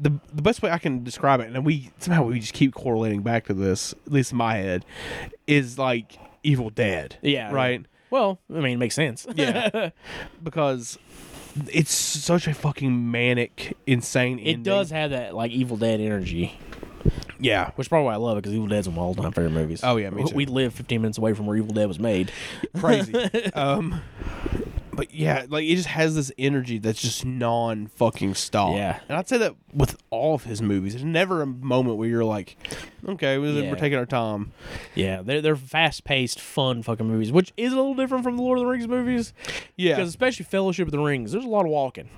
the the best way I can describe it, and we somehow we just keep correlating back to this, at least in my head, is like Evil Dead. yeah. right. Well, I mean, it makes sense. Yeah, because it's such a fucking manic, insane. it does have that like Evil Dead energy, Yeah, which is probably why I love it because Evil Dead's one of my all-time favorite movies. Oh, yeah, me We- too. we live fifteen minutes away from where Evil Dead was made. crazy. um, but yeah, like it just has this energy that's just non fucking stop. Yeah. and I'd say that with all of his movies, there's never a moment where you're like, okay, we're, Yeah. we're taking our time. Yeah, they're they're fast paced, fun fucking movies, which is a little different from the Lord of the Rings movies. Yeah. because especially Fellowship of the Rings, there's a lot of walking.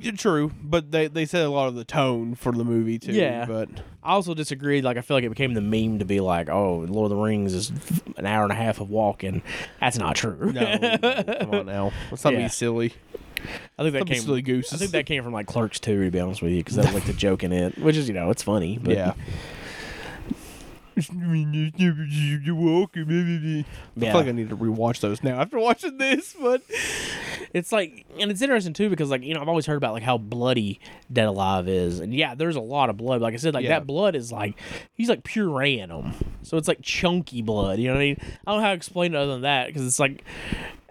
Yeah, True, but they they said a lot of the tone for the movie too. Yeah. but I also disagreed. Like I feel like it became the meme to be like, "Oh, Lord of the Rings is an hour and a half of walking." That's not true. no, no, come on now, let's not Yeah. be silly. I think that Some came. silly gooses. I think that came from like Clerks too, to be honest with you, because that was like the joke in it, which is you know it's funny. But yeah. You're welcome. I Yeah. feel like I need to rewatch those now after watching this, but it's like, and it's interesting too because like you know I've always heard about like how bloody Dead Alive is, and yeah, there's a lot of blood. Like I said, like Yeah. that blood is like he's like pureeing them, so it's like chunky blood. You know what I mean? I don't know how to explain it other than that because it's like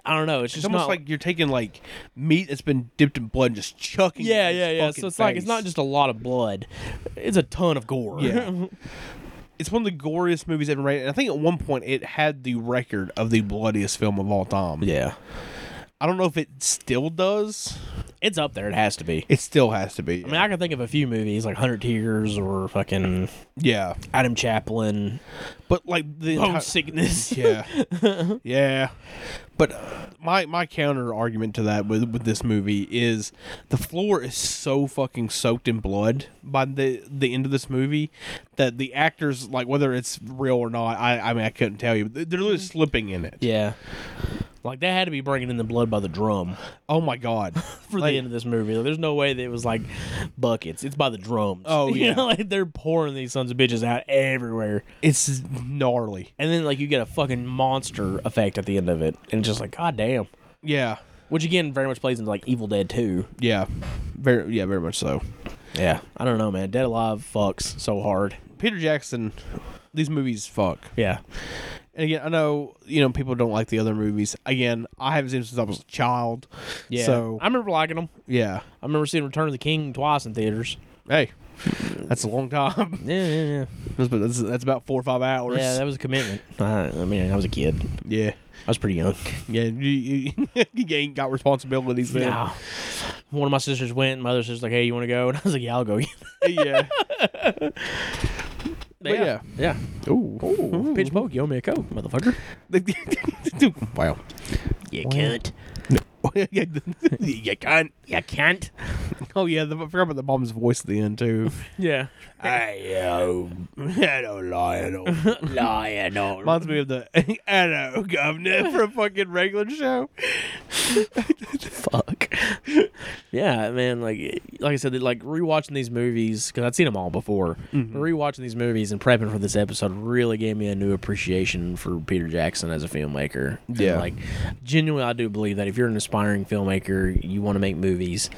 I don't know. It's It's just almost not like you're taking like meat that's been dipped in blood and just chucking. it yeah, in yeah, his yeah. fucking So it's like it's face. not just a lot of blood; it's a ton of gore. Yeah. It's one of the goriest movies ever made, and I think at one point it had the record of the bloodiest film of all time. yeah. I don't know if it still does. It's up there. It has to be. It still has to be. I mean, I can think of a few movies like Hundred Tears or fucking yeah, Adam Chaplin, but like the Home entire- Sickness. yeah, yeah. But uh, my my counter argument to that with with this movie is the floor is so fucking soaked in blood by the the end of this movie that the actors like whether it's real or not, I I mean I couldn't tell you. but They're literally slipping in it. Yeah. Like they had to be bringing in the blood by the drum Oh my god. for Like- the end of this movie. Like, there's no way that it was like buckets. It's by the drums. Oh, You yeah. know, like they're pouring these sons of bitches out everywhere. It's gnarly. And then like you get a fucking monster effect at the end of it. And it's just like, God damn. Yeah. Which again very much plays into like Evil Dead 2. Yeah. Very yeah, very much so. Yeah. I don't know, man. Dead Alive fucks so hard. Peter Jackson these movies fuck. Yeah. And again, I know, you know, people don't like the other movies. Again, I haven't seen them since I was a child. Yeah. So I remember liking them. yeah. I remember seeing Return of the King twice in theaters. Hey. That's a long time. Yeah, yeah, yeah. that's, about- that's- that's about four or five hours. Yeah, that was a commitment. I, I mean, I was a kid. yeah. I was pretty young. Yeah. You, you, you ain't got responsibilities then. No. One of my sisters went, and my other sister's like, hey, you want to go? And I was like, yeah, I'll go. Yeah. But yeah. Yeah. Ooh. Pitch poke, yo, make a coke, motherfucker. wow. You can't. you can't. You can't. Oh yeah, the, I forgot about the mom's voice at the end too. Yeah. I uh, um, hello Lionel. Lionel. Reminds me of the hello governor from fucking regular show. Fuck. yeah, man. Like, like I said, like rewatching these movies because I'd seen them all before. Rewatching these movies and prepping for this episode really gave me a new appreciation for Peter Jackson as a filmmaker. And, Yeah. like genuinely, I do believe that if you're an aspiring filmmaker, you want to make movies,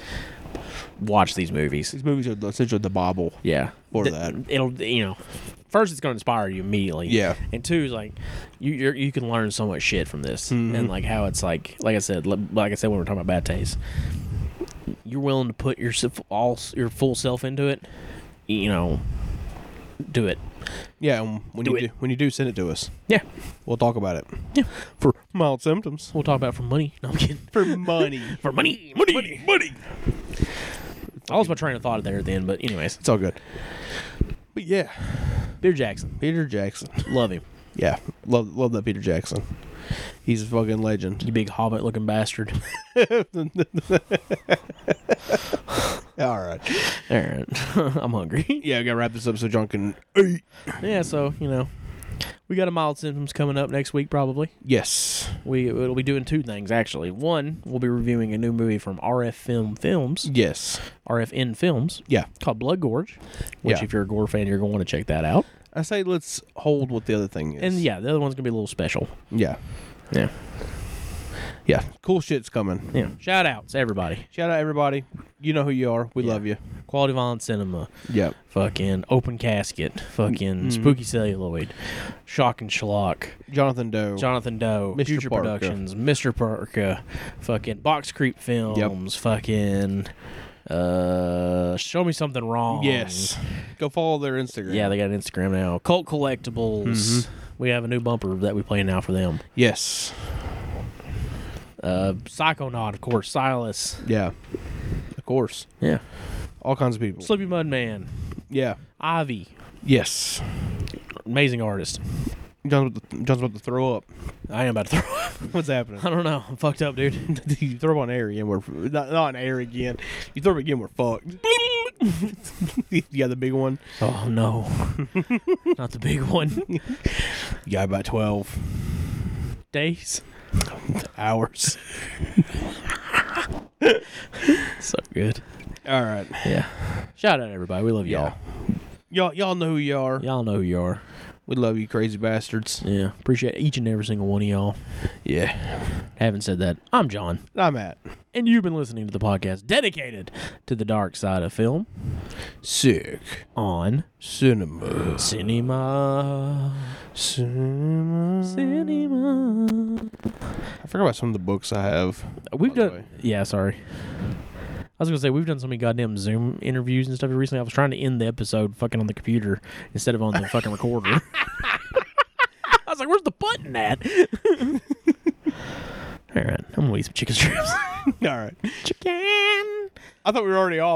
watch these movies. These movies are essentially the Bible. Yeah, For Th- that. it'll you know, first it's going to inspire you immediately. Yeah. and two is like you you're, you can learn so much shit from this, Mm-hmm. and like how it's like like I said li- like I said when we were talking about bad taste, you're willing to put your s- all s- your full self into it, you know, do it. Yeah, and when Do you it. do, when you do, send it to us. Yeah, We'll talk about it. Yeah. For mild symptoms. we'll talk about it for money. No, I'm kidding. For money. For money, money, money. I lost my train of thought there at the end, but anyways, it's all good. But yeah, Peter Jackson, Peter Jackson. love him, Yeah, love love that Peter Jackson. He's a fucking legend. you big hobbit looking bastard. All right. All right, I'm hungry. Yeah, I gotta wrap this up so John can. Yeah, so you know, we got a mild symptoms coming up next week. Probably Yes. we will be doing two things actually. One, we'll be reviewing a new movie from RF Film Films, Yes. RFN Films, Yeah. called Blood Gorge. Which, Yeah. if you're a gore fan, you're going to want to check that out. I say let's hold what the other thing is. And yeah, the other one's gonna be a little special. Yeah. Yeah, Yeah. Cool shit's coming. yeah. Shout outs everybody. Shout out everybody. You know who you are. We love you. Quality Violent Cinema, Yep. fucking Open Casket, fucking Mm-hmm. Spooky Celluloid, Shock and Schlock, Jonathan Doe. Jonathan Doe, Mr. Future Oh. Parker. Productions, Mr. Parker, fucking Box Creep Films, fucking uh, Show Me Something Wrong. yes. Go follow their Instagram. Yeah, they got an Instagram now. Cult Collectibles. Mm-hmm. We have a new bumper that we play now for them. yes. Uh, Psychonaut, of course, Silas. Yeah. Of course. Yeah. All kinds of people. Slippy Mud Man, yeah. Ivy, Yes. amazing artist. John's about, to, John's about to throw up. I am about to throw up. What's happening? I don't know. I'm fucked up, dude. you throw up on air again, we're not, not on air again. You throw up again, we're fucked. you got the big one. Oh, no. Not the big one. You got about twelve Days. hours. So good. All right, Yeah. Shout out everybody. We love y'all. y'all. Y'all know who you are. Y'all know who you are. We love you, crazy bastards. Yeah. Appreciate each and every single one of y'all. Yeah. Having said that, I'm John, I'm at and you've been listening to the podcast dedicated to the dark side of film sick on cinema. cinema. Cinema. Cinema. I forgot about some of the books I have. We've By the done. way. Yeah, sorry. I was gonna say we've done so many goddamn Zoom interviews and stuff recently. I was trying to end the episode fucking on the computer instead of on the fucking recorder. I was like, "Where's the button at?" All right, I'm gonna eat some chicken strips. All right. Chicken. I thought we were already off.